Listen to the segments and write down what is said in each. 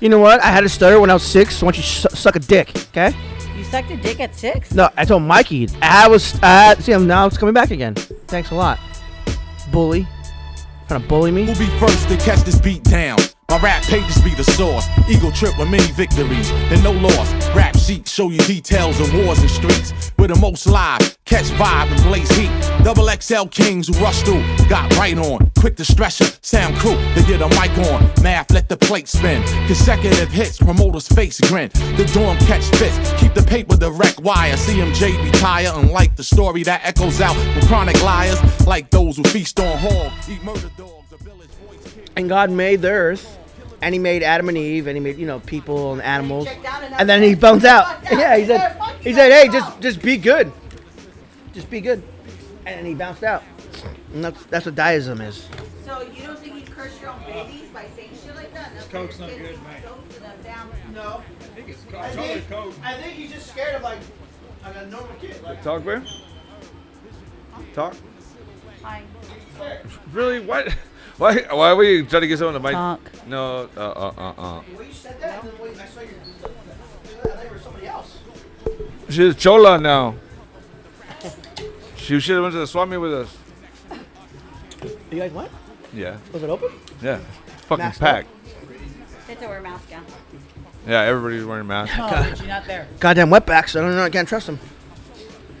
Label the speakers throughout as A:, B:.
A: You know what? I had a stutter when I was six. So why don't you su- suck a dick? Okay.
B: You sucked a dick at six?
A: No, I told Mikey. I was. Uh, see, I'm now it's coming back again. Thanks a lot, bully. Trying to bully me?
C: Who be first to catch this beat down? My rap pages be the source. Eagle trip with many victories and no loss. Rap sheets show you details of wars and streets. With the most live, catch vibe and blaze heat. Double XL kings who rush through, got right on. Quick to stretcher, sound crew, they get a mic on. Math, let the plate spin. Consecutive hits, promoters face grin. The dorm catch fits, keep the paper direct wire. CMJ retire, unlike the story that echoes out with chronic liars. Like those who feast on hog, eat murder dogs, a village voice. kick.
A: And God made the earth, and He made Adam and Eve, and He made you know people and animals, and then He bones out. Yeah, He said, He said, hey, just just be good, just be good, and then He bounced out. And that's that's what deism is.
D: So you don't think you curse your own babies by saying shit like that? No,
E: Coke's not good, mate.
A: No,
E: I think it's coke. It's always coke.
A: I think he's just scared of like, like a normal kid. Like,
E: Talk, bear? Talk?
D: Hi.
E: Really? What? Why, why are we trying to get someone to mic?
B: Talk.
E: No, uh, uh, uh, uh.
A: when you said that, and then when I saw you, I thought you were somebody else.
E: She's Chola now. She should have went to the swami with us.
A: You guys what?
E: Yeah,
A: Was it open?
E: yeah. Fucking
A: Masked up?
E: packed.
B: They had to wear a mask, yeah.
E: Yeah, everybody's wearing masks.
B: Oh, but you're not there.
A: Goddamn wetbacks. I don't know. I can't trust them.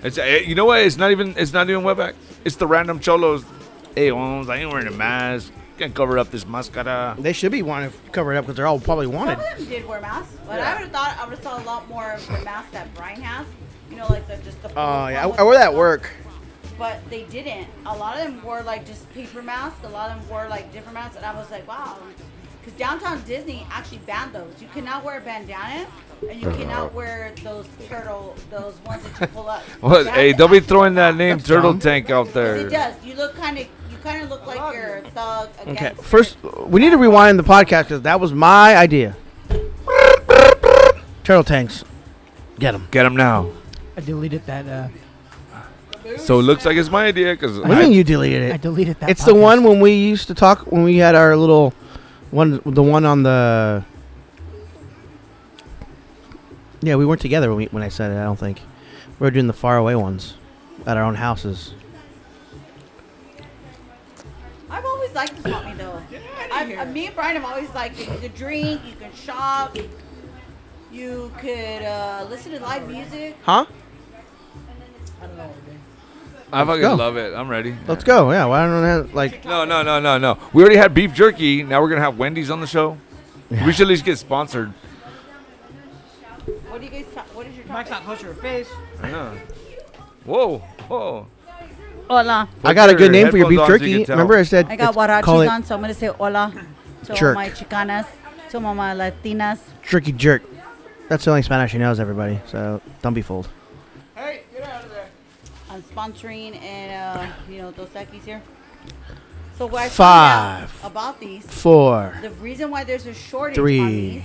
E: It's uh, you know what? It's not even it's not even wetback. It's the random cholos. Hey, Holmes, I ain't wearing a mask. Can't cover up this mascara.
A: They should be wanting to cover it up because they're all probably wanted.
B: Some of them did wear masks, but I would have thought I would have saw a lot more of the masks that Brian has. You know, like the just the.
A: Oh yeah, I, I wore that at work.
B: But they didn't. A lot of them wore like just paper masks. A lot of them wore like different masks, and I was like, wow. Because downtown Disney actually banned those. You cannot wear a bandana, and you cannot wear those turtle, those ones that you pull up.
E: What?
B: You have
E: Hey,
B: to
E: don't be
B: actually-
E: throwing that name Turtle
A: dumb.
E: Tank out
B: 'Cause
E: there.
B: It does. You look kind of, you kind of look like you're a thug. Against
A: Okay, first we need to rewind the podcast because that was my idea. Turtle tanks, get them.
E: Get him now.
F: I deleted that. Uh,
E: So it looks like it's my idea because
A: What do you mean you deleted
F: I
A: it?
F: deleted that.
A: It's the
F: podcast.
A: one when we used to talk when we had our little one, the one on the. Yeah, we weren't together when, we, when I said it. I don't think we were doing the faraway ones at our own houses.
B: I've always liked the swap meet though. I, I, me and Brian have always liked it. You could drink, you can shop, you could uh, listen to live music.
A: Huh?
E: I fucking
A: go.
E: love it. I'm ready.
A: Let's go. Yeah. Why don't I have like?
E: No, no, no, no, no. We already had beef jerky. Now we're gonna have Wendy's on the show. We should at least get sponsored.
B: What do you guys talk? What is your
F: Mike's
B: topic?
F: not close to your face.
E: I know. Whoa, whoa.
B: Hola.
A: I got a good
E: your
A: name for your
E: headphones
A: beef
E: on so you
A: jerky.
E: can tell.
A: Remember, I said
B: I got
A: it's- call
B: huaraches
A: it
B: on, so I'm gonna say hola to all
A: Jerk.
B: my Chicanas, to all my Latinas.
A: jerky jerk. That's the only Spanish he knows, everybody. So don't be fooled.
B: I'm sponsoring and uh, you know those Takis here. So what I found
A: Five.
B: out about these,
A: Four,
B: the reason why there's a shortage on
A: Three.
B: these.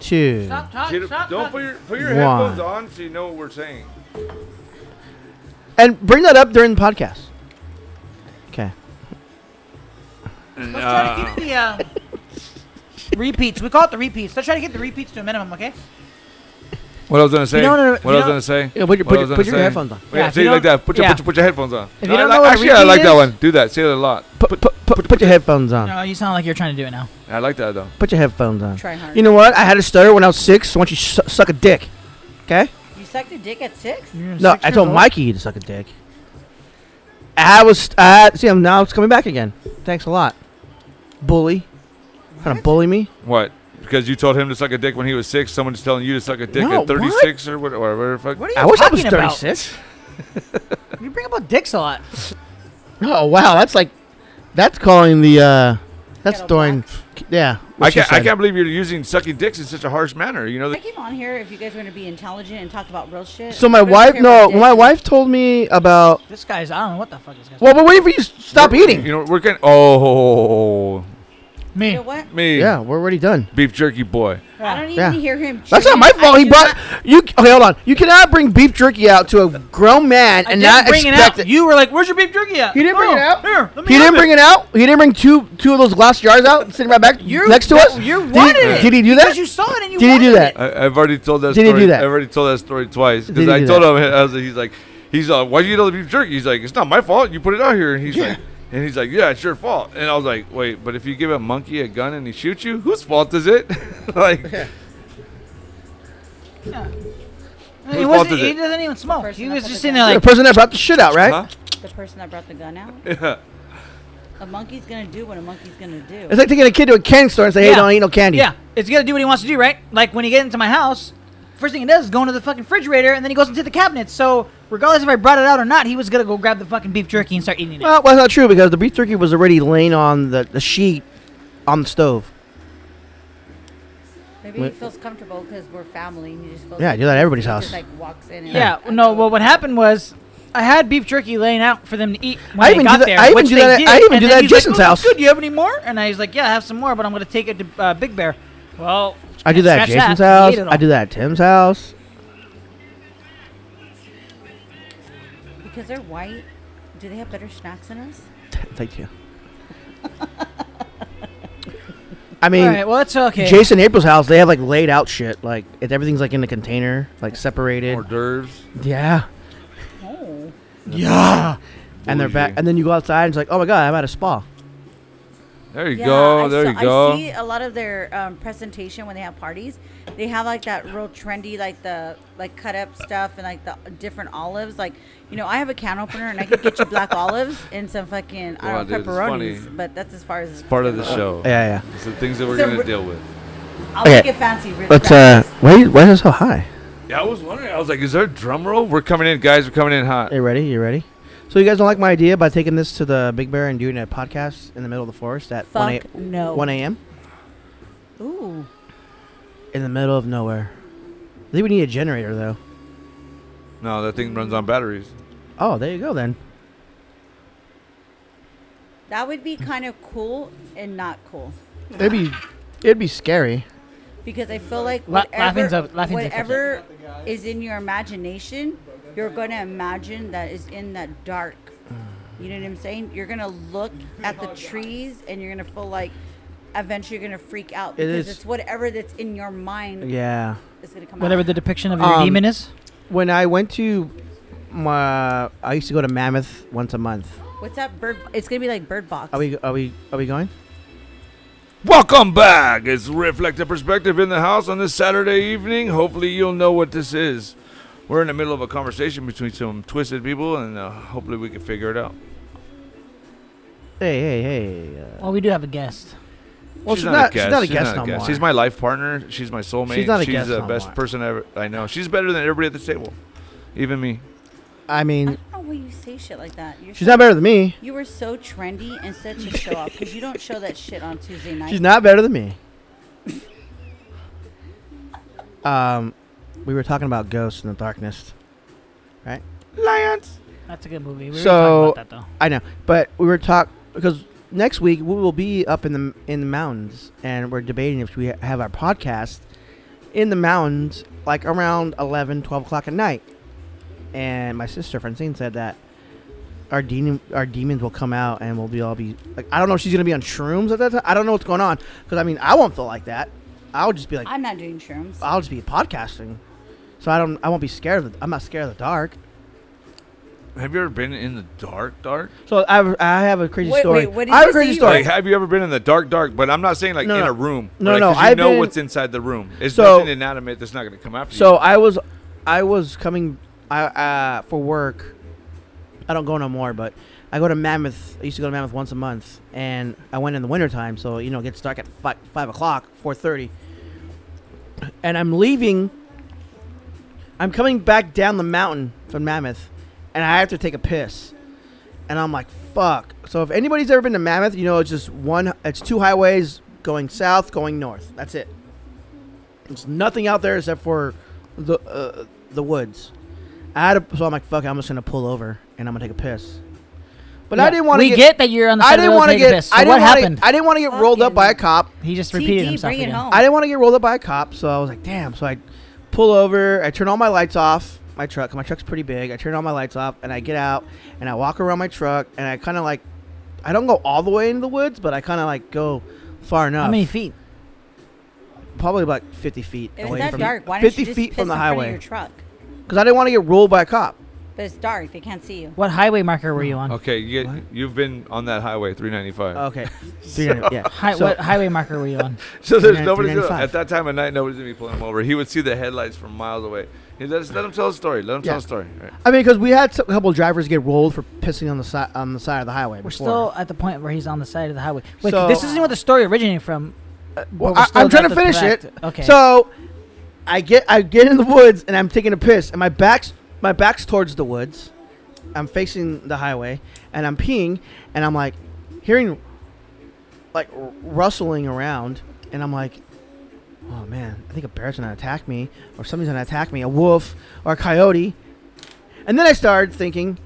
A: two.
E: Get it- don't put your put your
A: One.
E: headphones on so you know what we're saying.
A: And bring that up during the podcast. Okay.
F: Let's try to keep the uh, repeats. We call it the repeats. Let's try to get the repeats to a minimum, okay?
E: What I was gonna say.
F: don't know- if
E: what I
F: you
E: was
F: don't-
E: gonna say.
A: Yeah, put your-
E: what I
A: put
E: was
A: your-
E: gonna
A: put your
E: say.
A: headphones on.
E: Yeah,
F: Yeah, if
E: say
F: you
E: it like
F: don't-
E: that. Put your
F: yeah.
E: put your, put your headphones on.
F: If
E: No,
F: you
E: I
F: don't
E: like-
F: know what a
E: actually, I like
F: repeat
E: that
F: is-
E: one. Do that. Say it a lot.
A: Put, put, put, put, your headphones on.
F: No, you sound like you're trying to do it now.
E: I like that though.
A: Put your headphones on.
B: Try hard.
A: You know what? I had a stutter when I was six. So why don't you su- suck a dick? Okay.
B: You sucked a dick at six?
F: You're
A: No,
F: six
A: I
F: years
A: told
F: old.
A: Mikey to suck a dick. I was. I see, I'm now it's coming back again. Thanks a lot, bully. Trying to bully me?
E: What? Because you told him to suck a dick when he was six. Someone's telling you to suck a dick
A: No,
E: at 36 or what- whatever. the Fuck.
F: What are you
A: I wish I was
F: talking about?
A: 36.
F: You bring up dicks a lot.
A: Oh wow, that's like, that's calling the. uh That's
B: Kettle
A: throwing. Yeah.
E: I
A: what she
E: can't. I
A: said.
E: can't believe you're using sucking dicks in such a harsh manner. You know.
B: I
E: That
B: came on here if you guys want to be intelligent and talk about real shit.
A: So my
B: I don't
A: wife,
B: care
A: no,
B: about dick.
A: my wife told me about.
F: This guy's, I don't know what the fuck this guy's
A: Well, but wait for you. to Stop
E: We're-
A: eating.
E: You know, we're getting. Oh,
B: You
F: Me.
B: know what?
E: Me.
A: Yeah, we're already done.
E: beef jerky boy.
B: I don't even
A: Yeah.
B: hear him.
A: That's not
B: chewing.
A: my
B: I
A: fault. He
B: do
A: brought
B: not-
A: you. Okay, hold on. You cannot bring beef jerky out to a grown man
F: I
A: and
F: didn't
A: not
F: bring it
A: expect
F: out.
A: it.
F: You were like, "Where's your beef jerky at?"
A: He didn't bring
F: Oh,
A: it out.
F: Here, let me
A: He
F: have
A: didn't bring it out. He didn't bring two two of those glass jars out sitting right back
F: You-
A: next to
F: no,
A: us.
F: you
A: did,
F: wanted
A: he,
F: it
A: did he do
F: Because
A: that?
F: you saw it and you
A: Did he do
F: wanted
A: that?
F: it.
E: I, I've already told that
A: Did he
E: story.
A: do that?
E: I've already told that story twice
A: Did
E: because
A: he
E: I
A: do
E: told
A: that?
E: him I was, he's like, he's like, why'd you eat all the beef jerky? He's like, it's not my fault. You put it out here, and he's like, and he's like, yeah, it's your fault. And I was like, wait, but if you give a monkey a gun and he shoots you, whose fault is it? like,
F: He,
E: Whose
F: wasn't,
E: fault is
F: he
E: it?
F: doesn't even smoke. He
B: Person
F: was
B: up
F: just
B: in
F: sitting there
A: the
F: like,
A: person that brought the shit out, right?
E: Huh?
B: The person that brought the gun out.
E: yeah.
B: A monkey's gonna do what a monkey's gonna do.
A: It's like taking a kid to a candy store and say, "Hey,
F: Yeah.
A: don't eat no candy."
F: yeah, it's gonna do what he wants to do, right? Like when he gets into my house, first thing he does is go into the fucking refrigerator and then he goes into the cabinet. So regardless if I brought it out or not, he was gonna go grab the fucking beef jerky and start eating it.
A: Well, well, that's not true because the beef jerky was already laying on the, the sheet on the stove.
B: Maybe he feels comfortable because we're family. And he just feels
A: Yeah, I
B: like
A: do that at everybody's
B: he
A: house.
B: Just like walks in. And
F: yeah, no. Well, what happened was. I had beef jerky laying out for them to eat when
A: I
F: I
A: even
F: got
A: do that-
F: there.
A: I even
F: which
A: do
F: they
A: that- I
F: Did.
A: even do
F: and then
A: that at
F: he's like,
A: Jason's
F: "Oh, that's
A: house."
F: Good. Do you have any more? And I was like, Yeah, I have some more, but I'm gonna take it to uh, Big Bear. Well,
A: I do that at
F: scratch that.
A: Jason's
F: He
A: house.
F: ate it
A: I do
F: all.
A: that at Tim's house.
B: because they're white. Do they have better snacks than us?
A: Thank you. I mean,
F: All right, well, it's okay.
A: Jason April's house, they have like laid out shit. Like it, everything's like in a container, like separated.
E: hors d'oeuvres.
A: Yeah.
B: Oh,
A: Yeah. And they're back.
E: Bougie.
A: And then you go outside and it's like, oh my god, I'm at a spa.
E: There you
B: yeah,
E: go.
B: I
E: there
B: saw-
E: you go.
B: I see a lot of their um, presentation when they have parties. They have like that real trendy, like the like cut up stuff and like the different olives. Like you know, I have a can opener and I could get you black olives and some fucking I
E: Wow,
B: don't know,
E: dude, it's
B: pepperonis.
E: funny.
B: But that's as far as
E: Part of the show.
A: Yeah, yeah.
E: It's the things that we're
B: So
E: gonna
B: re-
E: deal with.
B: I'll
A: Okay,
B: make it fancy. Rich
A: But uh,
B: guys.
A: why you, why is it so high?
E: Yeah, I was wondering. I was like, is there a drum roll? We're coming in, guys. We're coming in hot.
A: You ready? You ready? So you guys don't like my idea by taking this to the Big Bear and doing a podcast in the middle of the forest at one
B: Fuck no.
A: 1 a.m.
B: Ooh,
A: in the middle of nowhere. I think we need a generator though.
E: No, that thing runs on batteries.
A: Oh, there you go then.
B: that would be kind of cool and not cool.
A: It'd be it'd be scary.
B: because I feel like
F: La-
B: whatever,
F: laughing's up- laughing's up-
B: whatever is in your imagination, you're going to imagine that is in that dark. You know what I'm saying? You're going to look at the trees and you're going to feel like eventually you're going to freak out
A: is.
B: because it's whatever that's in your mind
A: Yeah.
B: is going to come
F: Whatever
B: out.
F: the depiction of your
A: Um,
F: demon is.
A: When I went to my, I used to go to Mammoth once a month.
B: What's that bird? It's going to be like bird box.
A: Are we are we are we going?
E: Welcome back. It's Reflective Perspective in the house on this Saturday evening. Hopefully, you'll know what this is. We're in the middle of a conversation between some twisted people, and uh, hopefully, we can figure it out.
A: Hey hey hey. Uh,
F: Well, we do have a guest.
A: well, she's, not, she's not a guest no more.
E: She's my life partner. She's my soulmate.
A: She's not a
E: she's
A: guest
E: the
A: no
E: best
A: more.
E: person ever. I know. She's better than everybody at this table, even me.
A: I
B: I
A: mean,
B: don't know why you say shit like that. You're
A: she's
B: so-
A: not better than me.
B: You were so trendy and such a show off because you don't show that shit on Tuesday night.
A: She's not better than me. um, we were talking about ghosts in the darkness, right?
E: Lions.
F: That's a good movie. We were
A: So-
F: talking about that
A: I know, but we were talk because next week we will be up in the in the mountains, and we're debating if we have our podcast in the mountains, like around 11, 12 o'clock at night. And my sister Francine said that our demon, our demons will come out, and we'll be all be like, I don't know if she's gonna be on shrooms at that time. I don't know what's going on because I mean, I won't feel like that. I'll just be like,
B: I'm not doing shrooms.
A: I'll just be podcasting, so I don't, I won't be scared of. The, I'm not scared of the dark.
E: Have you ever been in the dark, dark?
A: So I, have, I have a crazy
B: Wait,
A: story.
B: wait, what did
A: I have
B: you
A: a crazy
B: say you
A: story.
E: Like, have you ever been in the dark, dark? But I'm not saying like
A: No,
E: in
A: no.
E: a room.
A: No,
E: Like,
A: no,
E: 'cause You
A: I've
E: know
A: been-
E: what's inside the room. It's
A: So-
E: nothing inanimate that's not going to come after
A: So
E: you.
A: I was, I was coming, I uh, for work. I don't go no more, but I go to Mammoth. I used to go to Mammoth once a month, and I went in the wintertime, so you know it gets dark at five, five o'clock, four thirty. And I'm leaving. I'm coming back down the mountain from Mammoth, and I have to take a piss, and I'm like, fuck. So if anybody's ever been to Mammoth, you know it's just one, it's two highways going south, going north. That's it. There's nothing out there except for the uh, the woods. I had a, so I'm like, fuck, it, I'm just gonna pull over and I'm gonna take a piss. But I didn't want to
F: We
A: get,
F: get, that you're on the.
A: I
F: side of
A: didn't
F: the road
A: want to
F: taking a
A: get.
F: piss.
A: I
F: So what
A: didn't wanna-
F: happened?
A: I didn't want to get rolled up by a
B: Fucking-
A: cop.
F: he just repeated
B: TD,
F: himself.
B: bring it
F: again.
B: home.
A: I didn't want to get rolled up by a cop, so I was like, damn. So I pull over, I turn all my lights off my truck. My truck's pretty big. I turn all my lights off, and I get out, and I walk around my truck, and I kind of like, I don't go all the way into the woods, but I kind of like go far enough.
F: How many feet?
A: Probably about 50 feet.
B: It was
A: away
B: that
A: from,
B: dark. Why
A: 50
B: don't you just
A: feet
B: piss
A: from the
B: in Front of
A: highway.
B: your truck,
A: Because I didn't want to get rolled by a cop.
B: but it's dark. They can't see you.
F: What highway marker were you on?
E: Okay, you get, you've been on that highway 395.
A: Okay. 300, yeah.
F: Hi,
A: So-
F: what highway marker were you on?
E: So there's
A: 395.
E: nobody gonna- at that time of night. Nobody's gonna be pulling him over. He would see the headlights from miles away. He let, us, let him tell a story. Let him
A: Yeah.
E: tell a story. All right.
A: I mean, because we had some- a couple drivers get rolled for pissing on the side on the side of the highway.
F: We're
A: before.
F: still at the point where he's on the side of the highway. Wait,
A: So-
F: this isn't what the story originated from.
A: Well,
F: but we're
A: I,
F: still
A: I'm trying
F: not
A: to
F: the
A: finish
F: correct-
A: it.
F: Okay.
A: So I get I get in the woods and I'm taking a piss and my back's my back's towards the woods. I'm facing the highway and I'm peeing and I'm like hearing like r- rustling around and I'm like oh man, I think a bear's gonna attack me or something's gonna attack me, a wolf or a coyote. And then I started thinking,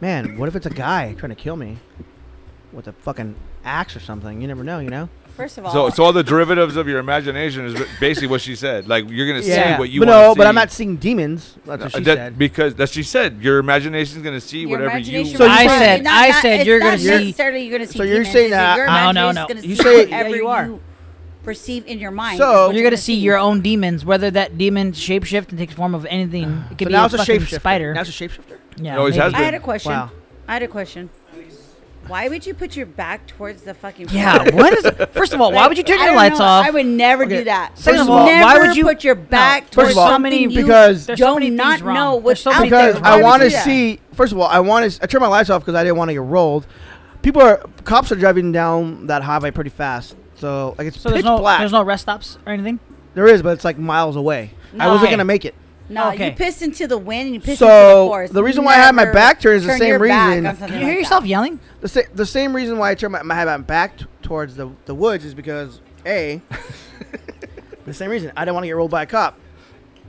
A: man, what if it's a guy trying to kill me with a fucking axe or something? You never know, you know?
B: First of all,
E: So, so all the derivatives of your imagination is basically what she said. Like you're gonna see what you
A: but
E: want
A: no,
E: see.
A: but I'm not seeing demons. That's what she
E: that,
A: said.
E: Because that's she said. Your imagination's gonna see
B: your
E: whatever
B: imagination
E: you.
A: So
B: will
A: you
B: be
A: said-
B: right. It's
F: I
B: not-
F: said
B: it's
F: you're
B: not
F: gonna see-
B: necessarily you're gonna see.
A: So you're
B: demons.
A: saying
B: It's
A: that-
B: your
F: No, no,
B: imagination's
F: no.
B: gonna
F: You
B: see
A: say-
B: whatever
F: Yeah, you are.
B: you perceive in your mind.
A: So-
B: is what
A: You're
F: you're
B: gonna
F: gonna see your own demons, whether that demon shapeshift and takes form of anything. It
A: so
F: could be
A: now
F: a
A: it's a
F: fucking
A: shapeshifter.
F: spider.
A: Now it's a shapeshifter.
F: yeah,
E: It always
F: maybe.
E: has
B: I had a
E: Wow.
B: question.
A: Wow.
B: I had a question. Why would you put your back towards the fucking?
F: Yeah. What is? First of all, why would you turn
B: I
F: your
B: don't
F: lights
B: know.
F: off?
B: I would never
A: Okay,
B: do that.
A: first of
B: Never
A: all,
F: why would you-
B: put your
F: No,
B: back
F: first
B: towards
A: of all,
F: so many-
B: something you
A: because-
F: There's so
B: don't
F: many things
B: not
F: wrong.
B: know
F: There's
B: what's
F: so
B: out
F: many
B: there.
A: Because
F: things
B: Why
A: I
B: would
A: want
B: you
A: to
B: do that?
A: see. First of all, I want to. I turn my lights off because I didn't want to get rolled. People are cops are driving down that highway pretty fast. So like it's
F: so
A: pitch
F: there's no
A: black.
F: there's no rest stops or anything.
A: There is, but it's like miles away. I wasn't
F: Okay.
A: gonna make it.
B: No,
F: Okay.
B: you pissed into the wind and you pissed into
A: So,
B: the forest.
A: the reason why I had my
B: Never
A: back turned is the
B: turn
A: same
B: your back
A: reason-
B: on
A: Can
B: something
F: Can you
B: like
F: hear
B: that.
F: yourself yelling?
A: The, sa- the same reason why I turned my, my head back t- towards the, the woods is because a. the same reason I didn't want to get rolled by a cop.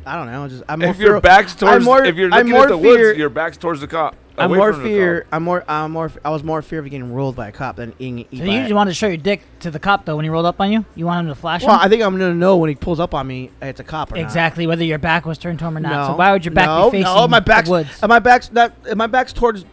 A: I don't know. Just I'm more
E: If your
A: fear-
E: back's
A: I'm
E: towards,
A: more,
E: if you're
A: I'm
E: looking
A: more
E: at the
A: fear,
E: woods, your back's towards the cop.
A: I'm
E: away
A: more
E: from the cop.
A: fear. I'm more. I'm more. I was more fear of getting rolled by a cop than being eaten
F: So
A: by.
F: you just
A: it.
F: wanted to show your dick to the cop though when he rolled up on you. You want him to flash
A: well,
F: him?
A: I think I'm gonna know when he pulls up on me. It's a cop or not.
F: exactly. Whether your back was turned to him or not.
A: No.
F: so why would your back
A: no,
F: be facing
A: No, my back's.
F: the woods?
A: uh, My back's that. uh, My back's towards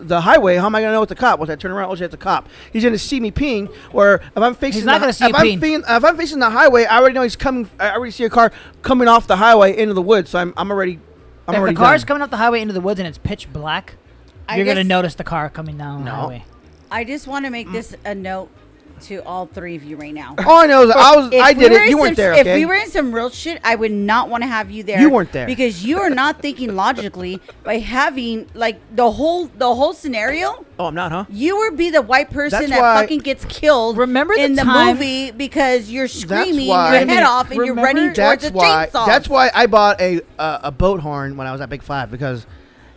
A: the highway. How am I gonna know it's a cop? Once I turn around, oh shit, it's a cop. He's gonna see me peeing. Or if I'm facing.
F: not
A: the,
F: gonna see
A: if
F: you
A: I'm
F: peeing.
A: Facing, if I'm facing the highway, I already know he's coming. I already see a car coming off the highway into the woods. So I'm. I'm already. I'm
F: if
A: already
F: the car's
A: done.
F: coming up the highway into the woods and it's pitch black,
B: I
F: you're gonna
B: guess-
F: notice the car coming down the
A: No.
F: highway.
B: I just want to make this a note to all three of you right now.
A: All I know is I was.
B: If
A: I
B: we
A: did
B: were
A: it.
B: in
A: You
B: some-
A: weren't there.
B: If
A: okay?
B: we were in some real shit, I would not want to have you there.
A: You weren't there.
B: because you are not thinking logically by having like the whole the whole scenario.
A: Oh, I'm not, huh?
B: You would be the white person
A: That's
B: that
A: why-
B: fucking gets killed.
F: Remember the
B: in the
F: time-
B: movie because you're screaming
A: why-
B: your head off and
F: Remember-
B: you're running towards
A: That's
B: a
A: why.
B: chainsaw.
A: That's why I bought a uh, a boat horn when I was at Big Five because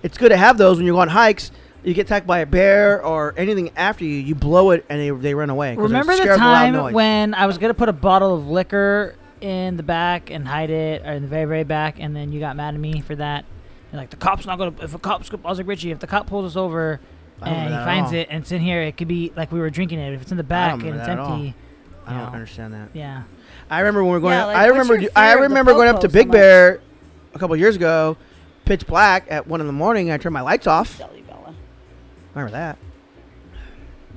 A: it's good to have those when you go on hikes. You get attacked by a bear or anything after you, you blow it and they, they run away. 'cause they're
F: Remember the
A: scared of loud
F: time
A: noise.
F: when I was gonna put a bottle of liquor in the back and hide it, or in the very, very back, and then you got mad at me for that. You're like, the cop's not gonna. If a cop's, I was like Richie, if the cop pulls us over
A: I don't
F: and he
A: remember that at
F: finds
A: all.
F: it and it's in here, it could be like we were drinking it. If it's in the
A: I
F: back
A: don't
F: and
A: remember
F: it's
A: that at all.
F: empty,
A: I
F: you
A: don't
F: know,
A: understand that.
F: Yeah,
A: I remember when we were going.
B: Yeah, like,
A: I
B: what's
A: remember.
B: your
A: I
B: fear of the
A: remember going up to
B: popo so
A: Big
B: much?
A: Bear a couple years ago, pitch black at one in the morning. I turned my lights off.
B: Silly Bella.
A: Remember that?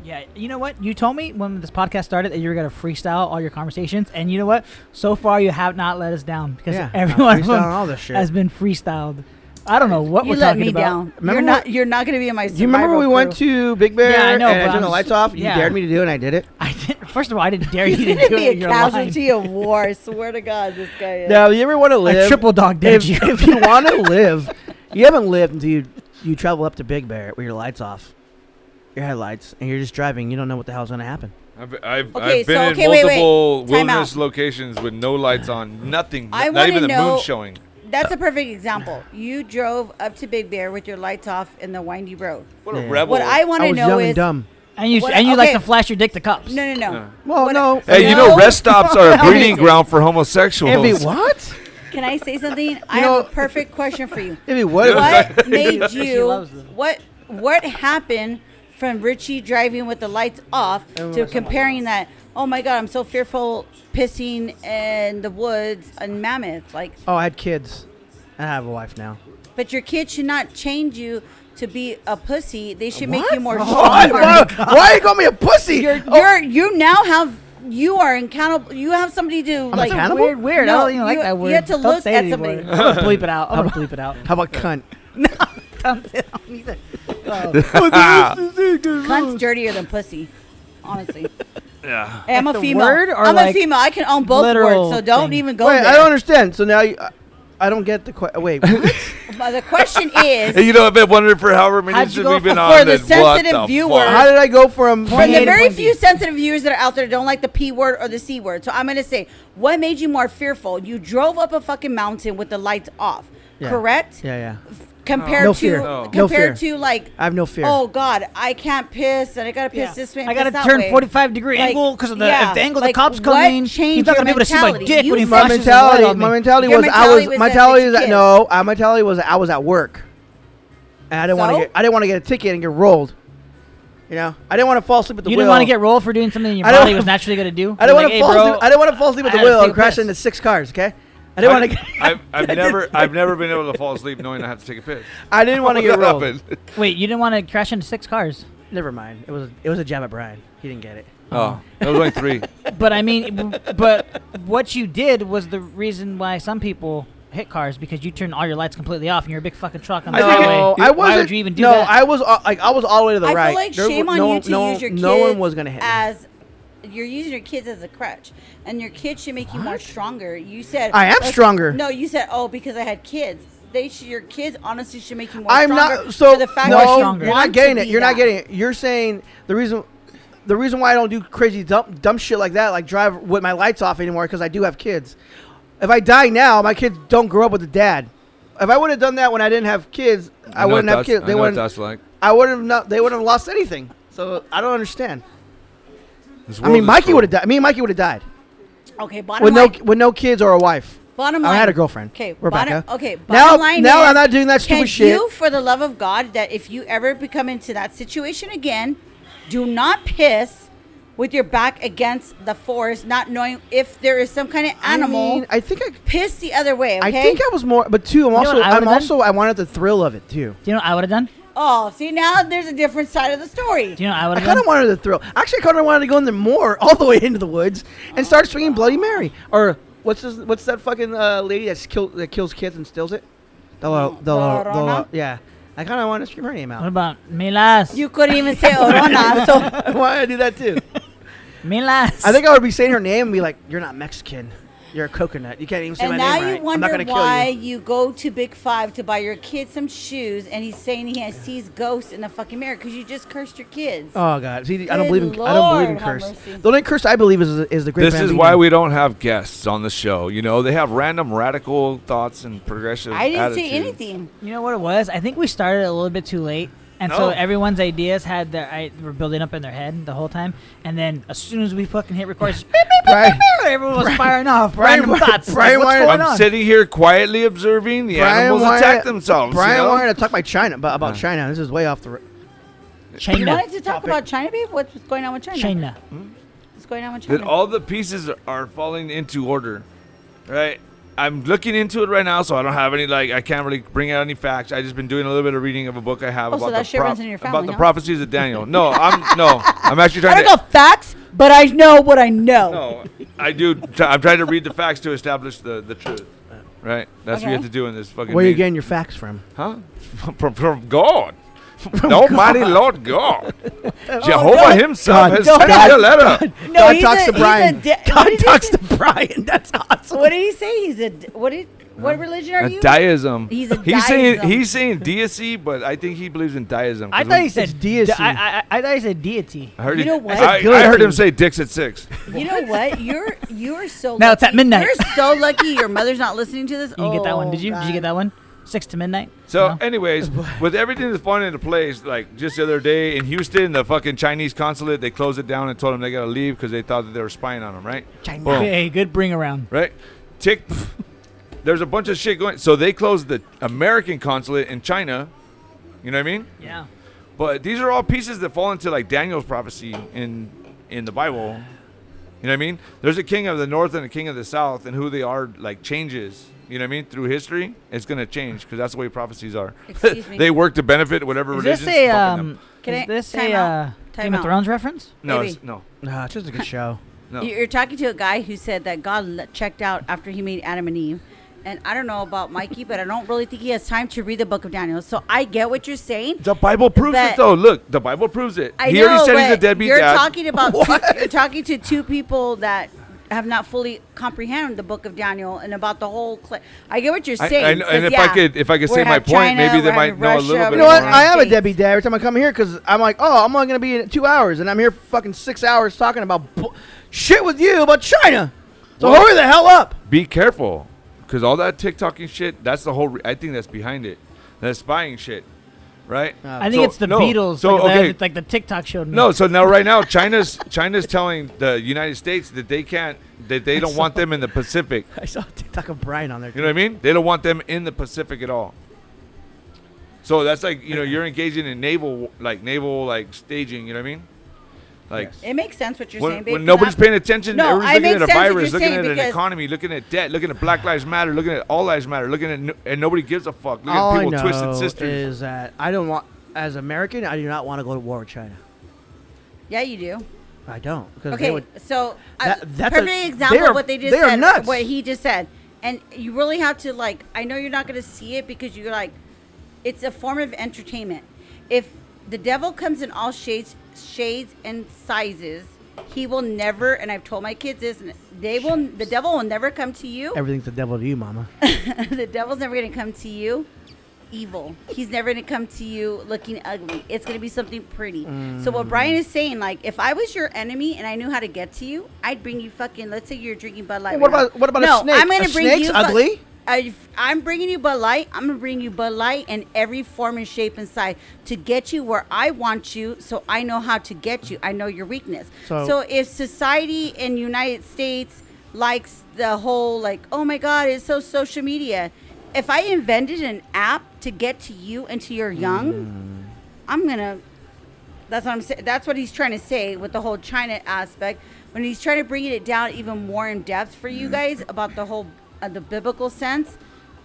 F: yeah. You know what? You told me when this podcast started that you were gonna freestyle all your conversations, and you know what? So far, you have not let us down because
A: Yeah, I
F: everyone
A: freestyle and all this shit.
F: has been freestyled. I don't know what
B: You
F: we're
B: let
F: talking
B: me
F: about.
B: down.
A: Remember
B: you're not.
A: when-
B: You're not gonna be in my.
A: Do you remember
B: survival
A: we went
B: crew.
A: to Big Bear
F: Yeah, I know,
A: and
F: but
A: I turned the
F: I'm-
A: lights off? You
F: yeah.
A: dared me to do it, and I did it.
F: I didn't. First of all, I didn't dare you
B: He's
F: to
B: gonna
F: do
B: be
F: it.
B: a
F: You're lying.
B: casualty of war. I swear to God, this guy is.
A: Now, you ever want to live?
F: I triple dog did
A: if,
F: you.
A: if you want to live, you haven't lived until you, you travel up to Big Bear with your lights off, your headlights, and you're just driving. You don't know what the hell's going to happen.
E: I've, I've,
B: Okay,
E: I've been
B: so-
E: in
B: okay, wait, wait.
E: multiple
B: Time
E: wilderness
B: out.
E: locations with no lights on, nothing,
B: I
E: not even
B: wanna
E: the moon
B: know-
E: showing.
B: That's a perfect example. You drove up to Big Bear with your lights off in the windy road.
E: What a
A: Yeah.
E: rebel!
B: What I want
A: I
B: to
A: was
B: know
A: young
B: is
A: and dumb.
F: and you
B: What-
F: and you like
B: okay.
F: to flash your dick to cops.
B: no, no, no.
E: Yeah.
A: Well,
B: What-
A: no.
E: hey, you
B: No.
E: know, rest stops are a breeding ground for homosexuals.
A: It'd be what?
B: Can I say something? I
A: know-
B: have a perfect question for you.
A: It'd be what?
B: What made
F: She
B: you?
F: loves them.
B: What What happened from Richie driving with the lights off
A: And
B: to
A: we're so
B: comparing that. Oh my God, I'm so fearful pissing in the woods and mammoth. Like,
A: Oh, I had kids. I have a wife now.
B: but your kid should not change you to be a pussy. They should make you more
A: Why,
B: stronger.
A: why, why you call me a pussy?
B: Oh You're,
A: Oh,
B: you're you now have you are accountable. You have somebody to like.
F: That's
A: cannibal?
F: weird, weird. I
B: No,
F: don't even like
B: you-
F: that word.
B: You have to
F: Don't
B: look
F: say
B: at
F: it anymore.
B: somebody.
F: I'm gonna bleep it out. I'm gonna bleep it out.
A: how about cunt?
F: Don't say it out either.
B: Cunt's dirtier than pussy, honestly.
E: Yeah.
B: Hey, I'm
F: Like
B: a
F: the
B: female.
F: word or
B: I'm
F: like
B: a female. I can own both
F: literal
B: words, so don't
F: thing?
B: even go
A: wait,
B: there.
A: I don't understand. So now you, I, I don't get the question. Wait, what?
B: But the question
E: Hey,
B: is,
E: you know, I've been wondering for however many
F: How'd you
E: since
F: go
E: we've been
B: for
E: on.
B: the
E: that- what
B: sensitive
E: the
B: viewer?
E: fuck?
A: how did I go from
B: from the
F: Point A to
B: very
F: point B.
B: few sensitive viewers that are out there don't like the p word or the c word. So I'm gonna say, what made you more fearful? You drove up a fucking mountain with the lights off,
A: Yeah.
B: correct?
A: Yeah, yeah.
B: Compared
A: No
B: to
A: fear.
E: No.
A: No
B: compared
A: fear.
B: to like,
A: I have no fear.
B: oh god, I can't piss and I gotta piss
F: Yeah.
B: this way. and
F: I gotta
B: piss that
F: turn
B: way.
F: 45 degree
B: Like,
F: angle because of the,
B: yeah,
F: if the angle
B: like,
F: the cops come
B: what
F: in, he's
B: changed
F: not
B: your
F: gonna be able to see my
B: mentality?
F: dick when he
A: my
B: You
F: flashes his light
A: mentality,
F: on me.
A: my mentality
B: Your
A: was I was
B: mentality was
A: my
B: that
A: mentality
B: bitch
A: is that
B: kid.
A: no, my mentality was I was at work, and I didn't want
B: So?
A: to get I didn't want to get a ticket and get rolled. You know, I didn't want to fall asleep at the
F: You
A: wheel.
F: didn't want to get rolled for doing something your
A: I don't-
F: body was naturally gonna do.
A: I didn't
F: You're
A: want to
F: like,
A: fall.
F: "Hey, bro,
A: asleep, I didn't want to fall asleep at
F: I
A: the
F: had to
A: wheel
F: take
A: and
F: a
A: crash
F: piss."
A: into six cars. Okay, I didn't want to.
E: I've, I've never, I've never been able to fall asleep knowing I have to take a piss.
A: I didn't want to get
E: What
A: rolled.
E: happened?
F: Wait, you didn't want to crash into six cars.
A: Never mind. It was it was a jab at Brian. He didn't get it.
E: Oh, that was like three.
F: But I mean, b- but what you did was the reason why some people hit cars because you turned all your lights completely off and you're a big fucking truck on the
E: think
F: highway.
A: No, I
F: Why
A: wasn't.
F: would you even do
A: no,
F: that?
A: I was all, like I was all the way to the
B: I
A: right.
B: feel like
A: There
B: shame
A: wa-
B: on
A: no,
B: you to
A: no,
B: use your kids.
A: no one was gonna hit me.
B: as you're using your kids as a crutch, and your kids should make you more stronger. You said
A: I am
B: like-
A: stronger.
B: No, you said oh because I had kids. They should, your kids honestly should make you more.
A: I'm
B: stronger
A: not so
B: for the fact
A: no,
B: that you
F: stronger.
A: You're
B: want
A: not
B: to
A: getting it.
B: be
A: You're
B: that.
A: not getting it. You're saying the reason the reason why I don't do crazy dumb dumb shit like that, like drive with my lights off anymore because I do have kids. If I die now, my kids don't grow up with a dad. If I would have done that when I didn't have kids, I,
E: know
A: wouldn't
E: what
A: have
E: that's-
A: kids. They
E: I know what
A: wouldn't
E: that's like.
A: I wouldn't have not, they wouldn't have lost anything. So I don't understand.
E: This
A: I
E: world
A: mean,
E: is
A: Mikey
E: cruel.
A: would have died. Me and Mikey would have died
B: Okay, bottom
A: with no
B: line.
A: with no kids or a wife.
B: Bottom
A: I
B: line.
A: had a girlfriend.
B: Okay,
A: Rebecca.
B: Bottom, okay.
A: Now-
B: Bottom line
A: now
B: is,
A: I'm not doing that stupid
B: can
A: shit.
B: You, for the love of God, that if you ever become into that situation again, do not piss with your back against the forest, not knowing if there is some kind of animal.
A: I, mean, I think I
B: piss the other way. Okay.
A: I think I was more, but two. I'm
F: know
A: also.
F: what I
A: I'm
F: would've done?
A: also. I wanted the thrill of it too.
F: do you know what I would have done?
B: oh, see now there's a different side of the story.
F: Do you know what I would
A: I
F: have
A: kind
F: done?
A: of wanted the thrill. Actually, I kind of wanted to go in there more, all the way into the woods, and start swinging Bloody Mary or what's this, what's that fucking uh, lady that's kill, that kills kids and steals it? The little, the little, the little,
B: Llorona?
A: yeah. I kind of want to scream her name
F: What
A: out.
F: about Milas?
B: You couldn't even say Orona. So
A: I want to do that too.
F: Milas.
A: I think I would be saying her name and be like, "You're not Mexican. You're a coconut. You can't even say
B: and
A: my
B: now
A: name
B: you
A: right. I'm not gonna
B: wonder why
A: kill you."
B: you. go to Big Five to buy your kid some shoes, and he's saying he has, sees ghosts in the fucking mirror because you just cursed your kids.
A: Oh God! See, I don't
B: Good
A: believe in. I don't believe in
B: Lord, have
A: curse.
B: mercy.
A: The only curse I believe is is the great.
E: This is
A: Bambino.
E: why we don't have guests on the show. You know, they have random radical thoughts and progressive.
B: I didn't say
E: attitudes.
B: anything.
F: You know what it was? I think we started a little bit too late, and so
E: No.
F: everyone's ideas had their I, were building up in their head the whole time. And then as soon as we fucking hit record, it's just beep, beep, beep,
A: Brian-
F: beep, beep, everyone was firing off
A: Brian
F: random
A: Wyatt-
F: thoughts.
A: Brian
F: like, what's
A: Wyatt-
F: going
E: I'm
F: on?
E: sitting here quietly observing the animals
A: wanted-
E: attack themselves. you
A: Brian
E: know?
A: wanted to talk about China about, about China. This is way off the. r-
B: You
F: China.
B: wanted to talk about China, babe? What's what's going on with China?
F: China.
B: What's going on with
E: that
B: China?
E: all the pieces are falling into order, right? I'm looking into it right now, so I don't have any like I can't really bring out any facts. I just been doing a little bit of reading of a book I have
B: Oh, so
E: about the
B: that shit runs in your
E: about
B: family,
E: the
B: huh?
E: prophecies of Daniel. No, I'm no, I'm actually
B: I
E: trying
B: don't
E: to.
B: know facts, but I know what I know.
E: No, I do. T- I'm trying to read the facts to establish the the truth. Right, that's what
B: Okay.
E: you have to do in this fucking.
A: Where are you
E: meeting.
A: getting your facts from?
E: Huh? From, from God. Almighty Lord God. Jehovah
B: God.
E: Himself
A: God.
E: has
A: God.
E: sent me a letter.
B: No,
A: God
B: he's
A: talks
B: a-
A: to
B: he's a
A: Brian.
B: de- what
A: God
B: did he
A: talks
B: say?
A: to Brian. That's awesome.
B: What did he say? He's a d- what? Did, what religion are
E: A
B: you?
E: deism.
B: He's a
E: he's saying
B: deism.
E: he's saying deity, but I think he believes in deism. 'cause
F: I thought
E: we-
F: he
A: It's
F: said
A: deity.
F: deity. I, I, I thought he said deity.
E: I heard
B: You
E: he-
B: know what?
E: I,
A: Good.
E: I heard him say dicks at six.
B: You know what? You're you're so
F: Now it's at
B: lucky.
F: midnight.
B: You're so lucky. Your mother's not listening to this. Oh,
F: You didn't get that one, did you? Did you get
B: one?
F: that one? Six to midnight.
E: So,
F: No.
E: anyways, with everything that's falling into place, like just the other day in Houston, the fucking Chinese consulate they closed it down and told them they gotta leave because they thought that they were spying on them. Right?
A: China.
E: Boom.
F: Hey, good bring around.
E: right? Tick. There's a bunch of shit going. So they closed the American consulate in China. You know what I mean?
F: Yeah.
E: But these are all pieces that fall into like Daniel's prophecy in in the Bible. You know what I mean? There's a king of the north and a king of the south, and who they are like changes. You know what I mean? Through history, it's gonna change because that's the way prophecies are.
B: Excuse me.
E: they work to benefit whatever
F: Is
E: religion.
F: this a um?
B: Can
F: is
B: I-
F: this
B: time
F: a
B: out.
F: uh,
B: Time
F: Game of
B: out.
F: Thrones reference?
E: no,
B: Maybe.
E: it's, no.
F: Nah, it's just a good show.
E: No.
B: You- You're talking to a guy who said that God le- checked out after he made Adam and Eve. And I don't know about Mikey, but I don't really think he has time to read the book of Daniel. So I get what you're saying.
E: The Bible proves it
B: That-
E: though. Look, the Bible proves it.
B: I
E: he
B: know,
E: already said he's a
B: but
E: deadbeat
B: you're
E: dad.
B: talking about two, you're talking to two people that have not fully comprehended the book of Daniel and about the whole. Cl- I get what you're
E: I-
B: saying.
E: I know- and
B: 'cause,
E: if I
B: yeah,
E: could- if I could
B: we're
E: say my
B: half
E: point, maybe they
B: we're
E: might
B: half
E: know a little
B: Russia,
E: bit
A: You know
B: we're
A: what?
B: half
E: Right.
A: I am a
B: States.
A: Debbie Dad every time I come here because I'm like, oh, I'm only gonna be in two hours, and I'm here fucking six hours talking about bu- shit with you about China. So
E: What?
A: hurry the hell up.
E: Be careful, because all that TikToking shit. That's the whole. Re- I think that's behind it. That spying shit, right?
F: I think
E: So,
F: it's the
E: no.
F: Beatles.
E: So,
F: like, the-
E: okay.
F: like the TikTok showed me.
E: No, so now right now China's China's telling the United States that they can't that they don't want them in the Pacific.
A: I saw a TikTok of Brian on there.
E: You know what I mean? They don't want them in the Pacific at all. So that's like you know you're engaging in naval like naval like staging. You know what I mean? Like
B: It makes sense what you're
E: when,
B: saying, babe,
E: when
B: 'cause
E: nobody's
B: I'm-
E: paying attention,
B: No, I
E: everybody's
B: make
E: looking at a
B: sense what
E: virus,
B: you're
E: looking
B: saying
E: at an
B: because-
E: economy, looking at debt, looking at Black Lives Matter, looking at All Lives Matter, looking at no, and nobody gives a fuck. Look
A: All
E: at
A: I
E: people
A: know
E: twisted sisters.
A: is that I don't want, as American, I do not want to go to war with China.
B: Yeah, you do.
A: I don't because
B: Okay,
A: they would.
B: so uh,
A: That- that's a-
B: perfect example
A: they are-
B: of what they just
A: they are
B: said,
A: nuts.
B: what he just said, and you really have to like. I know you're not going to see it because you're like, it's a form of entertainment. If the devil comes in all shades, shades and sizes, he will never. And I've told my kids this, and they will. The devil will never come to you.
A: Everything's the devil to you, Mama.
B: the devil's never going to come to you. Evil. He's never going to come to you looking ugly. It's going to be something pretty. So what Brian is saying, like, if I was your enemy and I knew how to get to you, I'd bring you fucking. Let's say you're drinking Bud Light.
A: Well, what
B: right now.
A: about- what about a
B: no,
A: snake?
B: I'm gonna
A: A
B: bring
A: snake's
B: you fu-
A: ugly?
B: I- I'm bringing you Bud Light. I'm gonna bring you Bud Light in every form and shape and size to get you where I want you, so I know how to get you. I know your weakness.
A: So-
B: So, if society in United States likes the whole like, oh my God, it's so social media. If I invented an app to get to you and to your young, I'm gonna. That's what I'm saying. That's what he's trying to say with the whole China aspect. When he's trying to bring it down even more in depth for
F: Mm.
B: you guys about the whole uh, the biblical sense.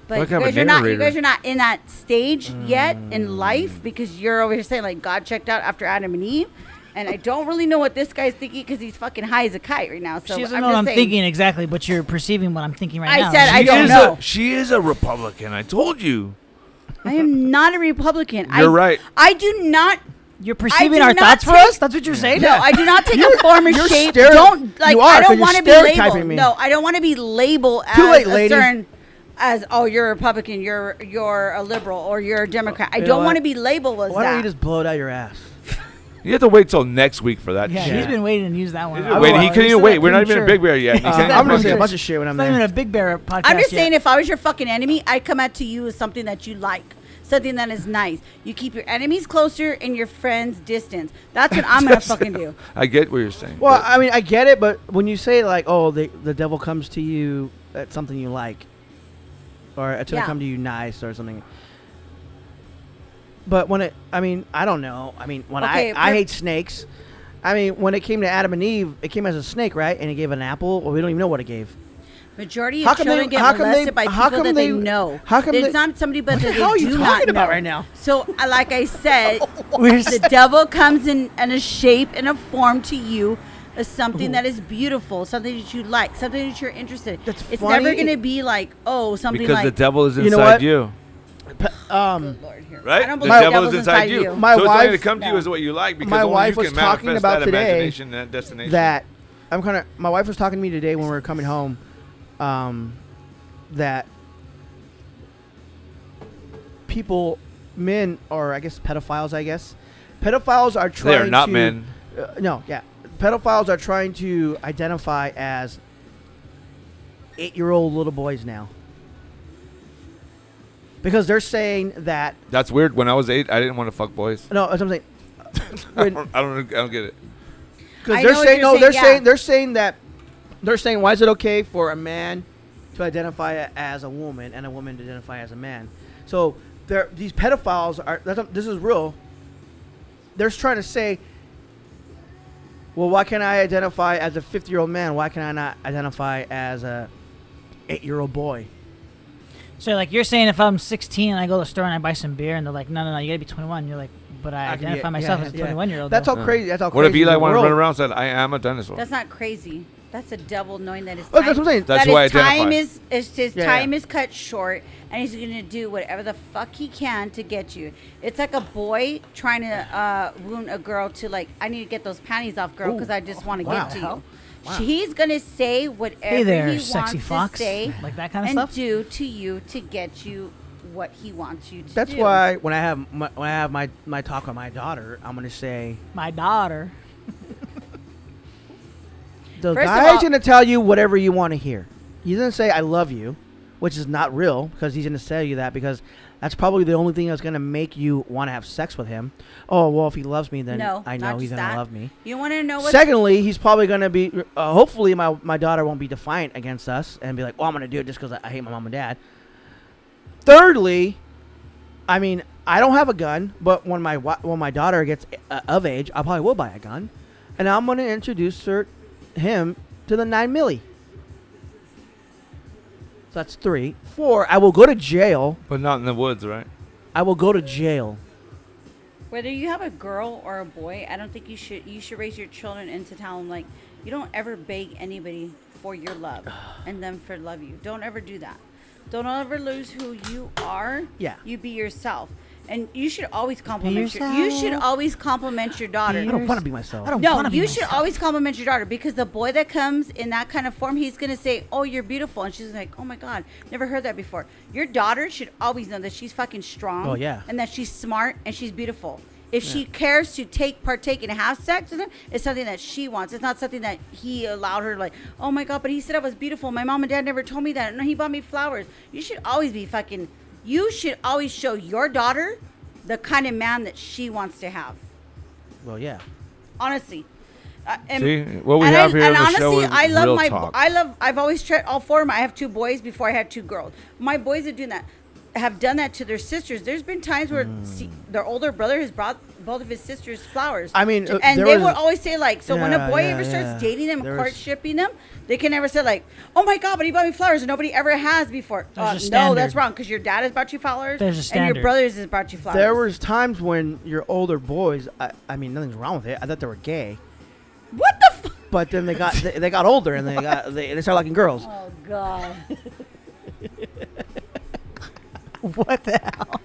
E: Like
B: But you
E: I'm a
B: guys are not. You
E: narrator.
B: guys are not in that stage yet
F: Mm.
B: in life because you're over here saying like God checked out after Adam and Eve, and I don't really know what this guy's thinking because he's fucking high as a kite right now. So
F: she doesn't
B: I'm
F: know what
B: just
F: I'm
B: saying,
F: thinking exactly, but you're perceiving what I'm thinking right
B: I
F: now.
B: said I
E: She
B: don't
E: is
B: know.
E: A, she is a Republican. I told you.
B: I am not a Republican. I-
E: You're right.
B: I do not
F: You're perceiving
B: do
F: our
B: not
F: thoughts for
B: take-
F: us. That's what you're saying.
B: No, I do not take a form or
A: you're
B: shape.
A: stereo-
B: don't like.
A: you are,
B: I
A: 'cause
B: don't
A: you're
B: want to be
A: stereotyping
B: labeled.
A: me.
B: No, I don't want to be labeled as
A: Too late,
B: a
A: lady.
B: certain. As oh, you're a Republican, you're you're a liberal, or you're a Democrat. I
A: You know
B: don't want to
A: what?
B: be labeled as
A: Why
B: that.
A: don't you just blow it out your ass?
E: You have to wait till next week for that.
F: yeah,
E: shit.
F: he's been waiting to use that one.
E: He's been waiting. He
F: Otherwise,
E: couldn't
F: he's
E: even
F: still
E: wait.
F: not
E: We're not even
F: premature.
E: a big bear yet. He
A: Uh,
E: can't
A: I'm gonna
E: even
A: say a
E: fucking-
A: bunch of shit when I'm
F: It's not even
A: there.
F: a big bear podcast.
B: I'm just
F: yet.
B: saying, if I was your fucking enemy, I'd come out to you with something that you like, something that is nice. You keep your enemies closer and your friends distance. That's what I'm gonna fucking do.
E: I get what you're saying.
A: Well,
E: but
A: I mean, I get it, but when you say like, "Oh, the the devil comes to you," that's something you like, or it's gonna
B: Yeah.
A: come to you nice or something. But when it, I mean, I don't know. I mean, when
B: Okay,
A: I I
B: per-
A: hate snakes. I mean, when it came to Adam and Eve, it came as a snake, right? And it gave an apple. Well, we don't even know what it gave.
B: Majority
A: How
B: of
A: come
B: children
A: they-
B: get
A: how come
B: molested
A: they-
B: by
A: how
B: people
A: come
B: that they,
A: they-
B: know.
A: how come
B: it's
A: they-
B: not somebody but
A: What the
B: that they
A: hell are you
B: do
A: talking
B: not
A: about
B: know.
A: right now? Oh.
B: So, I- like I said,
F: We're
B: the devil comes in, in a shape and a form to you as something that is beautiful, something that you like, something that you're interested in.
A: That's
B: it's
A: funny.
B: never going to be like, oh, something
E: because
B: like.
E: the devil is
A: You know
E: inside
A: what?
E: you,
A: Um,
B: Lord, here.
E: right?
B: I
E: The
B: don't believe
E: devil is inside you.
A: My
E: so it's only
A: wife-
E: to come to you is what you like because
A: My
E: only
A: wife
E: you
A: was
E: can
A: talking
E: manifest
A: about
E: that
A: today
E: imagination, and that destination.
A: that I'm kind of my wife was talking to me today when we were coming home um, that people men or I guess pedophiles I guess pedophiles are trying
E: they are not
A: to,
E: men.
A: uh, no yeah pedophiles are trying to identify as 8 year old little boys now because they're saying that
E: That's weird. When I was eight, I didn't want to fuck boys.
A: no that's what I'm
E: I
A: saying
E: don't, I don't. I don't get it.
A: Because
B: I
A: they're
B: know what
A: saying
B: you're
A: no,
B: saying,
A: they're
B: yeah.
A: saying they're saying that they're saying why is it okay for a man to identify a- as a woman and a woman to identify as a man? So there, these pedophiles are. That's, this is real. they're trying to say, well, why can't I identify as a 50 year old man? Why can I not identify as a eight year old boy?
F: So like you're saying, if I'm 16 and I go to the store and I buy some beer, and they're like, no, no, no, you gotta be 21. You're like, but I,
A: I can be-
F: identify
A: yeah,
F: myself
A: yeah,
F: as a
A: yeah.
F: 21 year old.
A: That's
F: though.
A: all crazy. That's all
E: What if
A: crazy. in
E: Eli
A: the
E: wanted to run
A: world.
E: around and said, I am a dinosaur?
B: That's not crazy. That's the devil knowing that his
A: Oh,
B: time,
A: that's what I'm saying.
E: That's
B: that his
E: who I identify.
B: time is, is his
A: Yeah, yeah.
B: time is cut short, and he's gonna do whatever the fuck he can to get you. It's like a boy trying to uh, wound a girl to like, I need to get those panties off, girl, because I just want to
A: Oh, Wow.
B: get to you. He's gonna say whatever
F: Hey there,
B: he
F: sexy
B: wants
F: fox.
B: to say,
F: Like that kinda
B: and
F: stuff?
B: do to you to get you what he wants you to
A: That's
B: do.
A: why when I have my, when I have my, my talk with my daughter, I'm gonna say
F: My daughter.
A: the
B: First of
A: guy's
B: all-
A: gonna tell you whatever you want to hear. He's gonna say I love you, which is not real because he's gonna tell you that because that's probably the only thing that's gonna make you want to have sex with him. Oh well, if he loves me, then
B: no,
A: I
B: not
A: know he's
B: just
A: gonna
B: that.
A: love me.
B: You want to know what?
A: Secondly, he's probably gonna be. Uh, hopefully, my my daughter won't be defiant against us and be like, "Oh, I'm gonna do it just because I, I hate my mom and dad." Thirdly, I mean, I don't have a gun, but when my wa- when my daughter gets uh, of age, I probably will buy a gun, and I'm gonna introduce her, him to the nine milli. So that's three. Four. I will go to jail.
E: But not in the woods, right?
A: I will go to jail.
B: whether you have a girl or a boy, I don't think you should you should raise your children and to tell them like you don't ever beg anybody for your love and them for love you. Don't ever do that. Don't ever lose who you are.
A: Yeah.
B: You be yourself. And you should always compliment your you
F: yourself.
B: should always compliment your daughter.
A: I don't want to be myself.
F: I don't
B: No,
F: wanna be
B: you should
F: myself.
B: always compliment your daughter because the boy that comes in that kind of form, he's gonna say, "Oh, you're beautiful," and she's like, "Oh my god, never heard that before." Your daughter should always know that she's fucking strong.
A: Oh, yeah.
B: and that she's smart and she's beautiful. If she cares to take partake and have sex with him, it's something that she wants. It's not something that he allowed her. Like, oh my god, but he said I was beautiful. My mom and dad never told me that. No, he bought me flowers. You should always be fucking. You should always show your daughter the kind of man that she wants to have
A: Well, yeah.
B: honestly. Uh, and,
E: See? What we
B: and
E: have
B: I,
E: here
B: and
E: on the show
B: honestly,
E: is
B: I love
E: real
B: my.
E: talk.
B: I love. I've always tried all four of them. I have two boys before I had two girls. My boys have done that. Have done that to their sisters. There's been times where se-
E: Hmm.
B: their older brother has brought both of his sisters flowers.
A: I mean,
B: To-
A: uh,
B: and
A: there
B: they
A: was-
B: would always say like, so when
A: Yeah,
B: a boy
A: yeah,
B: ever
A: yeah.
B: starts dating them,
A: There was-
B: courtshiping them, they can never say like, oh my god, but he bought me flowers and nobody ever has before. Uh,
F: There's a
B: no, that's
F: standard.
B: wrong because your dad has brought you flowers
F: There's a
B: and
F: standard.
B: your brothers has brought you flowers.
A: There was times when your older boys. I, I mean, nothing's wrong with it. I thought they were gay.
B: what the. F-
A: But then they got they, they got older and they got they, they started liking girls.
B: oh god.
A: What the hell?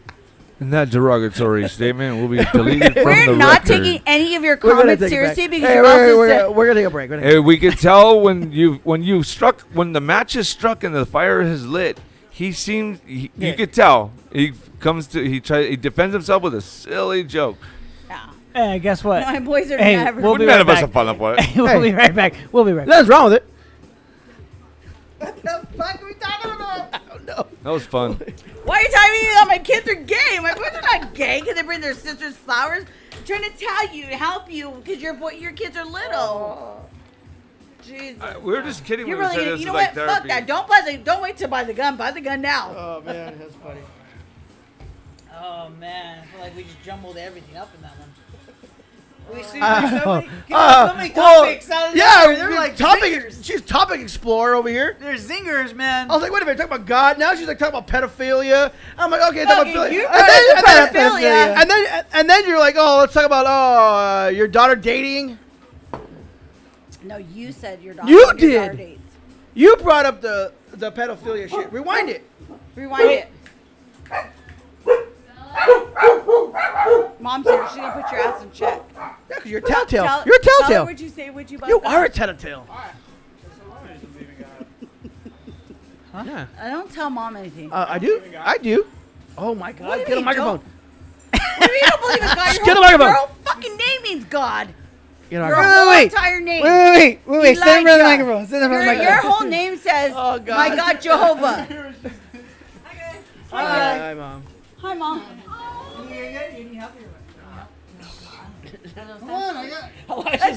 E: And that derogatory statement will be deleted from
B: We're
E: the
B: not
E: record.
B: taking any of your
A: We're gonna
B: comments
A: take it
B: seriously
A: back.
B: because
A: Hey,
B: you
A: we're,
B: also
A: we're,
B: said
A: we're gonna take a break. We're gonna
E: Uh, we can tell when you when you struck when the match is struck and the fire is lit. He seems he,
A: Yeah.
E: you could tell he comes to he tries he defends himself with a silly joke.
B: Nah.
F: Hey, guess what?
B: No, my boys are
F: hey,
B: never-
F: We'll be
E: None
F: right
E: of us
F: back.
E: have fallen for it.
F: we'll be right back. We'll be right. back.
A: Nothing's wrong with it.
E: That was fun.
B: Why are you telling me that my kids are gay? My boys are not gay because they bring their sisters flowers. I'm trying to tell you, help you, because your boy, your kids are little. Jesus.
E: we were just kidding.
B: Uh, You're
E: when
B: really
E: we said
B: gonna,
E: this
B: you
E: is
B: know
E: like
B: what? Fuck
E: therapy.
B: that. Don't buy the. Don't wait to buy the gun. Buy the gun now.
A: Oh man, that's funny.
F: Oh man, I feel like we just jumbled everything up in that one. We see
A: Uh,
F: somebody,
A: Uh,
F: so many
A: well,
F: topics out of
A: yeah,
F: nowhere. They're
A: we're
F: like
A: topic.
F: zingers.
A: She's topic explorer over here.
F: They're zingers, man.
A: I was like, wait a minute, talking about God. Now she's like talking about pedophilia. I'm like, okay,
F: Fucking
A: talking about
F: you
A: pedophilia.
F: brought up
A: and,
F: the
A: then,
F: pedophilia.
A: and then and then you're like, oh, let's talk about oh, uh, your daughter dating.
B: No, you said your daughter.
A: You
B: your
A: did.
B: daughter dates.
A: You brought up the the pedophilia shit. Rewind it.
B: Rewind it. Mom's here. She didn't put your ass in check.
A: Yeah, you you're a telltale.
B: Tell-
A: you're a
B: tell her
A: telltale.
B: What you say? What you?
A: you
B: bust
A: are a
B: out.
A: telltale. Huh? Yeah.
B: I don't tell mom anything.
A: Uh, I do. I do. Oh my god.
B: do you
A: Get a
B: mean,
A: microphone.
B: What do you mean you don't believe in God? Your
A: Get
B: whole-
A: a microphone.
B: Your whole fucking name means God.
A: Get a
B: Your
A: microphone.
B: whole
F: wait,
B: entire name.
F: wait, wait, wait.
B: Elijah.
F: Stand in
B: Your,
F: front of the
B: your
F: microphone.
B: whole name says,
A: Oh, God.
B: my God, Jehovah.
A: Hi, mom.
B: Hi, Mom. That's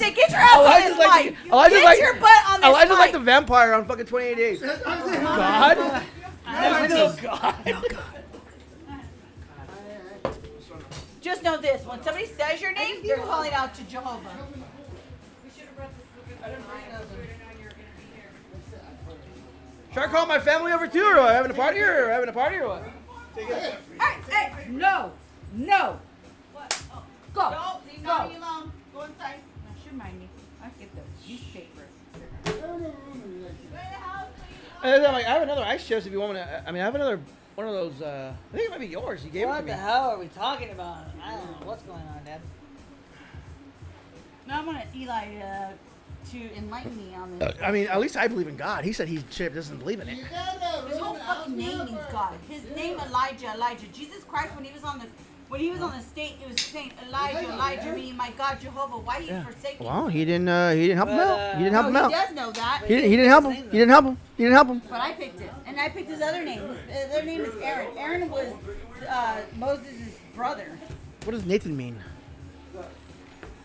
B: it. Get your ass on
A: Elijah's
B: this
A: like-
B: mic.
A: Elijah's
B: Get
A: like-
B: your butt on this
A: Elijah's Oh, like
B: mic.
A: the vampire on fucking 28 days. God.
F: That's what it is.
B: Just know this: when somebody says your name, they're calling out to Jehovah.
A: Should I call my family over too, or having a party, or having a party, or what?
B: Hey, hey, no, no. Go,
D: Don't leave
B: go.
D: mommy alone. Go inside.
B: Now, she remind me. I get the newspaper.
D: Go in the house, please.
A: And then I'm like, I have another ice chest if you want me to. uh, I mean, I have another one of those. Uh, I think it might be yours. You gave it to
F: What
A: me.
F: the hell are we talking about? I don't know what's going on, Dad.
B: Now I want Eli uh, to enlighten me on this.
A: I mean, at least I believe in God. He said he shit doesn't believe in it.
B: His whole fucking name means God. His name Elijah, Elijah. Jesus Christ, when he was on the when he was on the state, it was saying Elijah, Elijah, meaning my God, Jehovah. Why are you forsaking?
A: Wow, he didn't. Uh, he didn't help him
F: But,
A: out. He didn't
B: uh, no,
A: help him
B: he
A: out.
B: does know that.
A: He didn't, he didn't help him. He didn't help him. He didn't help him.
B: But I picked it, and I picked his other name. His other name is Aaron. Aaron was uh, Moses' brother.
A: What does Nathan mean?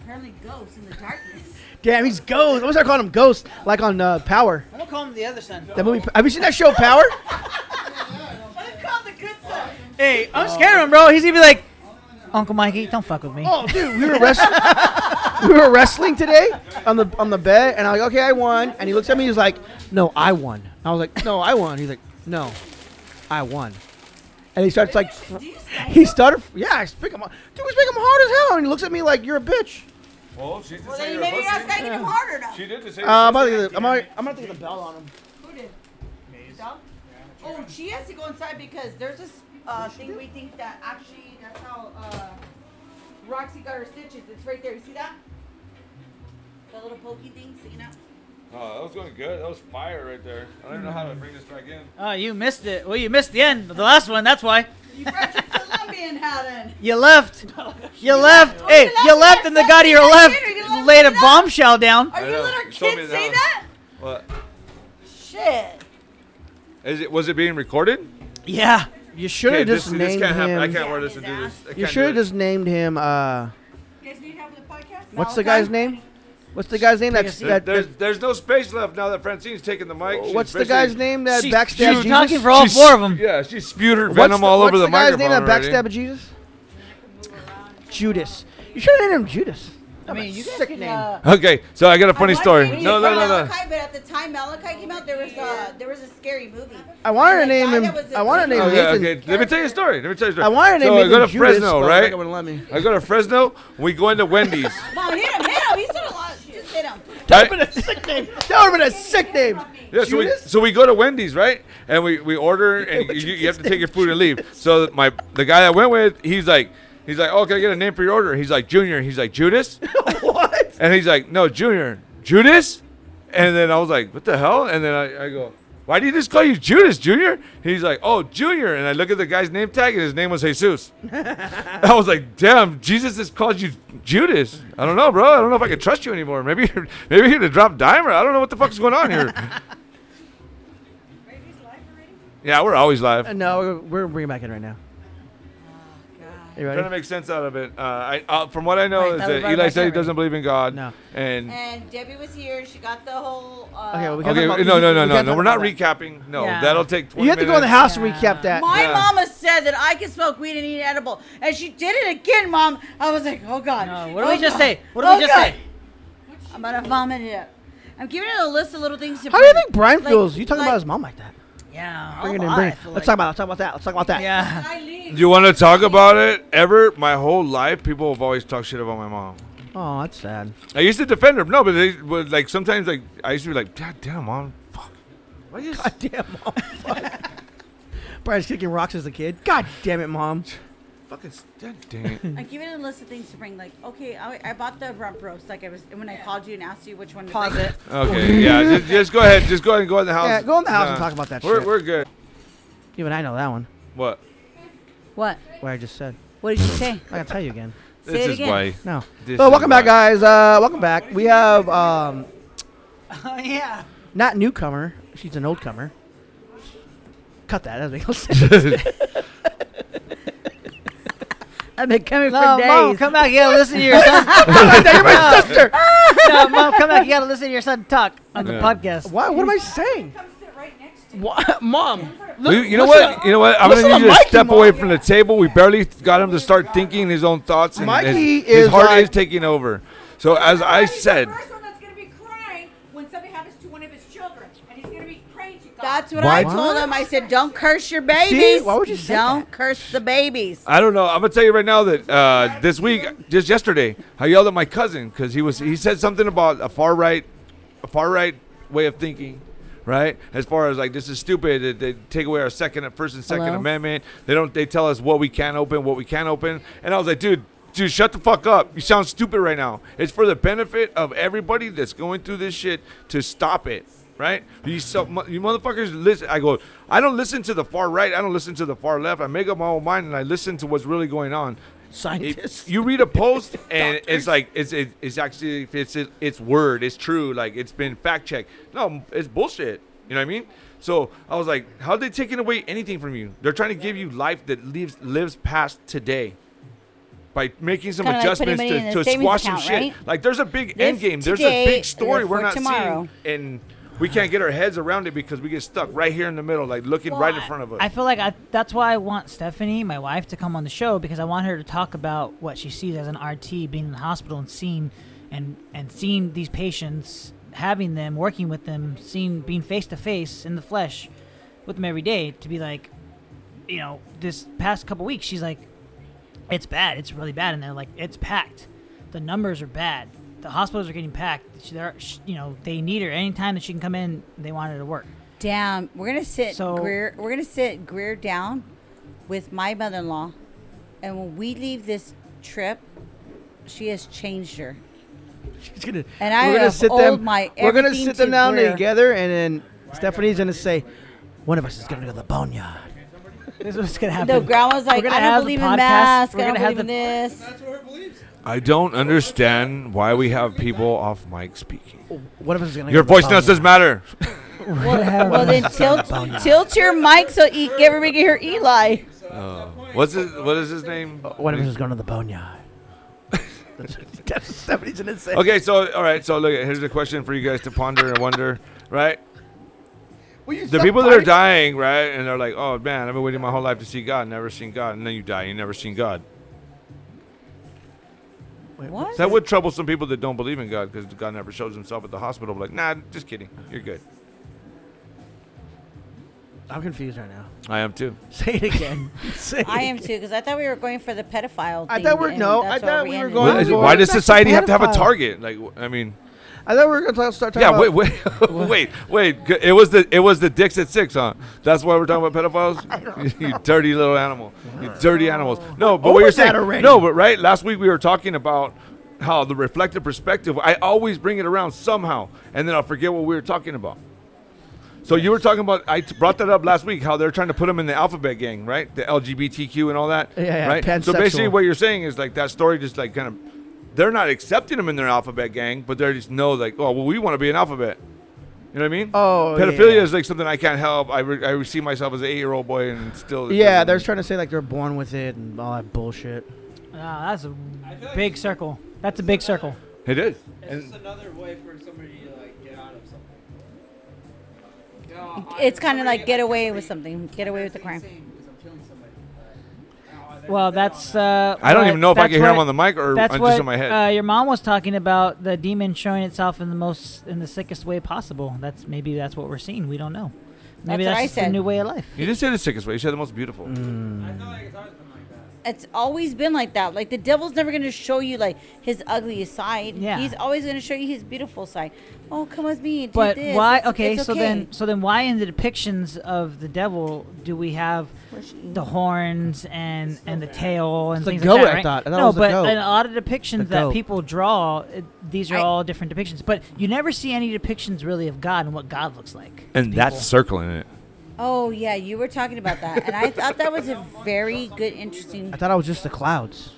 B: Apparently, ghosts in the darkness.
A: Damn, he's ghost. I'm gonna start calling him ghost, like on uh, Power.
F: I'm gonna call him the other son.
A: That movie. Have you seen that show, Power?
B: I called the good son.
F: Hey, I'm scared of him, bro. He's gonna be like, Uncle Mikey, don't fuck with me.
A: Oh, dude, we were wrestling. we were wrestling today on the on the bed, and I'm like, okay, I won. And he looks at me, he's like, no, I won. I was like, no, I won. He's like, no, I won. And he starts like, fr-
B: Do you
A: he
B: say?
A: started. Yeah, I speak him. Dude, we speak him hard as hell, and he looks at me like, you're a bitch.
E: Well, Oh, she did
B: Well, then maybe you're not making him harder, though.
E: She did the same.
A: Uh, I'm about to get the, I'm, gonna- I'm gonna get the bell on him.
B: Who did? Dog? Oh, she has to go inside because there's this uh, thing we think that actually that's how uh, Roxy got her stitches. It's right there. You see that? The little pokey things, you know?
E: Oh, that was going good. That was fire right there. I don't know how to bring this back in.
F: Oh, you missed it. Well, you missed the end of the last one. That's why
B: You brought your Colombian hat in.
F: you left. You left. Hey,
B: you
F: Oh, you
B: left
F: left,
B: it
F: and the
B: at
F: god to your left
B: 15, you're gonna
F: laid a
B: leave it up?
F: bombshell down.
B: Are
E: I
B: you
E: know.
B: letting our
E: You told me
B: kids say that?
E: that. What?
B: Shit.
E: Is it? Was it being recorded?
F: Yeah.
A: You should have just
E: this,
A: named
E: this can't happen. I
A: him.
E: can't wear this and do this. I
A: You
E: can't
A: should have
E: do it.
A: just named him. Uh,
B: You guys need help with the podcast?
A: what's the guy's name? What's the guy's name? That's
E: There-
A: that.
E: there's,
A: that-
E: there's no space left now that Francine's taking the mic. She's
A: what's the
E: basically-
A: guy's name that
F: She-
A: backstabs
F: she's
A: Jesus?
F: talking for all
E: She's-
F: four of them.
E: Yeah, she spewed her
A: What's
E: venom all
A: what's
E: over the,
A: guy's
E: microphone.
A: name that
E: already.
A: backstabbed Jesus? Judas. You should have named him Judas.
F: I
A: That's a
F: mean, you guys
A: sick
F: can.
A: name.
F: Uh,
E: Okay, so I got a funny
B: Why
E: story.
B: didn't
E: No,
B: you
E: no,
B: name
E: no, no.
B: Malachi, but at the time Malachi came out, there was a there was a scary movie.
A: I wanted to
B: And the
A: name
B: guy
A: him.
B: that was in
A: I wanted to name
E: Okay,
A: Nathan.
E: okay. Let me tell you a story. Let me tell you a story.
A: I wanted to
E: so
A: name
E: I go
A: Nathan
E: to
A: Judas,
E: Fresno,
A: but I
E: right?
A: think it wouldn't let me.
E: I go to Fresno. We go into Wendy's.
B: No, hit him, hit him. He's still alive. Just hit him.
A: That
E: Right?
A: would have been a sick name. That would have been a sick name.
E: Yeah, so we,
A: Judas?
E: so we go to Wendy's, right? And we, we order, and you, you have to take your food and leave. So my the guy I went with, he's like, he's like, oh, can I get a name for your order? He's like, Junior. He's like, Judas.
A: what?
E: And he's like, no, Junior, Judas? And then I was like, what the hell? And then I, I go, why do you just call you Judas, Junior? He's like, oh, Junior. And I look at the guy's name tag, and his name was Jesus. I was like, damn, Jesus just called you Judas. I don't know, bro. I don't know if I can trust you anymore. Maybe you're, maybe you're gonna drop Dimer. I don't know what the fuck's going on here. yeah, we're always live.
A: Uh, No, we're, we're bringing back in right now.
F: Oh,
A: You
E: Trying to
A: ready?
E: make sense out of it. Uh, I, uh, from what I know, is
F: Wait, that was
E: that
F: right
E: Eli
F: back
E: said he
F: there, right?
E: doesn't believe in God.
A: No.
E: And
B: And Debbie was here. She got the whole. Uh,
A: Okay, well, we can't
E: Okay,
A: talk about-
E: no,
A: we
E: no, no,
A: can't
E: no,
A: talk
E: no. We're
A: about
E: not
A: that.
E: recapping. No,
F: Yeah.
E: that'll take 20
A: You have to go in the
E: minutes.
A: house and
F: Yeah.
A: recap that.
B: My
E: Yeah.
B: mama said that I could smoke weed and eat edible, and she did it again, mom. I was like, oh god.
F: no, Uh, what
B: oh,
F: do we just
B: God.
F: say? What do we
B: Oh,
F: just
B: God.
F: say?
B: I'm gonna vomit it up. I'm giving it a list of little things to.
A: How do you think Brian
B: Like-
A: feels? You talking
B: like-
A: about his mom like that?
F: Yeah.
A: Bring it
F: a
A: in.
F: lot,
A: Bring
F: I
A: it.
F: feel
A: Let's talk
F: like.
A: about. Let's talk about that. Let's talk about that.
F: Yeah.
B: I leave.
E: You want to talk about it? Ever my whole life, people have always talked shit about my mom.
A: Oh, that's sad.
E: I used to defend her. No, but, they, but like sometimes, like I used to be like, "God damn, mom, fuck." Why you
A: God damn, mom. Fuck. Brian's kicking rocks as a kid. God damn it, mom.
E: fucking God damn it.
B: I'm giving it a list of things to bring. Like, okay, I, I bought the rump roast. Like I was when I called you and asked you which one. to
F: Pause
B: bring.
F: it.
E: Okay, yeah, just, just go ahead, just go ahead and go in the house.
A: Yeah, go in the house and talk about that
E: We're
A: shit.
E: we're good.
A: Even I know that one.
E: What?
B: What?
A: What I just said.
B: What did you say?
A: I gotta tell you again.
B: Say
E: this
B: it
E: is
B: again.
E: why.
A: No.
E: This
A: so
E: is
A: welcome back,
E: why.
A: guys. Uh, welcome back. We have um,
F: Oh, yeah.
A: not newcomer. She's an old comer. Cut that. That doesn't make no sense.
B: I've been coming
F: No, mom, come back. You gotta listen to your son.
A: my sister.
F: no, mom, come back. You gotta listen to your son talk on the
E: Yeah.
F: podcast.
A: Why? What am I saying?
B: Come sit right next to you.
A: Wha- Mom.
E: We- you know
A: Listen
E: what?
A: to-
E: You know what? I'm
A: listen
E: gonna need
A: to
E: you to
A: Mikey,
E: step
A: Mom.
E: away from the table. We barely got him to start thinking his own thoughts, and his-
A: Mikey
E: his,
A: is
E: heart
A: like-
E: is taking over. So as I
D: He's the
E: said,
D: first one that's gonna be crying when something happens to one of his children, and he's gonna be praying to God.
B: That's what
E: Why-
B: I told him. I said, "Don't curse your babies.
A: Why would you say
B: Don't curse the babies."
E: I don't know. I'm gonna tell you right now that uh, this week, just yesterday, I yelled at my cousin because he was he said something about a far right, a far right way of thinking, right? As far as like this is stupid. They, they take away our second, first and second
F: Hello?
E: amendment. They don't. They tell us what we can open, what we can't open. And I was like, dude. Dude, shut the fuck up. You sound stupid right now. It's for the benefit of everybody that's going through this shit to stop it, right? You, so, mo- you motherfuckers listen. I go, I don't listen to the far right. I don't listen to the far left. I make up my own mind and I listen to what's really going on. It-
A: Scientists.
E: you read a post and it's like it's it, it's actually it's it, it's word it's true like it's been fact checked no it's bullshit you know what i mean so i was like how they taking away anything from you they're trying to give you life that lives lives past today by making some
B: Kinda like putting
E: adjustments
B: money in a
E: to, to
B: savings
E: squash some
B: account,
E: shit
B: right?
E: like there's a big
B: Live
E: end game there's a
B: today,
E: big story
B: live
E: we're
B: for
E: not
B: tomorrow.
E: seeing and we can't get our heads around it because we get stuck right here in the middle like looking right in front of us
F: I feel like I, that's why I want Stephanie, my wife, to come on the show because I want her to talk about what she sees as an RT being in the hospital and seeing and and seeing these patients, having them, working with them, seeing being face to face in the flesh with them every day to be like, you know, this past couple weeks she's like, it's bad, it's really bad, and they're like, it's packed, the numbers are bad, the hospitals are getting packed, She- they're, sh you know, they need her anytime that she can come in, they want her to work.
B: Damn, we're gonna sit
F: So-
B: Greer. We're gonna sit Greer down with my mother-in-law, and when we leave this trip, she has changed her.
A: She's gonna,
B: And I
A: we're gonna
B: have
A: sit
B: owed
A: them.
B: my
A: we're gonna
B: everything
A: sit them
B: to
A: down
B: Greer.
A: together, and then Stephanie's gonna say, "One of us is gonna go to the boneyard."
F: This is what's gonna happen.
B: No, grandma's like,
F: We're gonna
B: I
F: have
B: don't
F: the
B: believe in
F: podcast.
B: masks.
F: We're
B: I don't
F: gonna have
B: believe in this.
E: I don't understand why we have people off mic speaking
A: One of us is gonna.
E: Your
A: go to the
E: voice notes
A: boneyard.
E: doesn't matter.
B: Well, well then tilt, tilt your mic so e- everybody can hear Eli.
E: What's his, what is his name?
A: One of us is going to the boneyard. That's what Stephanie's gonna say.
E: Okay, so all right, so look, here's a question for you guys to ponder and wonder, right? The people that are dying, right, and they're like, "Oh man, I've been waiting my whole life to see God, never seen God," and then you die, you never seen God.
B: What?
E: That would trouble some people that don't believe in God because God never shows Himself at the hospital. Like, nah, just kidding, you're good.
A: I'm confused right now.
E: I am too.
A: Say it again. say it
B: I am
A: again.
B: too, because I thought we were going for the pedophile.
A: I
B: thing,
A: thought we're-
B: and
A: no,
B: that's
A: I
B: why
A: thought we were
B: ended
A: going-
E: Why,
A: Why
B: it.
A: would you
E: why
A: want
E: does
A: to back to
E: society have to have a
A: pedophile?
E: target? Like, wh- I mean,
A: I thought we were gonna talk- start talking
E: yeah,
A: about.
E: wait, wait, wait, wait. g- It was the it was the dicks at six, huh? That's why we're talking about pedophiles. you dirty little animal. You dirty animals. No, but what you're
A: Over that
E: saying.
A: already.
E: No, but right. Last week we were talking about how the reflective perspective. I always bring it around somehow, and then I'll forget what we were talking about. So you were talking about I t- brought that up last week how they're trying to put them in the alphabet gang, right? The LGBTQ and all that,
A: Yeah, yeah,
E: right? So basically,
A: pansexual.
E: what you're saying is like that story just like kind of they're not accepting them in their alphabet gang, but they just know like, oh, well, we want to be an alphabet. You know what I mean?
A: Oh,
E: pedophilia
A: yeah.
E: is like something I can't help. I, re- I re- see myself as an eight-year-old boy and still. it
A: Yeah,
E: doesn't-
A: they're trying to say like they're born with it and all that bullshit.
F: Wow, Ah, that's a big circle. That's a big circle.
E: It is.
G: It's just another way for somebody to like get out of something. No, I-
B: It's kind of like
G: somebody-
B: get
G: I
B: away
G: can't
B: with
G: be-
B: something, get away with the crime.
G: insane because I'm killing somebody. Now, they're-
F: Well,
G: they're on
F: that's.
G: that.
F: Uh,
E: I don't
F: what-
E: even know if I
F: that's
E: can hear
F: what-
E: him on the mic or
F: That's
E: on-
F: what
E: just in my head.
F: Uh, your mom was talking about the demon showing itself in the most in the sickest way possible. That's maybe that's what we're seeing. We don't know. Maybe
B: That's what
F: that's,
B: I
F: just a
B: said.
F: new way of life.
E: you didn't say the sickest way. You said the most beautiful.
A: Mm.
G: I feel like it's always been like that.
B: It's always been like that. Like the devil's never going to show you like his ugliest side.
F: Yeah.
B: He's always going to show you his beautiful side. Oh, come with me. Do
F: But
B: this.
F: why?
B: it's-
F: okay,
B: it's
F: so then, so then, why in the depictions of the devil do we have the horns and and the tail and
A: It's a
F: things
A: goat,
F: like that?
A: I
F: right?
A: thought. I thought it
F: no,
A: was a
F: but
A: goat.
F: in a lot of depictions
A: A
F: that
A: goat.
F: people draw, it, these are
B: I-
F: all different depictions. But you never see any depictions really of God and what God looks like.
E: and that's circling it.
B: Oh yeah, you were talking about that, and I thought that was a very good, interesting.
A: I thought I was just the clouds.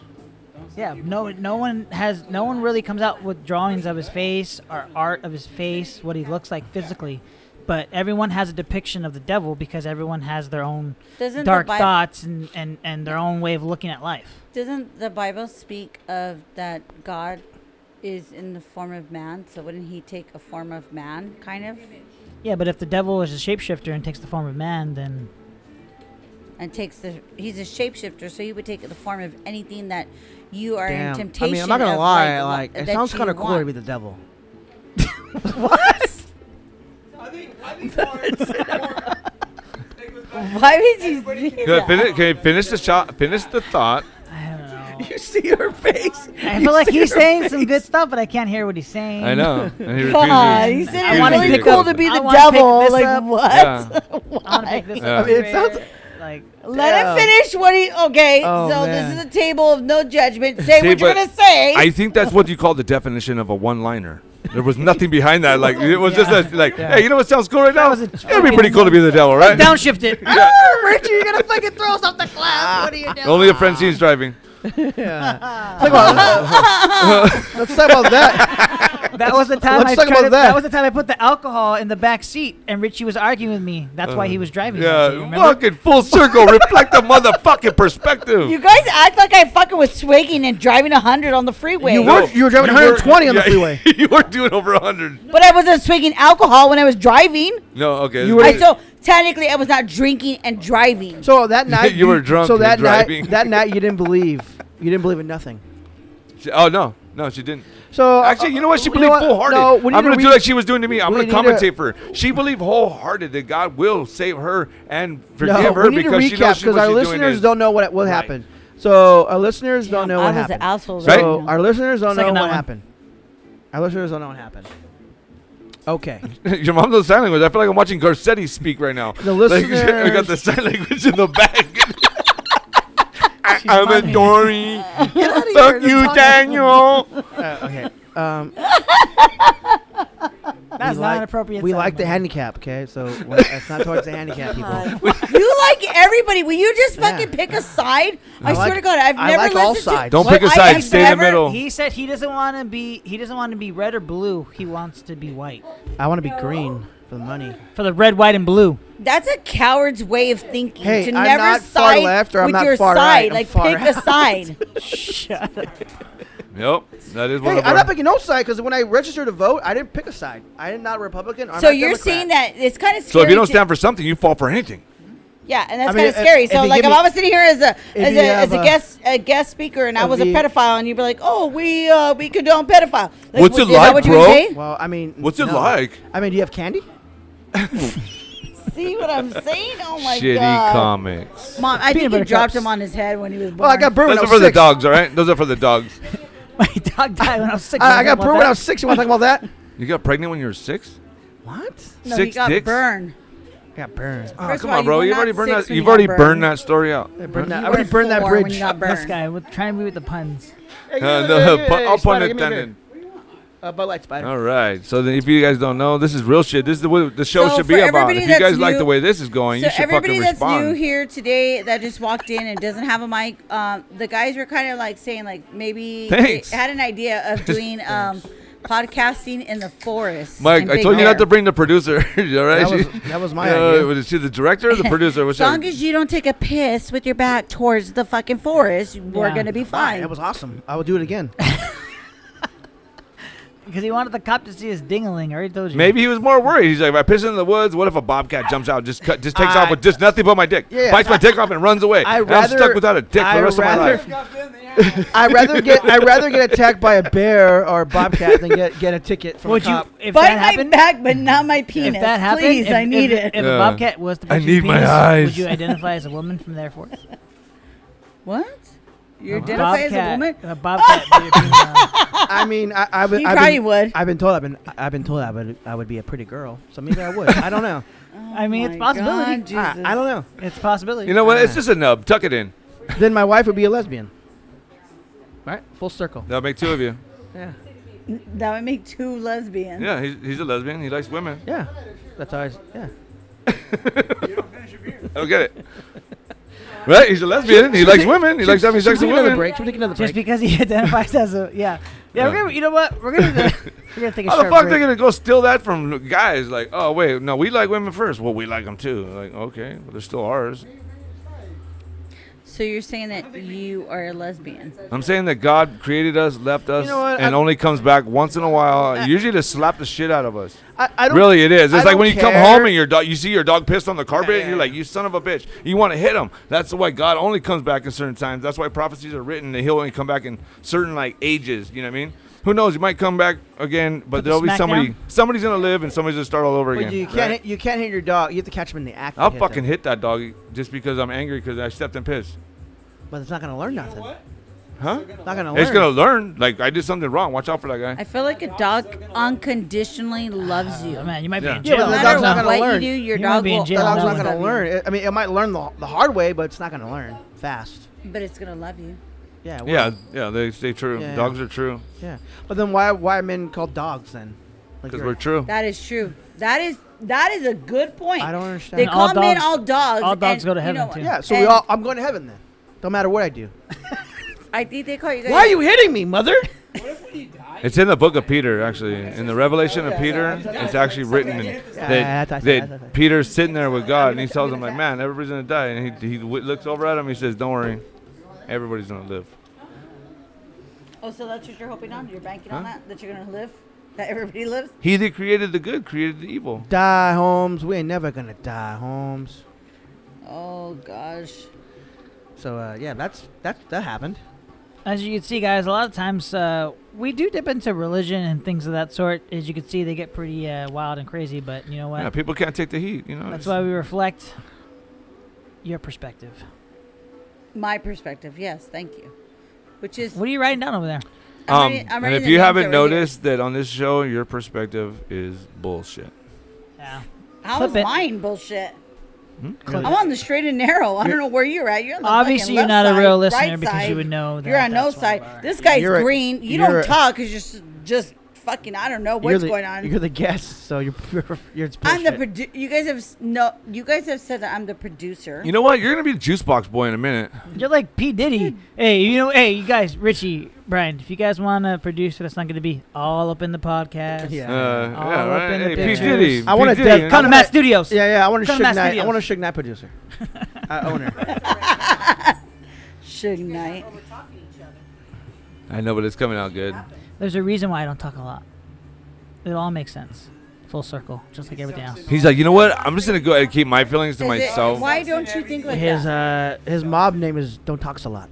F: Yeah, no, no one has, no one really comes out with drawings of his face or art of his face, what he looks like physically. But everyone has a depiction of the devil because everyone has their own
B: Doesn't the
F: dark
B: Bi-
F: thoughts and, and, and their own way of looking at life.
B: Doesn't the Bible speak of that God is in the form of man? So wouldn't he take a form of man, kind of?
F: Yeah, but if the devil is a shapeshifter and takes the form of man, then
B: and takes the. He's a shapeshifter, so he would take the form of anything that you are
A: Damn.
B: in temptation.
A: I mean, I'm not gonna
B: of,
A: lie.
B: lo-
A: Like, it
B: that
A: sounds
B: you
A: kind of cool to
B: want.
A: be the devil.
G: I think I think Mark. Mark it goes back to-
B: Why would you
G: Everybody
B: do
G: can-
E: Good.
B: that?
E: Finish, okay, finish the shot. Finish the thought.
F: I don't know.
A: You see her face.
F: I
A: You
F: feel like
A: see
F: he's
A: her
F: saying
A: face.
F: some good stuff, but I can't hear what he's saying.
E: I know. And he refuses.
B: God, he said
E: I
B: it's
E: wanna
B: really
E: pick
B: cool
E: up-
B: to be
F: I
B: the
F: wanna pick
B: devil.
F: this
B: Like
F: up.
B: what?
E: Yeah.
F: I want to pick this
E: Yeah.
F: up.
E: I mean,
A: it
F: over
A: sounds-
F: like
B: Let
A: Damn.
B: him finish what he. Okay,
A: Oh,
B: so
A: man.
B: this is a table of no judgment. Say
E: See,
B: what you're
E: but
B: gonna say.
E: I think that's what you call the definition of a one-liner. There was nothing behind that. Like it was just a, like, hey, you know what sounds cool right now?
F: was a
E: It'd be pretty cool to be the devil, right?
F: downshift it. Arr, Richie, you're gonna fucking throw us off the cloud. What are you doing?
E: Only if Francine's driving.
A: Let's talk about- Let's talk about that.
F: That was the time
A: Let's
F: I
A: talk
F: tried
A: about
F: to-
A: that.
F: was the time I put the alcohol in the back seat, and Richie was arguing with me. That's why
A: Uh,
F: he was driving. Richie,
E: Yeah,
F: remember?
E: fucking full circle. Reflect the motherfucking perspective.
B: you guys act like I fucking was swagging and driving 100 on the freeway.
A: You were- driving 120 on the freeway.
E: you were doing over 100.
B: But I wasn't swigging alcohol when I was driving.
E: No, okay.
A: You were-
B: I, so technically, I was not drinking and driving.
A: So that night
E: You were drunk
A: So
E: and
A: that
E: driving.
A: night, that night you didn't believe. You didn't believe in nothing.
E: She- oh no, no, she didn't.
A: So
E: Actually, you know what? She
A: you
E: believed
A: what?
E: wholehearted.
A: No, we need
E: I'm
A: to
E: gonna do
A: read-
E: like she was doing to me. I'm
A: we
E: gonna
A: need to-
E: compensate for her. She believed wholehearted that God will save her and forgive
A: No,
E: her
A: we need to
E: because she
A: recap
E: knows she,
A: because
E: what
A: our
E: she's doing
A: listeners
E: is-
A: don't know what what
E: Right.
A: happened. So our listeners don't
B: Damn,
A: know
B: I
A: what
B: was
A: happened.
B: an asshole.
E: Right?
A: So our listeners don't
F: Second
A: know what
F: that one.
A: happened. Our listeners don't know what happened. Okay.
E: Your mom's the sign language. I feel like I'm watching Garcetti speak right now.
A: The
E: Like, we got
A: listeners-
E: the sign language in the back. I, I'm a Dory. Fuck you, Daniel.
A: Uh, okay. Um,
F: That's
A: we
F: not
A: like-
F: an appropriate.
A: We like the
F: segment.
A: handicap, okay? So well, it's not towards the handicap people.
B: you like everybody. Will you just
A: Yeah.
B: fucking pick a side? I,
A: I
B: swear
A: like-
B: to God, I've
A: I
B: never
A: like
B: listened
A: all
B: to-
A: sides.
E: Don't
B: What?
E: pick a
B: I
E: side.
B: have
E: Stay in the
B: never-
A: Oh.
E: middle.
F: He said he doesn't want to be. He doesn't want to be red or blue. He wants to be white.
A: I want to be green for the money.
F: For the red, white, and blue.
B: That's a coward's way of thinking.
A: Hey,
B: to
A: I'm
B: never
A: not far
B: side
A: left or I'm
B: with
A: not
B: your
A: far right,
B: side.
A: I'm
B: Like
A: far
B: pick a
A: out.
B: side.
E: Yep, that is one
A: Hey,
E: of
A: I'm
E: our-
A: not picking no side because when I registered to vote, I didn't pick a side. I am not Republican. I'm
B: so
A: not
B: you're
A: Democrat.
B: saying that it's kind of
E: So
B: scary.
E: if you don't
B: to-
E: stand for something, you fall for anything.
B: Yeah, and that's
A: I mean,
B: kind
A: if-
B: of scary.
A: if
B: so
A: you
B: like,
A: give
B: if
A: me-
B: I was sitting here as a
A: if
B: as
A: you
B: a, as
A: have
B: a
A: a-
B: guest a guest speaker, and I
A: if
B: was
A: you-
B: a pedophile, and you'd be like, "Oh, we uh, we condone pedophile." Like,
E: What's
B: wh-
E: it
B: is that
E: like,
B: what you
E: bro?
B: would say?
A: Well, I mean,
E: What's it
A: no.
E: like?
A: I mean, do you have candy?
B: See what I'm saying? Oh my
E: Shitty
B: god,
E: comics.
B: mom! I
F: Peanut
B: think you
F: butter
B: dropped
F: cups.
B: him on his head when he was born.
A: Well, I got burned
E: Those
A: when I
E: are
A: was
E: for the
A: six.
E: dogs, all right? Those are for the dogs.
F: My dog died when I was six.
A: I, I got burned
F: What
A: when I
F: the-
A: was six. You want to talk about that?
E: You got pregnant when you were six?
A: What?
B: no, he
E: six
B: got
E: dicks?
B: burned.
A: I got burned.
E: Oh,
B: First
E: come
B: of all,
E: on,
B: you
E: bro.
B: were
E: You've
B: not
E: already burned
B: six
E: that.
B: when
E: You've
B: you
E: already
B: got
E: burned that story out.
A: I, burned that. I
B: You
A: already
B: were
A: burned that
B: four
A: bridge.
B: When you got
F: This
B: burned.
F: guy with trying to be with the puns.
A: Hey, give
E: Uh,
A: me the-
E: no,
A: give me
E: pun-
A: the-
E: I'll pun
A: Spider, give me the
E: intended.
A: beer. Uh, Bud Light Spider.
E: All right. So then, if you guys don't know, this is real shit. This is the what the show
B: So
E: should
B: for
E: be about.
B: everybody
E: If you
B: that's
E: guys like the
B: new-
E: way this is going,
B: So
E: you should
B: everybody
E: fucking
B: that's new
E: respond.
B: here today that just walked in and doesn't have a mic, um, the guys were kind of like saying like maybe
E: Thanks.
B: they had an idea of doing um, podcasting in the forest.
E: Mike,
B: in
E: I
B: Big
E: told you not
B: Bear.
E: to bring the producer. all right.
A: That was-
E: She-
A: that was my
E: uh,
A: idea.
E: Was she the director or the producer?
B: As long
E: Whichever.
B: as you don't take a piss with your back towards the fucking forest, we're
F: Yeah.
B: gonna be
A: Wow,
B: fine.
A: That was awesome. I will do it again.
F: Because he wanted the cop to see his dingaling. I already told you.
E: Maybe he was more worried. He's like, if I piss in the woods, what if a bobcat jumps out, just cut, just takes
A: I-
E: off with just nothing but my dick,
A: Yeah, yeah.
E: bites my dick off and runs away.
A: I
E: And I'm
A: rather-
E: stuck without a dick for
A: I
E: the rest of my
A: rather-
E: life.
G: Got them, yeah.
A: I'd rather get I'd rather get attacked by a bear or a bobcat than get get a ticket from
F: Would
A: a
F: you?
A: cop.
F: If
B: Bite
F: that
B: my
F: happened,
B: back, but not my penis.
F: if that happened,
B: please,
F: if-
B: I need
F: if-
B: it.
F: If
E: Yeah.
F: a bobcat was to
E: I
F: bite your
E: need my
F: penis,
E: eyes.
F: Would you identify as a woman from there forth?
B: what?
F: A
B: You're identified as a woman?
F: bobcat- A bobcat. bit your penis out.
A: I mean, I, I would.
B: You
A: I've
B: probably
A: been,
B: would.
A: I've been told. I've been. I've been told I would. I would be a pretty girl. So maybe I would. I don't know.
F: I mean, it's a
B: My
F: possibility.
B: God,
A: I,
B: Jesus.
A: I don't know.
F: It's a possibility.
E: You know what? It's just a nub. Tuck it in.
A: Then my wife would be a lesbian. Right. Full circle.
E: That'll make two of you.
A: Yeah.
B: That would make two lesbians.
E: Yeah, he's, he's a lesbian. He likes women.
A: Yeah. That's always. Yeah.
E: I don't get it. Right? He's a lesbian. He likes women. He likes having sex
A: Should
E: with
A: we take another
E: women.
A: break? Should we take another
F: Just
A: break?
F: because he identifies as a yeah, yeah. We're
E: Yeah.
F: gonna, you know what? We're gonna do- we're gonna take a
E: How the
F: short
E: fuck
F: break.
E: they gonna go steal that from guys? Like, oh wait, no, we like women first. Well, we like them too. Like, okay, well, they're still ours.
B: So you're saying that you are a lesbian?
E: I'm saying that God created us, left us,
A: know what?
E: and
A: I-
E: only comes back once in a while, usually to slap the shit out of us.
A: I, I don't,
E: Really, it is.
A: I
E: It's like
A: don't
E: when you come
A: care.
E: home and your dog, you see your dog pissed on the carpet,
A: Yeah,
E: and you're
A: yeah,
E: like, "You son of a bitch!" You want to hit him. That's why God only comes back at certain times. That's why prophecies are written that He'll only come back in certain like ages. You know what I mean? Who knows? You might come back again, but
F: Put the
E: there'll be
F: smack
E: somebody.
F: down.
E: Somebody's gonna live, and somebody's gonna start all over
A: But
E: again.
A: you can't
E: right?
A: hit, you can't hit your dog. You have to catch him in the act.
E: I'll
A: and hit
E: fucking
A: them.
E: hit that dog just because I'm angry because I stepped in piss.
A: But it's not gonna learn
G: You know
A: nothing.
G: what?
E: Huh?
G: They're
A: Not gonna learn.
E: It's gonna learn. Like I did something wrong. Watch out for that guy.
B: I feel like a dog unconditionally loves you.
F: Oh, man, you might
E: Yeah.
F: be in
A: Yeah,
F: jail.
A: but
B: No
A: the
B: matter
A: dog's not gonna
B: what
A: learn.
B: you do, your
F: You might
B: dog
F: be in
B: will
F: jail
A: the
F: on
A: dog's not
F: that
B: always
F: one.
A: gonna
B: love you.
A: learn. It- I mean, it might learn the, the hard way, but it's not gonna learn fast.
B: But it's gonna love you.
A: Yeah. it
E: Yeah,
A: will.
E: yeah. They stay true.
A: Yeah.
E: Dogs are true
A: Yeah. But then why why are men called dogs then? Like
E: because
A: you're-
E: we're true.
B: That is true. That is that is a good point.
A: I don't understand.
B: They
A: And
B: call
F: all
B: men
F: dogs-
B: all dogs.
F: all dogs
B: and
F: go to
B: you
F: heaven,
B: know,
F: too.
A: Yeah. So we
B: and
A: all. I'm going to heaven then. Don't matter what I do.
B: I think they call you guys.
A: Why are you hitting me, mother?
G: What if when you die?
E: It's in the book of Peter, actually. In the Revelation of Peter, it's actually written
A: Yeah,
E: that,
A: that's- that's-
E: that Peter's sitting there with God, and he tells him, like, man, everybody's going to die. And he, he w- looks over at him, he says, don't worry, everybody's going to live.
B: Oh, so that's what you're hoping on. You're banking on that that you're gonna live. That everybody lives.
E: He that created the good created the evil.
A: Die, Holmes. We ain't never gonna die, Holmes.
B: Oh gosh.
A: So uh, yeah, that's that that happened.
F: As you can see, guys, a lot of times uh, we do dip into religion and things of that sort. As you can see, they get pretty uh, wild and crazy. But you know what?
E: Yeah, people can't take the heat, you know. it's-
F: That's why we reflect your perspective.
B: My perspective. Yes, thank you. Which is
F: What are you writing down over there?
B: I'm
E: Um,
B: reading- I'm
E: and
B: reading
E: if
B: the
E: you
B: names
E: haven't
B: over here.
E: noticed that on this show, your perspective is bullshit.
F: Yeah.
B: How
F: Clip
B: is
F: it.
B: mine bullshit?
F: Clip
B: I'm on the straight and narrow. I don't know where you're at. You're on the fucking
F: Obviously, you're
B: left
F: not
B: side,
F: a real listener
B: right
F: because
B: side.
F: you would know that.
B: You're on no
F: that's one of
B: side.
F: our-
B: This guy's
A: You're a-
B: green. You
A: you're
B: don't
A: a-
B: talk because you're s- just fucking. I don't know
A: you're
B: what's
A: the,
B: going on.
A: You're the guest, so you're you're, you're it's
B: I'm the
A: bullshit.
B: produ- You guys have s- no. You guys have said that I'm the producer.
E: You know what? You're going to be the juice box boy in a minute.
F: You're like P Diddy. hey, you know, hey, you guys, Richie, Brian, if you guys want a producer, that's not going to be all up in the podcast.
A: Yeah.
E: Uh, yeah,
F: up
E: right?
F: in the
E: Hey, P.
F: pictures.
E: Diddy.
A: I wanna
E: P. Diddy,
A: de-
E: you
F: Come to
E: know?
F: Matt Studios.
A: yeah, yeah. I want to
F: Come
A: Suge
F: to Matt
A: Knight. I
F: Studios.
A: want to Suge Knight producer, uh, owner.
B: Suge Knight.
E: I know, but it's coming out good.
F: There's a reason why I don't talk a lot. It all makes sense. Full circle, just like everything else.
E: He's like, you know what? I'm just going to go ahead and keep my feelings to
B: Is it-
E: myself.
B: why don't you think like
A: His
B: that?
A: uh his mob name is Don't Talks a Lot.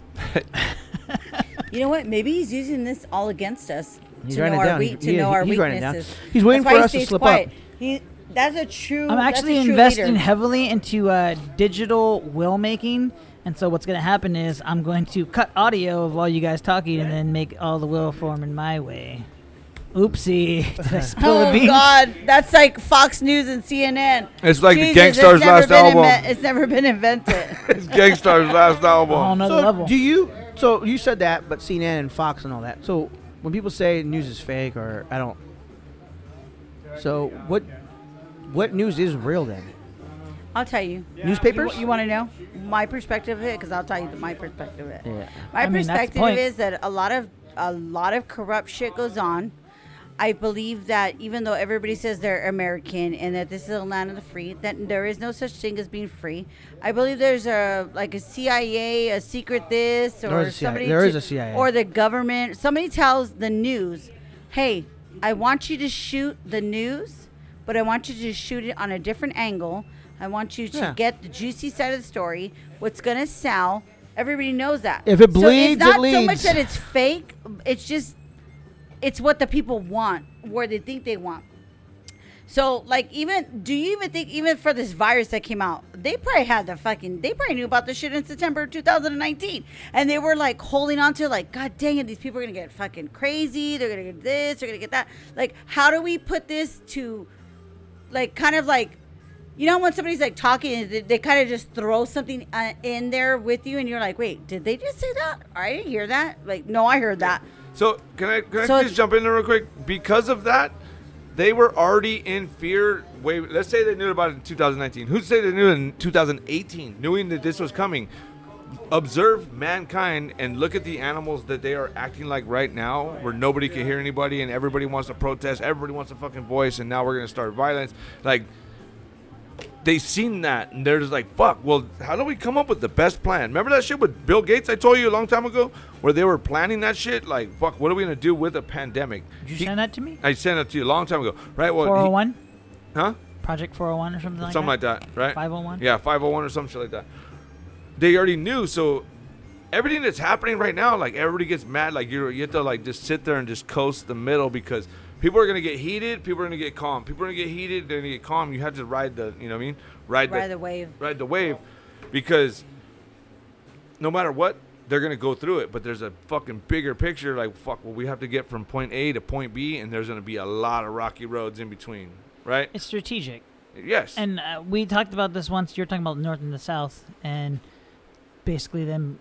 B: You know what? Maybe he's using this all against us
A: He's
B: to know
A: writing it
B: our,
A: down.
B: we-
A: He-
B: to
A: he-
B: know our
A: he's writing it down.
B: weaknesses.
A: He's waiting
B: That's why
A: for
B: he
A: us to
B: stays
A: slip up.
B: quiet. He, that's a true.
F: I'm
B: that's a
F: actually
B: true
F: investing
B: leader.
F: heavily into uh, digital will making. And so what's going to happen is I'm going to cut audio of all you guys talking and then make all the will form in my way. Oopsie. Did I spill the
B: Oh
F: beans?
B: God, that's like Fox News and CNN.
E: It's like the
B: Jesus, it's
E: Gangstar's
B: never
E: last
B: been
E: album.
B: inven- it's never been invented.
E: It's Gangstar's last album.
F: On another
A: So
F: level.
A: do you? So you said that, but CNN and Fox and all that. So when people say news is fake or I don't, so what? What news is real then?
B: I'll tell you.
A: Newspapers?
B: You, want to know my perspective of it? Because I'll tell you my perspective of it.
A: Yeah.
B: My
F: I mean, that's the
B: perspective
F: point.
B: is that a lot of a lot of corrupt shit goes on. I believe that even though everybody says they're American and that this is a land of the free, that there is no such thing as being free. I believe there's a like a CIA, a secret this, or
A: There is a CIA.
B: somebody.
A: There
B: to-
A: is a CIA.
B: Or the government. Somebody tells the news, "Hey, I want you to shoot the news, but I want you to shoot it on a different angle. I want you to
A: Yeah.
B: get the juicy side of the story. What's gonna sell? Everybody knows that.
A: If it
B: so
A: bleeds, it
B: it's not so much
A: leads.
B: that it's fake. It's just it's what the people want, where they think they want. So, like, even do you even think even for this virus that came out, they probably had the fucking they probably knew about this shit in September 2019, and they were like holding on to like, God dang it, these people are gonna get fucking crazy. They're gonna get this. They're gonna get that. Like, how do we put this to, like, kind of like. You know when somebody's like talking, and they, they kind of just throw something uh, in there with you, and you're like, "Wait, did they just say that? I didn't hear that." Like, no, I heard that.
E: So can I can
B: So
E: I
B: it's-
E: just jump in there real quick? Because of that, they were already in fear. Wait, let's say they knew about it in 2019. Who'd say they knew in 2018, knowing that this was coming? Observe mankind and look at the animals that they are acting like right now, where nobody can hear anybody and everybody wants to protest, everybody wants a fucking voice, and now we're gonna start violence. Like they seen that and they're just like, fuck, well, how do we come up with the best plan? Remember that shit with Bill Gates I told you a long time ago where they were planning that shit? Like, fuck, what are we going to do with a pandemic?
F: Did you oh
E: He-
F: send that to me?
E: I sent it to you a long time ago. Right? Well, he-
F: 401?
E: huh?
F: Project 401 or something like
E: something
F: that?
E: like that, right?
F: 501?
E: Yeah, 501 or some shit like that. They already knew, so everything that's happening right now, like everybody gets mad, like you you have to like just sit there and just coast the middle because people are gonna get heated, people are gonna get calm, people are gonna get heated, they're gonna get calm. You have to ride the, you know what I mean? Ride,
B: Ride the wave.
E: ride the wave, because no matter what, they're gonna go through it. But there's a fucking bigger picture, like fuck, well we have to get from point A to point B, and there's gonna be a lot of rocky roads in between, right?
F: It's strategic.
E: Yes.
F: And uh, we talked about this once. You were talking about the North and the South, and basically them,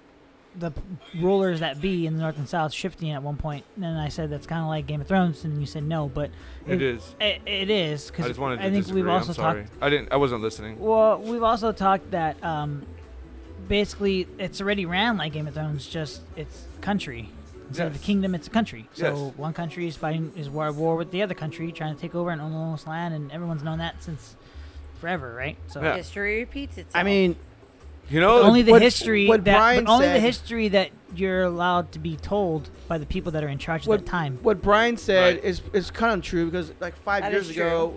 F: the p- rulers that be in the North and South shifting at one point. And then I said that's kind of like Game of Thrones, and you said no, but
E: It is.
F: It, it is
E: I
F: because
E: just wanted to
F: I think
E: disagree.
F: we've also
E: I'm sorry.
F: talked.
E: I didn't. I wasn't listening.
F: Well, we've also talked that um, basically it's already ran like Game of Thrones, just it's country. Instead of a
E: Yes.
F: kingdom, it's a country. So
E: Yes.
F: one country is fighting is war at war with the other country, trying to take over and own all this land, and everyone's known that since forever, right? So
E: Yeah.
B: History repeats itself.
A: I mean,
E: You know,
F: only the
A: What-
F: history
A: what
F: that
A: Brian
F: but only the
A: said-
F: history that you're allowed to be told by the people that are in charge at
A: what
F: that time.
A: What Brian said
E: Right.
A: is is kind of true because like five
B: That
A: years
B: is
A: ago,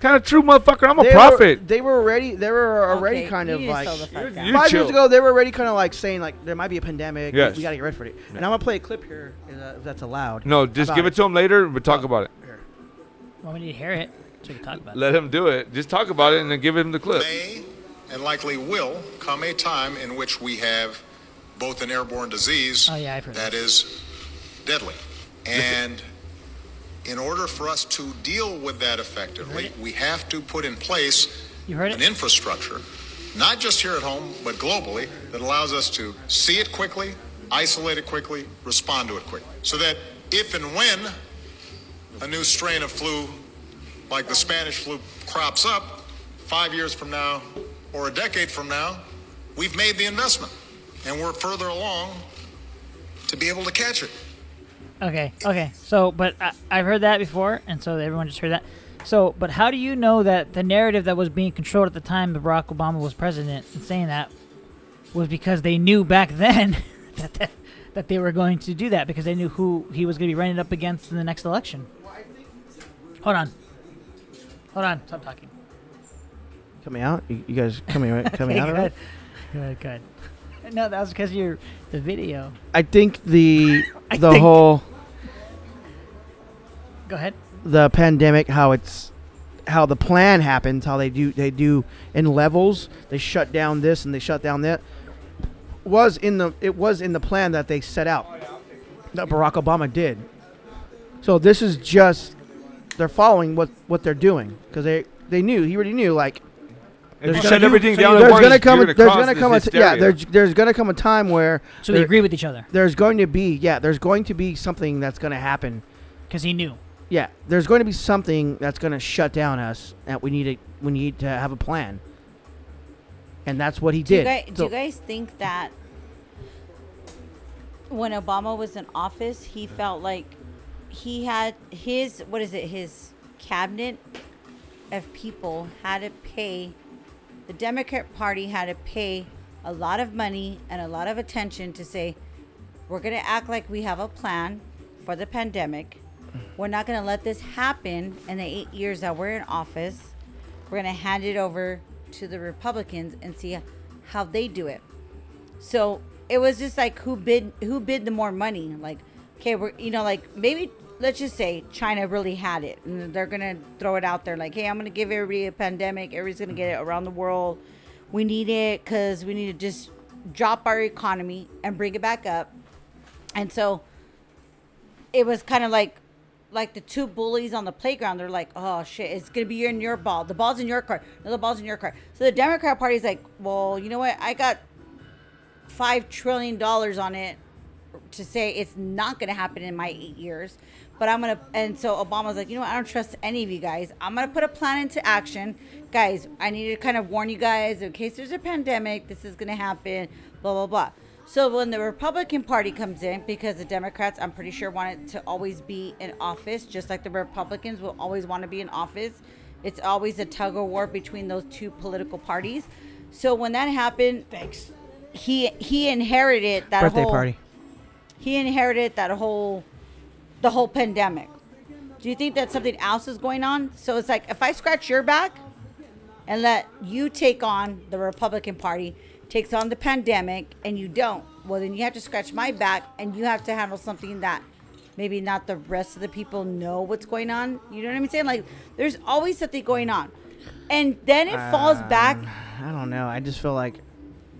E: kind of true, motherfucker. I'm a
A: they
E: prophet.
A: Were, they were already they were already
B: Okay,
A: kind
B: you
A: of
B: need to
A: like
B: slow the fuck
E: You're-
B: down.
E: you're-
A: five
E: chill.
A: years ago they were already kind of like saying like there might be a pandemic.
E: Yes.
A: we got to get ready for it. And I'm gonna play a clip here uh, if that- if that's allowed.
E: no, just give it to him later. But talk about it.
F: Well, we need to hear it so we can talk about it.
E: Let him do it. Just talk about it and then give him the clip.
H: may and likely will come a time in which we have both an airborne disease
F: Oh, yeah, I've heard
H: that
F: this.
H: is deadly. And in order for us to deal with that effectively, we have to put in place
F: You heard
H: an
F: it?
H: infrastructure, not just here at home, but globally, that allows us to see it quickly, isolate it quickly, respond to it quickly. So that if and when a new strain of flu like the Spanish flu crops up five years from now or a decade from now, we've made the investment and we're further along to be able to catch it.
F: Okay, okay. So, but I, I've heard that before, and so everyone just heard that. So, but how do you know that the narrative that was being controlled at the time that Barack Obama was president and saying that was because they knew back then that, that that they were going to do that because they knew who he was going to be running up against in the next election? Hold on, hold on. Stop talking.
A: Coming out, you, you guys coming right coming out
F: good.
A: already?
F: Good, good. No, that was because you're the video.
A: I think the
F: I
A: the
F: think-
A: whole
F: Go ahead.
A: the pandemic how it's how the plan happens how they do they do in levels they shut down this and they shut down that was in the it was in the plan that they set out that Barack Obama did so this is just they're following what what they're doing because they they knew he already knew like
E: If you
A: There's
E: shut
A: gonna-
E: everything
A: so
E: down,
A: there's
E: at once,
A: gonna come
E: you're
A: a,
E: gonna
A: there's
E: cause
A: gonna
E: this
A: come a t- yeah
E: hysteria.
A: there's there's gonna come a time where
F: So we
A: there-
F: agree with each other
A: there's going to be yeah there's going to be something that's gonna happen
F: because he knew.
A: yeah, there's going to be something that's going to shut down us that we need to we need to have a plan. And that's what he
B: Do you,
A: did.
B: guys, do
A: So-
B: you guys think that when Obama was in office, he felt like he had his what is it his cabinet of people had to pay the Democrat Party had to pay a lot of money and a lot of attention to say we're going to act like we have a plan for the pandemic. We're not going to let this happen in the 8 years that we're in office. We're going to hand it over to the Republicans and see how they do it. So it was just like who bid who bid the more money. Like, okay, we're you know like maybe let's just say China really had it and they're gonna throw it out there like, hey, I'm gonna give everybody a pandemic. Everybody's gonna get it around the world. We need it because we need to just drop our economy and bring it back up. And so it was kind of like like the two bullies on the playground. They're like, oh shit, it's gonna be in your ball. The ball's in your court. No, the ball's in your court. So the Democrat Party's like, well, you know what? I got five trillion dollars on it to say it's not going to happen in my eight years. But I'm gonna, and so Obama's like, you know, what? I don't trust any of you guys. I'm gonna put a plan into action, guys. I need to kind of warn you guys in case there's a pandemic. This is gonna happen. Blah blah blah. So when the Republican Party comes in, because the Democrats, I'm pretty sure, want it to always be in office, just like the Republicans will always want to be in office, It's always a tug of war between those two political parties. So when that happened,
F: Thanks.
B: he he inherited that
A: Birthday
B: whole,
A: party.
B: He inherited that whole, the whole pandemic. Do you think that something else is going on? So it's like if I scratch your back, and let you take on the Republican Party, takes on the pandemic, and you don't, well, then you have to scratch my back and you have to handle something that maybe not the rest of the people know what's going on. You know what I'm saying? Like, there's always something going on. And then it falls
E: Ah,
B: back.
A: I don't know. I just feel like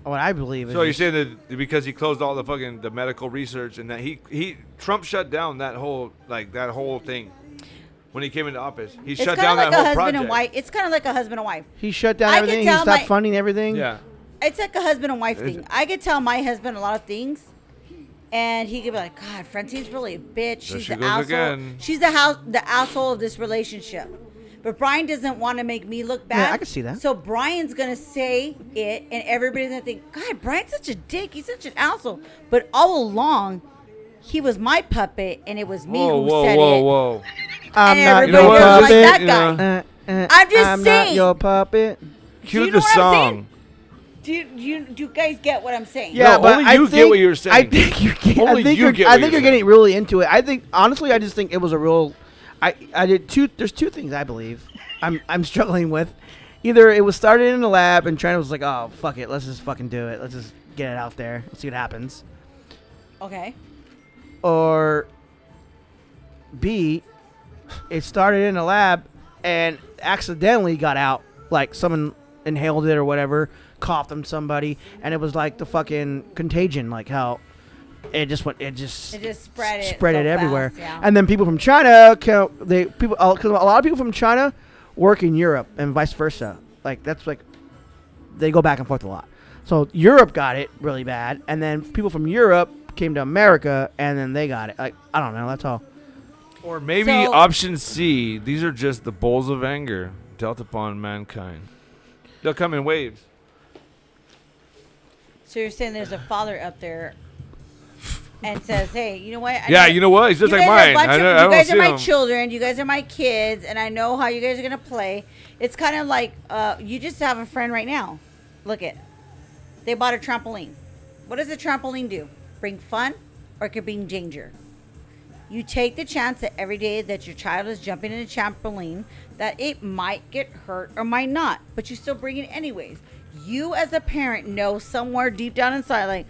A: what I believe is
E: So you're
A: just-
E: saying that because he closed all the fucking the medical research and that he he Trump shut down that whole like that whole thing when he came into office. He
B: It's
E: shut
B: kind
E: down
B: of like
E: that
B: a
E: whole
B: husband
E: project.
B: and wife. It's kind of like a husband and wife.
A: he shut down
B: I can
A: everything. He
B: tell
A: stopped
B: my-
A: funding everything.
E: Yeah.
B: It's like a husband and wife
E: Is
B: thing.
E: it-
B: I could tell my husband a lot of things, and he could be like, "God, Francine's really a bitch.
E: There
B: She's
E: she
B: the
E: goes
B: asshole.
E: again."
B: She's the house, the asshole of this relationship." But Brian doesn't want to make me look bad.
A: Yeah, I can see that.
B: So Brian's gonna say it, and everybody's gonna think, "God, Brian's such a dick. He's such an asshole." But all along, he was my puppet, and it was me
E: Whoa,
B: who
E: whoa,
B: said
E: whoa,
B: it.
E: whoa!
A: I'm
B: And
A: not
B: everybody
E: You know
A: your
E: what?
B: was like
A: puppet.
B: that
E: You
B: guy.
E: know.
A: Uh, uh,
B: I'm just
A: I'm not
B: saying.
A: your puppet.
E: Cue
B: you know
E: the
B: what I'm saying?
E: song.
B: Do you, do you do you guys get what I'm saying?
E: No, only you get what you were
A: I
E: saying.
A: think you get.
E: Only
A: I think
E: you
A: you are
E: get
A: I
E: what
A: think
E: you're
A: you're getting really into it. I think honestly, I just think it was a real. I I did two. There's two things I believe. I'm I'm struggling with. Either it was started in the lab and China was like, oh fuck it, let's just fucking do it. Let's just get it out there. Let's see what happens.
B: Okay.
A: Or B, it started in a lab and accidentally got out. Like someone inhaled it or whatever, coughed on somebody, and it was like the fucking contagion, like how it just went, it just
B: It just spread
A: s-
B: it
A: spread
B: so
A: it everywhere.
B: fast, yeah.
A: And then people from China, ca- they people, because a lot of people from China work in Europe and vice versa. Like that's like they go back and forth a lot. So Europe got it really bad, and then people from Europe came to America, and then they got it. Like I don't know, that's all.
E: Or maybe
B: So-
E: option C. These are just the bowls of anger dealt upon mankind. They'll come in waves.
B: So you're saying there's a father up there and says, "Hey, you know what? I
E: yeah, you know what? He's just
B: you
E: like
B: guys are a
E: mine.
B: bunch
E: I,
B: of-
E: know, I
B: you
E: don't
B: guys
E: see
B: are my
E: him.
B: children. You guys are my kids, and I know how you guys are gonna play. It's kind of like uh, you just have a friend right now. Look it. They bought a trampoline. What does a trampoline do? Bring fun, or it could bring danger. You take the chance that every day that your child is jumping in a trampoline, that it might get hurt or might not, but you still bring it anyways. You as a parent know somewhere deep down inside, like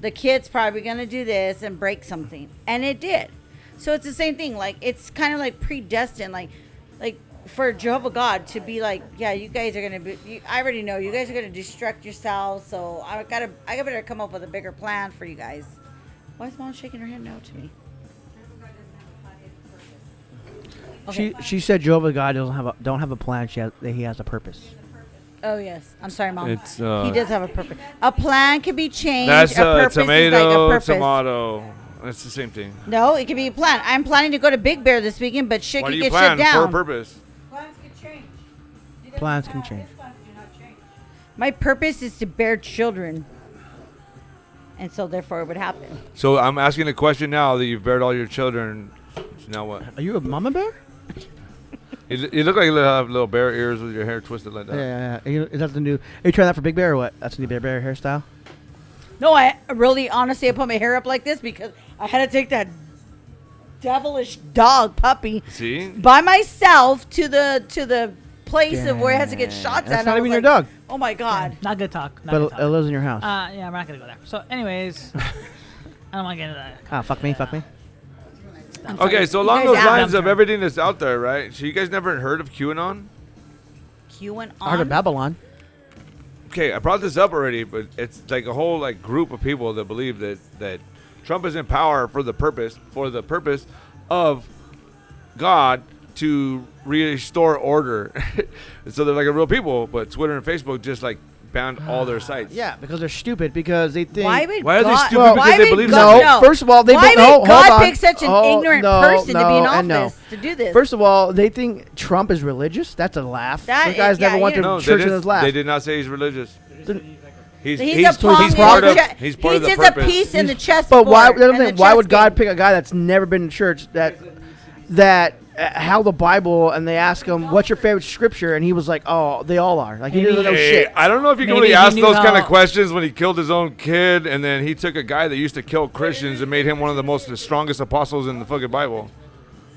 B: the kid's probably gonna do this and break something, and it did. So it's the same thing. Like it's kind of like predestined. Like, like for Jehovah God to be like, yeah, you guys are gonna be. You, I already know you guys are gonna destruct yourselves. So I gotta, I better come up with a bigger plan for you guys. Why is mom shaking her head no to me? Okay.
A: She she said Jehovah God doesn't have a, don't have a plan. She has, that he has a purpose.
B: Oh yes, I'm sorry, mom.
E: It's, uh,
B: he does have a purpose. A plan can be changed.
E: That's
B: a
E: a
B: purpose is like a
E: tomato,
B: purpose.
E: tomato. That's the same thing.
B: No, it can be a plan. I'm planning to go to Big Bear this weekend, but shit
E: Why do
B: can
E: you
B: get
E: plan
B: shut
E: for a
B: down.
E: purpose?
D: Plans can change. You guys
A: Plans
D: know
A: can
D: how
A: change.
D: his plans do not change.
B: My purpose is to bear children, and so therefore it would happen.
E: So I'm asking a question now that you've buried all your children. So now what?
A: Are you a mama bear?
E: You, l- you look like you have little bear ears with your hair twisted like that.
A: Yeah, yeah, yeah. Are you, is that the new? Are you trying that for Big Bear or what? That's the new Big Bear hairstyle.
B: No, I really honestly I put my hair up like this because I had to take that devilish dog puppy
E: See?
B: by myself to the to the place of where it has to get shot
A: That's
B: at.
A: not
B: I was
A: even your
B: like,
A: dog.
B: Oh my god.
F: Not good talk. Not good
A: But
F: talk.
A: it lives in your house.
F: Uh, yeah, we're not gonna go there. So, anyways, I don't want to get into that.
A: ah, fuck me, fuck me.
E: Okay, so along
B: guys
E: those
B: out.
E: lines of
F: Downtown.
E: everything that's out there, right? So you guys never heard of QAnon?
B: QAnon.
A: I heard of Babylon.
E: Okay, I brought this up already, but it's like a whole like group of people that believe that that Trump is in power for the purpose for the purpose of God to restore order. so they're like a real people, but Twitter and Facebook just like banned all their sites.
A: Yeah, because they're stupid. Because they think.
B: Why would
E: Why are they
B: God, why
E: stupid because they
B: would
E: believe
B: God,
E: something?
B: no.
A: First of all, they
B: why
A: be- no,
B: would God
A: hold on.
B: pick such an
A: Oh,
B: ignorant
A: no,
B: person to be in
A: no, and no.
B: office to do this?
A: First of all, they think Trump is religious. That's a laugh.
B: That
A: Those guys
B: is- yeah,
A: never went
B: you-
A: to
E: No,
A: church
E: they,
A: and
E: did,
A: just laugh.
E: they did not say he's religious. He's,
B: he's,
E: he's,
B: a palm
E: he's
B: in
E: part
B: the
E: of
B: che-
E: he's part of the
B: just
E: purpose.
B: a piece in the chessboard.
A: But why?
B: and the
A: Thing, why would
B: chess game.
A: God pick a guy that's never been to church that that uh, how the Bible, and they ask him, "What's your favorite scripture?" And he was like, "Oh, they all are." Like he
F: Maybe-
A: doesn't know
E: Hey,
A: shit.
E: I don't know if you can
F: Oh,
E: really
F: Maybe he
E: ask
F: knew
E: those kind of
F: how-
E: questions when he killed his own kid, and then he took a guy that used to kill Christians and made him one of the most the strongest apostles in the fucking Bible.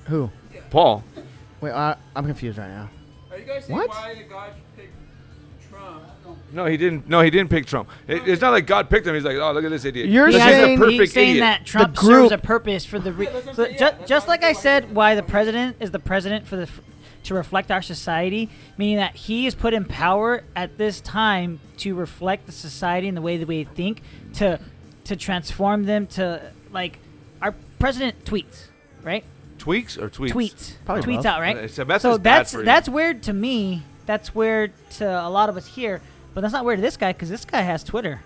A: Who?
E: Paul.
A: Wait, I, I'm confused right now.
G: Are you guys saying
A: What?
G: why the God picked Trump?
E: No, he didn't. No, he didn't pick Trump. It, it's not like God picked him. He's like, oh, look at this idiot.
A: You're
E: this
F: He's
E: is
A: saying-
E: a
F: saying,
E: perfect
F: he's saying
E: idiot.
F: that Trump
A: group-
F: serves a purpose for the re-
G: that's what
F: so
G: I'm saying,
F: ju-
G: yeah, that's
F: just like
G: why
F: I
G: I'm
F: said why the president is the president for the f- to reflect our society meaning that he is put in power at this time to reflect the society and the way that we think to to transform them to like our president tweets right
E: Tweaks or tweets?
F: tweets
A: Probably
F: tweets
A: both.
F: out right
E: Uh, so that's
F: so
E: just bad
F: that's
E: for you.
F: that's weird to me that's weird to a lot of us here but that's not weird to this guy because this guy has Twitter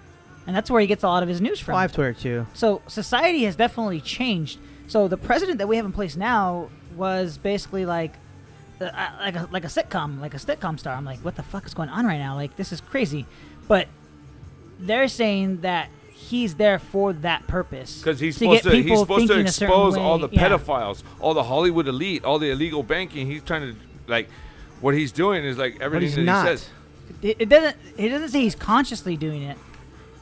F: and that's where he gets a lot of his news from
A: Well, I have Twitter too.
F: so society has definitely changed. So the president that we have in place now was basically like, uh, I- like a, like a sitcom, like a sitcom star. I'm like, what the fuck is going on right now? Like this is crazy. But they're saying that he's there for that purpose
E: Because he's
F: to
E: supposed
F: get
E: to, he's
F: people
E: supposed to
F: thinking a certain
E: expose all
F: way.
E: the
F: Yeah.
E: pedophiles, all the Hollywood elite, all the illegal banking. He's trying to like, what he's doing is like everything
A: he's
E: that
A: not.
E: he says.
F: It, it doesn't. It doesn't say he's consciously doing it,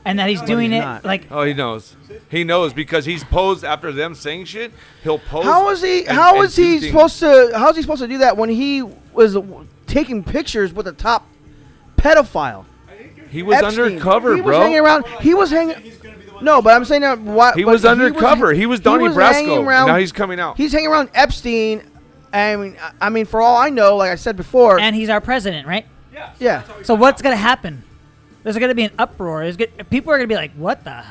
F: and that he's doing
A: he's
F: it
A: not.
F: like
E: Oh, he knows. He knows because he's posed after them saying shit. He'll pose.
A: How is he?
E: and-
A: How
E: and
A: is he
E: do things.
A: supposed to? How is he supposed to do that when he was taking pictures with a top pedophile?
E: He was
A: Epstein.
E: undercover,
A: he
E: bro.
A: Was hanging around. He was hanging. No, but I'm saying that why
E: He
A: but
E: was undercover. He was Donnie
A: hanging
E: Brasco. Now he's coming out.
A: He's hanging around Epstein. I mean, I- I mean, for all I know, like I said before,
F: and he's our president, right?
A: yeah.
F: So what's gonna happen? There's gonna be an uproar. There's gonna, people are gonna be like, "What the?"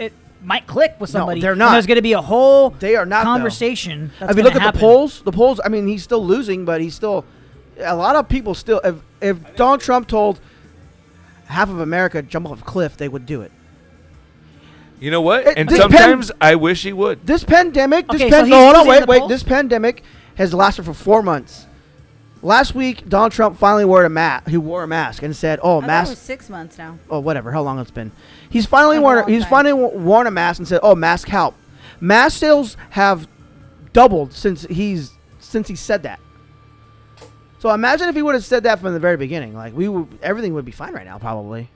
F: It might click with
A: No,
F: somebody.
A: they're
F: and
A: not.
F: there's gonna be a whole
A: They are not, though.
F: conversation. that's
A: if you
F: gonna
A: look at the
F: happen.
A: polls, the polls. I mean, he's still losing, but he's still. A lot of people still. If if Donald Trump told half of America jump off a cliff, they would do it.
E: You know what?
A: It
E: and
A: depends-
E: sometimes I wish he would.
A: This pandemic. This
F: Okay,
A: pan-
F: so he's
A: no, hold on,
F: losing
A: wait,
F: the
A: wait.
F: polls?
A: This pandemic has lasted for four months. Last week, Donald Trump finally wore a mask. He wore a mask and said, "Oh,
B: I thought it
A: mask
B: was six months now.
A: oh whatever how long it's been he's finally
B: Been a
A: worn a,
B: long
A: he's
B: time.
A: finally wo- worn a mask and said oh mask help mask sales have doubled since he's since he said that so imagine if he would have said that from the very beginning like we would everything would be fine right now probably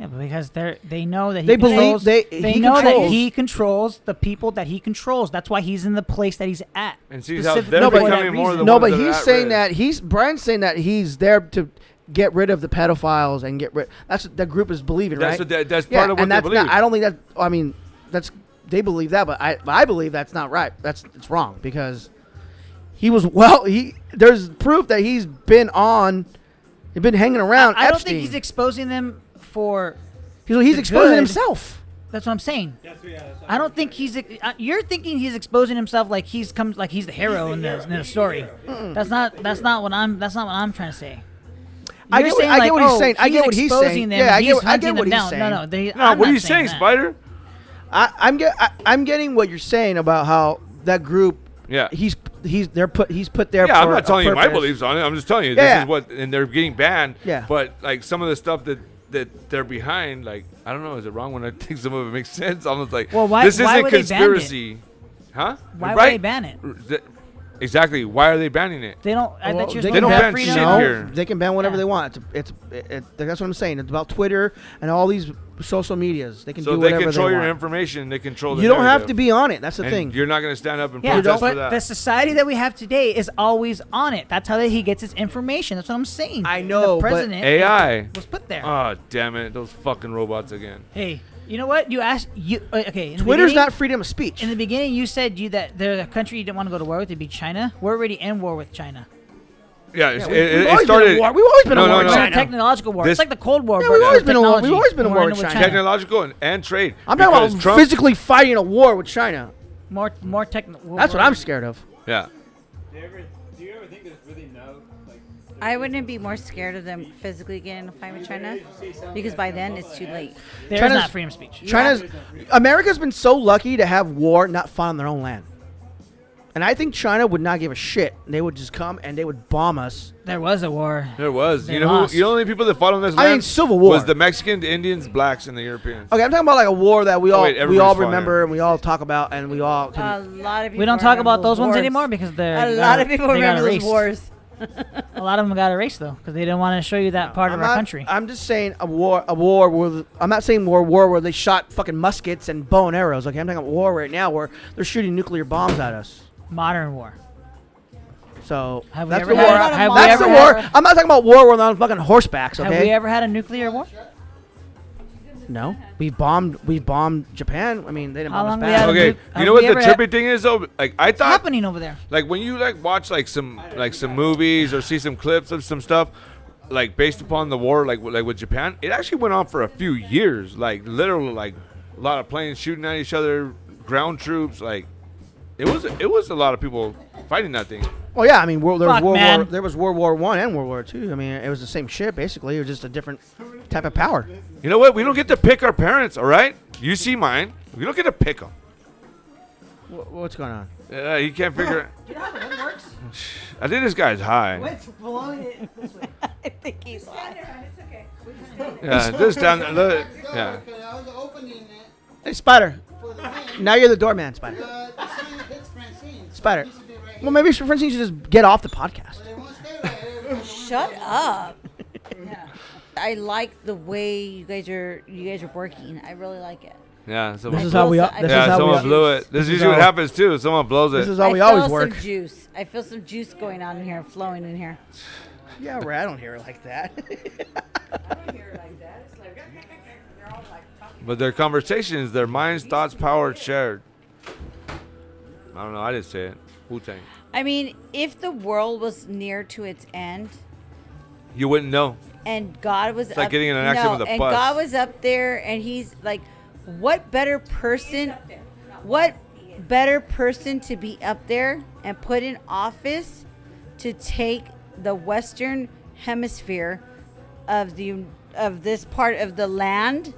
F: yeah, but because they they know that he
A: They believe-
F: controls,
A: they- he
F: know
A: controls.
F: that he controls the people that he controls. That's why he's in the place that he's at.
E: And see how they're
F: specifically
E: No,
F: for
E: but-
F: that
E: becoming more
F: reason.
E: the
A: no
E: ones
A: but
E: that are
A: he's
E: at
A: saying
E: risk.
A: that he's brian's saying that he's there to get rid of the pedophiles and get rid that's what the group is believing
E: That's
A: right
E: what that- that's
A: yeah,
E: part of what
A: and
E: they
A: that's
E: believe.
A: not, i don't think that i mean that's they believe that but i i believe that's not right that's it's wrong because he was well he there's proof that he's been on he's been hanging around
F: I don't
A: Epstein.
F: think he's exposing them for.
A: he's, he's
F: the
A: exposing
F: good.
A: himself
F: That's what I'm saying. I don't think he's. ex- uh, You're thinking he's exposing himself like he's comes like he's the hero in the, in the story. That's not. That's not what I'm. That's not what I'm trying to say.
A: I
F: You're
A: get what-
F: saying
A: I get
F: like,
A: what he's
F: oh,
A: saying. I get what he's
F: exposing
A: saying.
F: Them.
A: Yeah, I get
F: he's
A: what- I
F: hunting
A: get what
F: them
A: he's
F: down.
A: saying.
F: No, no. They,
E: No,
F: I'm
E: what are
F: not
E: you saying,
F: that.
E: Spider?
A: I, i'm get I, i'm getting what you're saying about how that group
E: Yeah.
A: he's he's they're put he's put there
E: Yeah, I'm
A: for
E: not
A: a
E: telling you my
A: purpose.
E: beliefs on it. I'm just telling you
A: Yeah.
E: this is what, and they're getting banned.
A: Yeah.
E: But like some of the stuff that that they're behind, like I don't know, is it wrong when I think some of it makes sense? I'm just like,
F: Well, why-
E: this
F: why
E: isn't
F: would they ban it?
E: conspiracy, huh?
F: Why would
E: right?
F: they ban it?
E: R- th- Exactly. Why are they banning it?
F: They don't. I
A: Well,
F: bet you're
A: they
F: supposed
E: They don't
F: to have
E: ban
F: freedom.
E: shit
A: No,
E: here.
A: They can ban whatever
F: Yeah.
A: they want. It's, it's it, it, that's what I'm saying. It's about Twitter and all these social medias. They can
E: So
A: do
E: they
A: whatever
E: control
A: they
E: your
A: want.
E: information. They control. The
A: you don't have
E: narrative.
A: to be on it. That's the
E: And
A: thing.
E: You're not going to stand up and
F: Yeah,
E: protest
F: but
E: for that.
F: the society that we have today is always on it. That's how that he gets his information. That's what I'm saying.
A: I
F: And
A: know,
F: The
A: but-
F: president was-
E: AI.
F: was put there.
E: Oh damn it! Those fucking robots again.
F: hey, you know what? You asked you. uh, Okay, in the
A: Twitter's
F: beginning-
A: not freedom of speech.
F: In the beginning, you said you that the country you didn't want to go to war with would be China. We're already in war with China.
E: Yeah, it's-
A: we-
E: it,
A: we've always
E: it, it
A: been
E: started.
A: at war. We've always been
E: no,
A: at war
E: no,
A: with
E: no.
F: We're in a
A: China.
F: technological war.
E: This-
F: it's like the Cold War.
A: Yeah,
F: but
A: we've
F: for
A: always been a war- we've
F: technology.
A: always been a
F: We're
A: war
F: in
A: with China.
E: Technological and, and trade.
A: I'm talking
E: Because
A: about
E: Trump-
A: physically fighting a war with China.
F: More, more technical.
A: That's what I'm scared of.
E: Yeah.
G: Do you ever, do you ever think there's really no like?
B: I wouldn't be more scared of them physically getting in a fight with China because by then it's too late.
F: There's
A: China's-
F: not freedom of speech.
A: China's America's been so lucky to have war not fought on their own land. And I think China would not give a shit. They would just come and they would bomb us.
F: There was a war.
E: There was.
F: They
E: you know,
F: lost.
E: who, you know, the only people that fought on this
A: I mean,
E: land
A: Civil War.
E: was the Mexican, the Indians, blacks, and the Europeans.
A: Okay, I'm talking about like a war that we all
E: Oh, wait,
A: we all
E: everybody's fine.
A: remember and we all talk about and we all can
F: Uh,
B: A lot of people
F: We don't talk
B: remember
F: about those ones
B: wars.
F: anymore because they're
B: A
F: they
B: lot
F: got-
B: of people
F: they got
B: remember those
F: erased.
B: wars.
F: A lot of them got erased though because they didn't want to show you that part
A: I'm
F: of our
A: not-
F: country.
A: I'm just saying a war, a war where I'm not saying war, war where they shot fucking muskets and bow and arrows. Okay, I'm talking about war right now where they're shooting nuclear bombs at us.
F: Modern war.
A: So
F: Have we
A: that's
F: ever
A: the
F: had-
A: war.
F: What about a
A: That's
F: monster?
A: the war. I'm not talking about war where they're on fucking horsebacks. Okay,
F: Have we ever had a nuclear war?
A: no, we bombed, we bombed Japan. I mean, they didn't
F: How
A: bomb us
F: long we
A: back.
F: had a-
E: Okay,
F: Have
E: you know what
A: um,
F: we
E: the
F: ever had-
E: trippy thing is though? Like I
F: What's
E: thought,
F: happening over there?
E: like when you like watch like some like some movies or see some clips of some stuff, like based upon the war, like w- like with Japan, it actually went on for a few years. Like literally, like a lot of planes shooting at each other, ground troops. Like it was it was a lot of people fighting that thing.
A: Well, yeah, I mean, world, there, was
F: Fuck,
A: world
F: man.
A: war, there was World War One and World War Two. I mean, it was the same shit basically. It was just a different type of power.
E: You know what? We don't get to pick our parents. All right, you see mine. We don't get to pick them.
A: Wh- What's going on?
E: Uh, he can't figure.
I: You know how the wind works?
E: I think this guy's high.
I: Wind's blowing it this way.
B: I think he's lying.
D: It's okay. We just
E: Yeah, this down. look, yeah.
J: Okay, I was opening it
A: Hey, Spider.
J: for the thing.
A: Now you're the doorman, Spider.
J: Uh, the sign hits Francine. so
A: Spider.
J: it used to be right
A: Well,
J: here.
A: maybe Francine should just get off the podcast.
J: They won't stay right here. They won't
B: Shut up. I like the way you guys are you guys are working. I really like it.
E: Yeah. So
A: This is how we.
B: Yeah,
A: This is
E: yeah,
A: how
E: someone
A: we.
E: blew it. This is
A: is
E: usually what
A: how-
E: happens too. Someone blows it.
A: This is how
B: I
A: we
B: feel
A: always
B: some
A: work.
B: juice. I feel some juice going on in here, flowing in here.
A: Yeah, right. I don't hear it like that.
D: don't hear it like that. It's like they're all like talking.
E: but their conversations, their minds, thoughts, power shared. I don't know. I didn't say it. Wu Tang.
B: I mean, if the world was near to its end
E: You wouldn't know.
B: and God was
E: It's like
B: up,
E: getting in an accident
B: no,
E: with a
B: and
E: bus.
B: God was up there and he's like what better person what better person to be up there and put in office to take the western hemisphere of the of this part of the land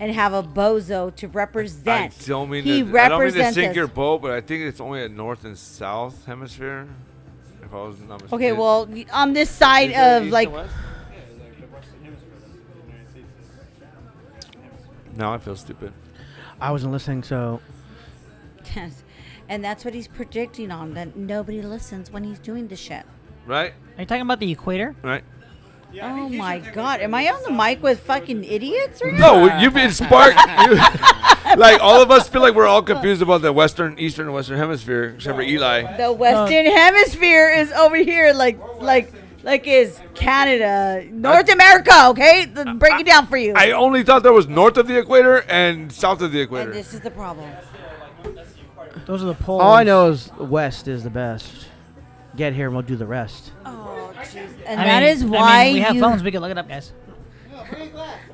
B: and have a bozo to represent.
E: I don't mean
B: he
E: to. I don't mean to
B: represents
E: sink
B: us.
E: your boat, but I think it's only a north and south hemisphere. If I was not mistaken.
B: Okay, well, y- on this side
E: Is there
B: of
E: east
B: like
E: and west? No, I feel stupid.
A: I wasn't listening, so
B: Yes. And that's what he's predicting on that nobody listens when he's doing the shit.
E: Right?
F: Are you talking about the equator?
E: Right?
B: oh my god. Am I on the mic with fucking idiots right now?
E: No, you've been sparked. you- like all of us feel like we're all confused about the western, eastern, and western hemisphere, except for Eli.
B: The Western Hemisphere is over here like like like is Canada, North America, okay? The, break it down for you.
E: I only thought there was north of the equator and south of the
B: and
E: equator.
B: this is the problem.
F: Those are the poles.
A: all I know is the West is the best. Get here and we'll do the rest.
B: Oh, jeez.
F: I
B: And that
F: mean-
B: is
F: I mean,
B: why
F: we have
B: you,
F: phones. We can look it up, guys.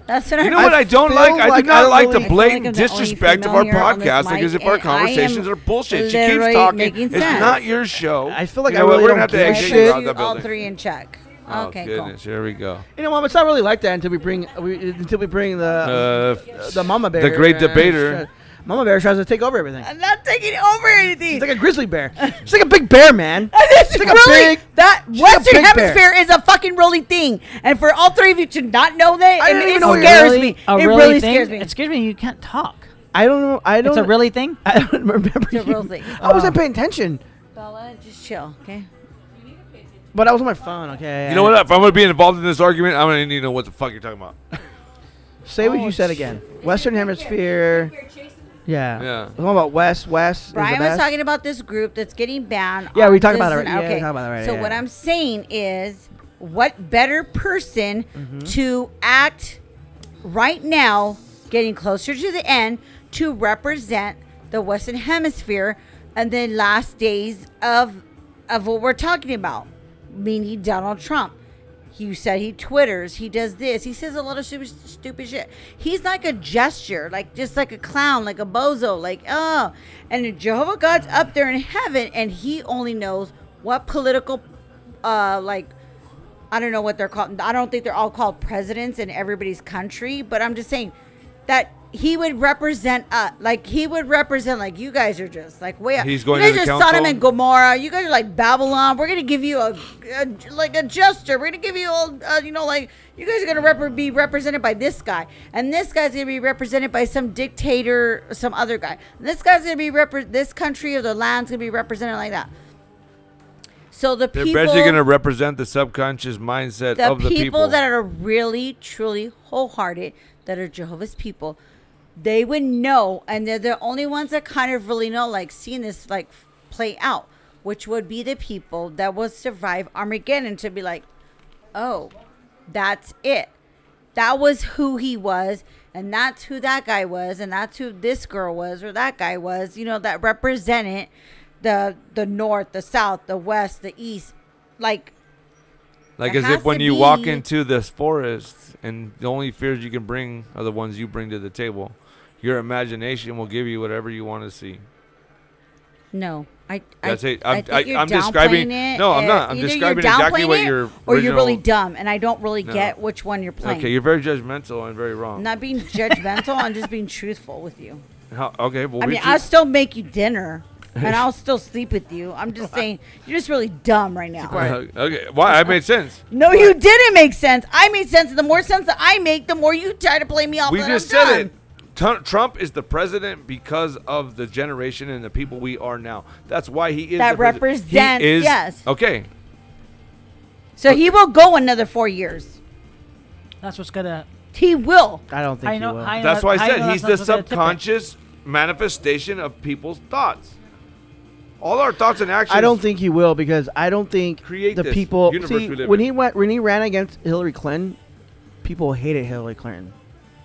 B: That's what I'm
E: You know what I don't
A: feel
E: like? I
A: like
E: do
A: I
E: not
A: don't really-
B: I
E: like the
B: feel like I'm
E: blatant
B: the only
E: disrespect of our
B: familiar on this
E: podcast, like as
B: mic,
E: if our
B: and I am
E: conversations are bullshit. She keeps
B: literally
E: talking.
B: making
E: It's
B: sense.
E: not your show.
A: I feel like
E: you
A: I
E: know what?
A: really
E: We're
A: don't
E: gonna have to
A: give a
B: I
E: exit
A: shit.
E: out
B: put
E: of
B: you
E: the
B: all
E: building.
B: three in check.
E: Oh
B: okay, cool.
E: goodness, here we go.
A: You know, mom, it's not really like that until we bring we, until we bring the
E: Uh,
A: the mama bear.
E: great
A: uh,
E: debater.
A: sh- Mama bear tries to take over everything.
B: I'm not taking over anything.
A: She's like a grizzly bear. She's like a big bear, man.
B: It's
A: She's like
B: really,
A: a big.
B: that
A: she's like a
B: Western
A: big bear.
B: Hemisphere is a fucking really thing, and for all three of you to not know that,
A: I
B: it,
A: didn't
B: it
A: even know it
B: scares
A: really-
B: me.
F: A
B: it
F: Oh, really
B: really
F: thing?
B: scares me.
F: It scares me. You can't talk.
A: I don't know. I don't.
F: It's a really thing.
A: I don't remember.
B: It's a real
A: you- Uh,
B: thing.
A: I wasn't
F: Oh.
A: paying attention,
B: Bella, just chill, okay?
A: but I was on my phone. Okay.
E: You know what? If I'm gonna be involved in this argument, I'm gonna need to know what the fuck you're talking about.
A: Say what you said again. Western Hemisphere.
D: We're chasing
A: Yeah.
E: Yeah.
A: We're talking about West. West. is
B: Brian
A: the
B: was
A: best.
B: talking about this group that's getting banned.
A: Yeah,
B: on
A: we talked about
B: this
A: it
B: and-
A: already. Yeah, we
B: Okay,
A: talked about it already,
B: so
A: yeah,
B: what
A: yeah.
B: I'm saying is, what better person
A: Mm-hmm.
B: to act right now, getting closer to the end, to represent the Western Hemisphere and the last days of of what we're talking about, meaning Donald Trump. You said he twitters, he does this, he says a lot of stupid, stupid shit. He's like a gesture, like just like a clown, like a bozo, like oh. And Jehovah God's up there in heaven, and he only knows what political, uh, like I don't know what they're called. I don't think they're all called presidents in everybody's country, but I'm just saying that he would represent uh like he would represent like you guys are just like way up.
E: He's going
B: you
E: to
B: guys
E: the
B: are Sodom
E: council?
B: and Gomorrah. You guys are like Babylon. We're gonna give you a, a like a jester. We're gonna give you all uh, you know like you guys are gonna rep- be represented by this guy, and this guy's gonna be represented by some dictator, some other guy. And this guy's gonna be repre- this country or the land's gonna be represented like that. So the
E: They're
B: people
E: basically going to represent the subconscious mindset
B: the
E: of the
B: people,
E: people.
B: that are really truly wholehearted that are jehovah's people they would know and they're the only ones that kind of really know like seeing this like f- play out which would be the people that would survive armageddon to be like oh that's it that was who he was and that's who that guy was and that's who this girl was or that guy was you know that represented the the north the south the west the east like
E: like
B: there
E: as
B: has
E: if when
B: to
E: you walk
B: be-
E: into this forest and the only fears you can bring are the ones you bring to the table. Your imagination will give you whatever you want to see.
B: No, I.
E: That's
B: I,
E: it.
B: I
E: I'm-
B: think
E: I-
B: you're
E: I'm describing-
B: downplaying it,
E: no, I'm
B: uh,
E: not. I'm
B: either
E: describing
B: you're
E: exactly what
B: downplaying it
E: your
B: or you're really
E: original-
B: dumb, and I don't really
E: No.
B: get which one you're playing.
E: Okay, you're very judgmental and very wrong.
B: I'm not being judgmental. I'm just being truthful with you.
E: How, okay, well,
B: I
E: we
B: mean,
E: ju-
B: I'll still make you dinner, and I'll still sleep with you. I'm just saying, you're just really dumb right now.
E: okay. Why? I made sense.
B: No, you didn't make sense. I made sense. The more sense that I make, the more you try to play me off.
E: We
B: that
E: just
B: I'm
E: said
B: dumb.
E: it. Tu- Trump is the president because of the generation and the people we are now. That's why he is
B: That
E: the president. He
B: represents-
E: is-
B: yes.
E: Okay.
B: So he will go another four years.
F: That's what's gonna.
B: He will.
A: I don't think
F: I
A: you
F: know.
A: will.
F: I know
E: That's why I said
F: know
E: he's the
F: that's what's gonna tip
E: subconscious manifestation of people's thoughts. All our thoughts and actions.
A: I don't think he will because I don't think
E: Create
A: the
E: this
A: people.
E: universe
A: See,
E: we live
A: when
E: in.
A: he went, when he ran against Hillary Clinton, people hated Hillary Clinton.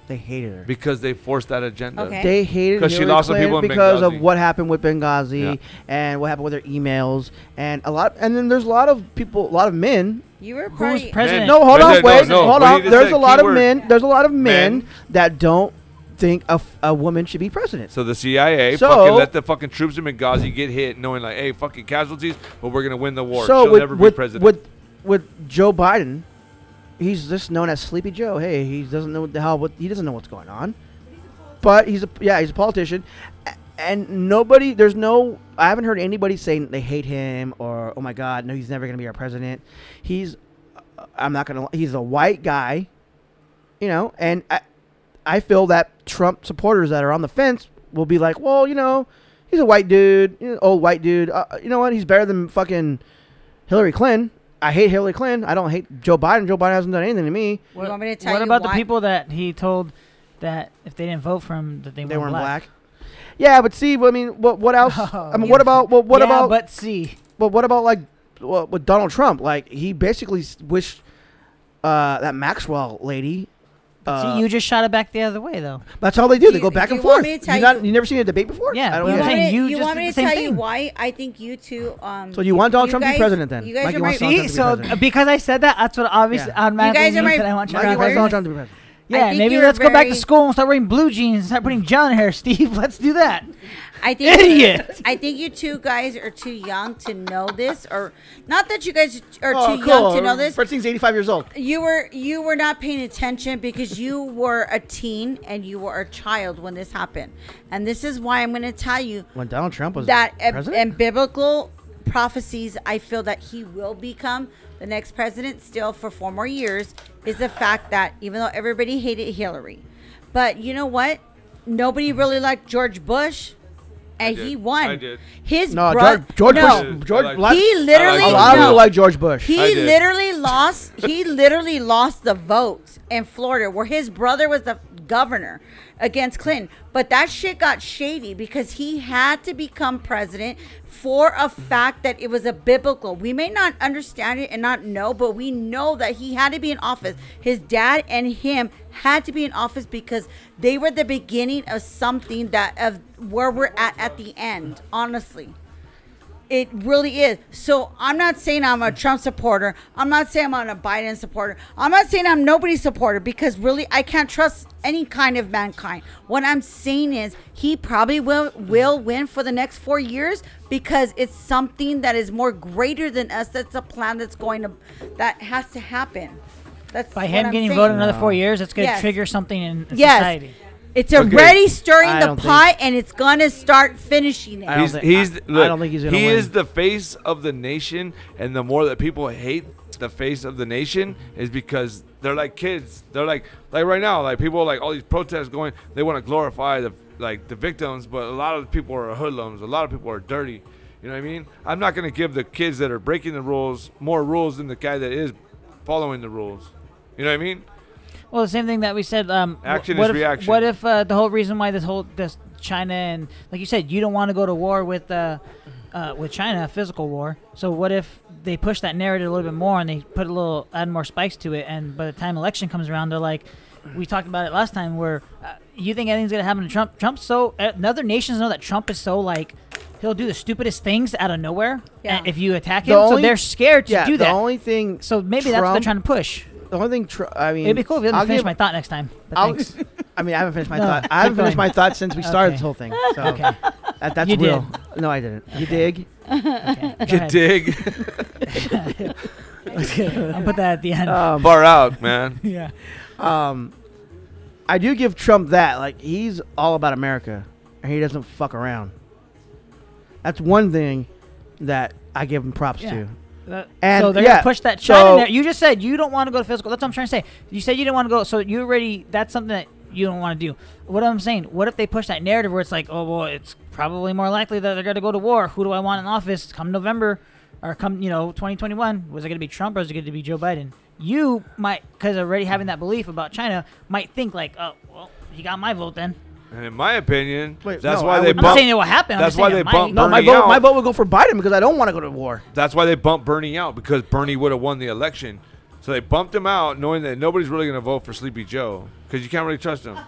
A: They hated her.
E: because they forced that agenda.
B: Okay.
A: They hated
E: 'Cause she
A: Hillary
E: lost the
A: Clinton
E: people in
A: because
E: Benghazi.
A: of what happened with Benghazi
E: Yeah.
A: and what happened with her emails and a lot. And then there's a lot of people, a lot of men.
B: You were
F: it. Who's
B: pretty.
F: president?
A: No, hold
E: Wait,
A: on,
E: no,
A: wait,
E: no,
A: hold
E: we
A: on.
E: need to
A: There's
E: say
A: a lot of
E: keyword.
A: men. There's a lot of men,
E: Men.
A: that don't think a, f- a woman should be president.
E: So the CIA
A: So-
E: fucking let the fucking troops in Benghazi get hit, knowing like, hey, fucking casualties, but we're gonna win the war.
A: So
E: She'll
A: with,
E: never be
A: with,
E: president.
A: with with Joe Biden, he's just known as Sleepy Joe. Hey, he doesn't know what the hell what he doesn't know what's going on, but he's a yeah he's a politician, A- and nobody there's no I haven't heard anybody saying they hate him or oh my god no he's never gonna be our president. He's uh, I'm not gonna he's a white guy, you know, and I I feel that Trump supporters that are on the fence will be like well you know. He's a white dude, you know, old white dude. Uh, you know what? He's better than fucking Hillary Clinton. I hate Hillary Clinton. I don't hate Joe Biden. Joe Biden hasn't done anything to me.
B: You want me to tell
F: what
B: you
F: about the
B: why-
F: people that he told that if they didn't vote for him that they,
A: They weren't
F: black?
A: black. Yeah, but see, I mean, what what else?
B: Oh,
A: I mean, what about what what
F: yeah,
A: about but,
F: But see,
A: what about like what, with Donald Trump? Like he basically s- wished uh, that Maxwell lady. Uh,
F: see, you just shot it back the other way though.
A: that's all they do.
B: Do
A: They
B: you-
A: go back
B: do
A: and
B: you want
A: forth.
B: me
A: You,
B: to tell
A: not,
B: you-
A: you never seen a debate before?
F: Yeah,
A: I
F: but
A: don't
F: I'm
A: get it.
F: saying-
B: want me to-
F: you just
B: want
F: did
B: me
F: the
B: to
F: same
B: tell you
F: thing.
B: why I think you two. Um,
A: So you want Donald Trump to be
B: guys-
A: president then?
B: You guys
A: Like
B: are
A: you
B: my,
A: want Donald
F: See,
A: Trump to be president.
F: so uh, because I said that, that's what obviously
A: Yeah.
F: automatically
B: You guys are
F: means
B: my-
F: that I want you
A: Mikey
F: to
A: wants
F: be
A: Donald
F: president.
A: Trump to be president.
B: I
F: Yeah,
B: think
F: maybe
B: you're
F: let's go back to
B: very-
F: school and start wearing blue jeans and start putting John hair, Steve. Let's do that.
B: I think
F: Idiot.
B: I think you two guys are too young to know this, or not that you guys are too
A: Oh,
B: young to
A: cool.
B: know this.
A: Bernstein's 85 years old.
B: You were you were not paying attention because you were a teen and you were a child when this happened, and this is why I'm going to tell you
A: When Donald Trump was
B: that uh, in-
A: president?
B: in biblical prophecies, I feel that he will become the next president still for four more years, is the fact that even though everybody hated Hillary, but you know what? Nobody really liked George Bush, and
E: I did.
B: he won.
E: I did.
B: His
A: no,
B: uh, bro-
A: George, George
B: no,
E: Bush-
A: Bush. George,
E: I like-
A: lot-
B: he literally
A: a lot of
E: George Bush.
A: people
B: no.
A: like George Bush.
E: I
B: He
E: did.
B: literally lost. He literally lost the votes in Florida, where his brother was the governor against Clinton. But that shit got shady because he had to become president for a fact that it was a biblical. We may not understand it and not know, but we know that he had to be in office. His dad and him had to be in office because they were the beginning of something that of where we're at at the end. Honestly. It really is. So I'm not saying I'm a Trump supporter. I'm not saying I'm a Biden supporter. I'm not saying I'm nobody's supporter because really I can't trust any kind of mankind. What I'm saying is he probably will will win for the next four years because it's something that is more greater than us. That's a plan that's going to that has to happen. That's
F: By
B: what
F: him
B: I'm
F: getting
B: saying.
F: voted another four years, that's going to
B: Yes.
F: trigger something in in
B: Yes.
F: society.
K: It's
E: Okay.
K: already stirring
E: I
K: the
E: don't
K: pot, and it's gonna start finishing it.
E: he's, he's
A: I- I
E: look,
A: don't think he's gonna
E: he
A: win.
E: is the face of the nation, and the more that people hate the face of the nation is because they're like kids. They're like like right now, like people like all these protests going. They want to glorify the like the victims, but a lot of people are hoodlums. A lot of people are dirty. You know what I mean? I'm not gonna give the kids that are breaking the rules more rules than the guy that is following the rules. You know what I mean?
F: Well, the same thing that we said. Um, wh-
E: Action
F: what
E: is
F: if,
E: reaction.
F: What if uh, the whole reason why this whole this China and like you said, you don't want to go to war with uh, uh, with China, a physical war. So what if they push that narrative a little bit more and they put a little add more spikes to it? And by the time election comes around, they're like, we talked about it last time. Where uh, you think anything's gonna happen to Trump? Trump's so uh, other nations know that Trump is so like. He'll do the stupidest things out of nowhere
A: Yeah.
F: uh, if you attack
A: The
F: him. so
A: only-
F: they're scared to
A: yeah,
F: do
A: the
F: that.
A: only thing.
F: So maybe that's what they're
A: Trump-
F: trying to push.
A: The only thing, tr- I mean,
F: It'd be cool if you
A: I'll
F: didn't finish
A: give-
F: my thought next time. But
A: I'll-
F: thanks.
A: I mean, I haven't finished my
F: No,
A: thought.
F: keep
A: I haven't finished
F: going.
A: my thought since we started this
F: Okay.
A: whole thing. So
F: Okay.
A: that, that's
F: You
A: Will. No, I didn't. You dig?
F: Go ahead. I'll put that at the end.
A: Um,
E: Far out, man.
F: Yeah.
A: Um, I do give Trump that. Like he's all about America, and he doesn't fuck around. That's one thing that I give him props
F: Yeah.
A: to.
F: That-
A: And
F: so they're
A: yeah,
F: gonna push that
A: so-
F: China. narr- you just said you don't want to go to physical. That's what I'm trying to say. You said you didn't want to go, so you already that's something that you don't want to do. What I'm saying, what if they push that narrative where it's like, oh well, it's probably more likely that they're going to go to war. Who do I want in office come November or come you know 2021? Was it going to be Trump or was it going to be Joe Biden? You might, because already having that belief about China, might think like, oh well, he got my vote then.
E: And in my opinion,
A: Wait,
E: that's
A: no,
E: why
A: I
E: they.
A: wouldn't.
F: I'm
E: bump-
F: not saying it will happen. I'm
E: That's
F: just
E: why
F: saying
E: they
F: it might.
E: bumped
A: No, my
E: Bernie
A: vote,
E: out.
A: my vote would go for Biden because I don't want to go to war.
E: That's why they bumped Bernie out because Bernie would have won the election. So they bumped him out, knowing that nobody's really going to vote for Sleepy Joe because you can't really trust him.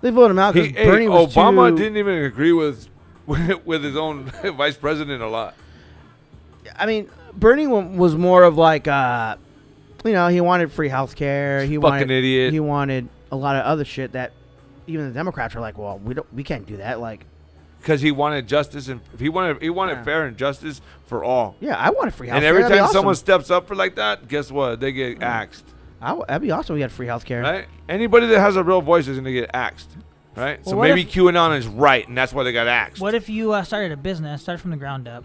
A: They voted him out
E: He,
A: because
E: hey,
A: Bernie was
E: Obama
A: too.
E: didn't even agree with with his own vice president a lot.
A: I mean, Bernie wa- was more of like, uh, you know, he wanted free health care. He
E: Fucking
A: wanted,
E: idiot.
A: He wanted a lot of other shit that even the Democrats are like, well, we don't, we can't do that. Like,
E: Because he wanted justice and he wanted he wanted fair and justice for all.
A: yeah, I wanted free health.
E: and every time someone steps up for like that, guess what? They get
A: Mm.
E: axed,
A: I w- that'd be awesome. if We had free health care.
E: right? Anybody that has a real voice is going to get axed, right? so
F: Well, what
E: maybe
F: if-
E: QAnon is right, and that's why they got axed.
F: What if you uh, started a business, started from the ground up,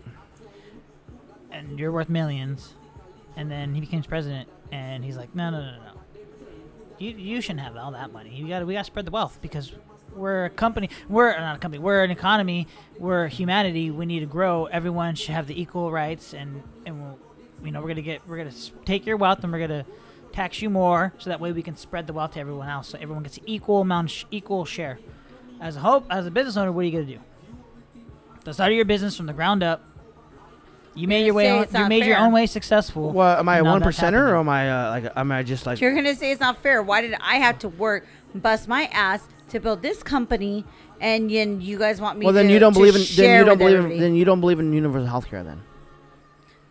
F: and you're worth millions, and then he becomes president, and he's like, no, no, no, no, no. You, you shouldn't have all that money. You got to we got to spread the wealth because we're a company. We're not a company. We're an economy. We're humanity. We need to grow. Everyone should have the equal rights, and and we'll, you know we're gonna get we're gonna s- take your wealth and we're gonna tax you more, so that way we can spread the wealth to everyone else, so everyone gets equal amount, sh- equal share. As a hope, as a business owner, what are you gonna do? The start of your business from the ground up. You made your way.
K: say
F: On,
K: it's
F: you
K: not
F: made your
K: fair.
F: own way successful.
A: Well, am I a
F: Now
A: one
F: that's
A: percenter or
F: happening.
A: am I uh, like am I just like
K: You're gonna say it's not fair. Why did I have to work, bust my ass to build this company, and then you guys want me?
A: well then
K: to-
A: you don't
K: to
A: believe in then
K: share
A: you don't
K: with
A: believe in,
K: everybody.
A: then you don't believe in universal health care then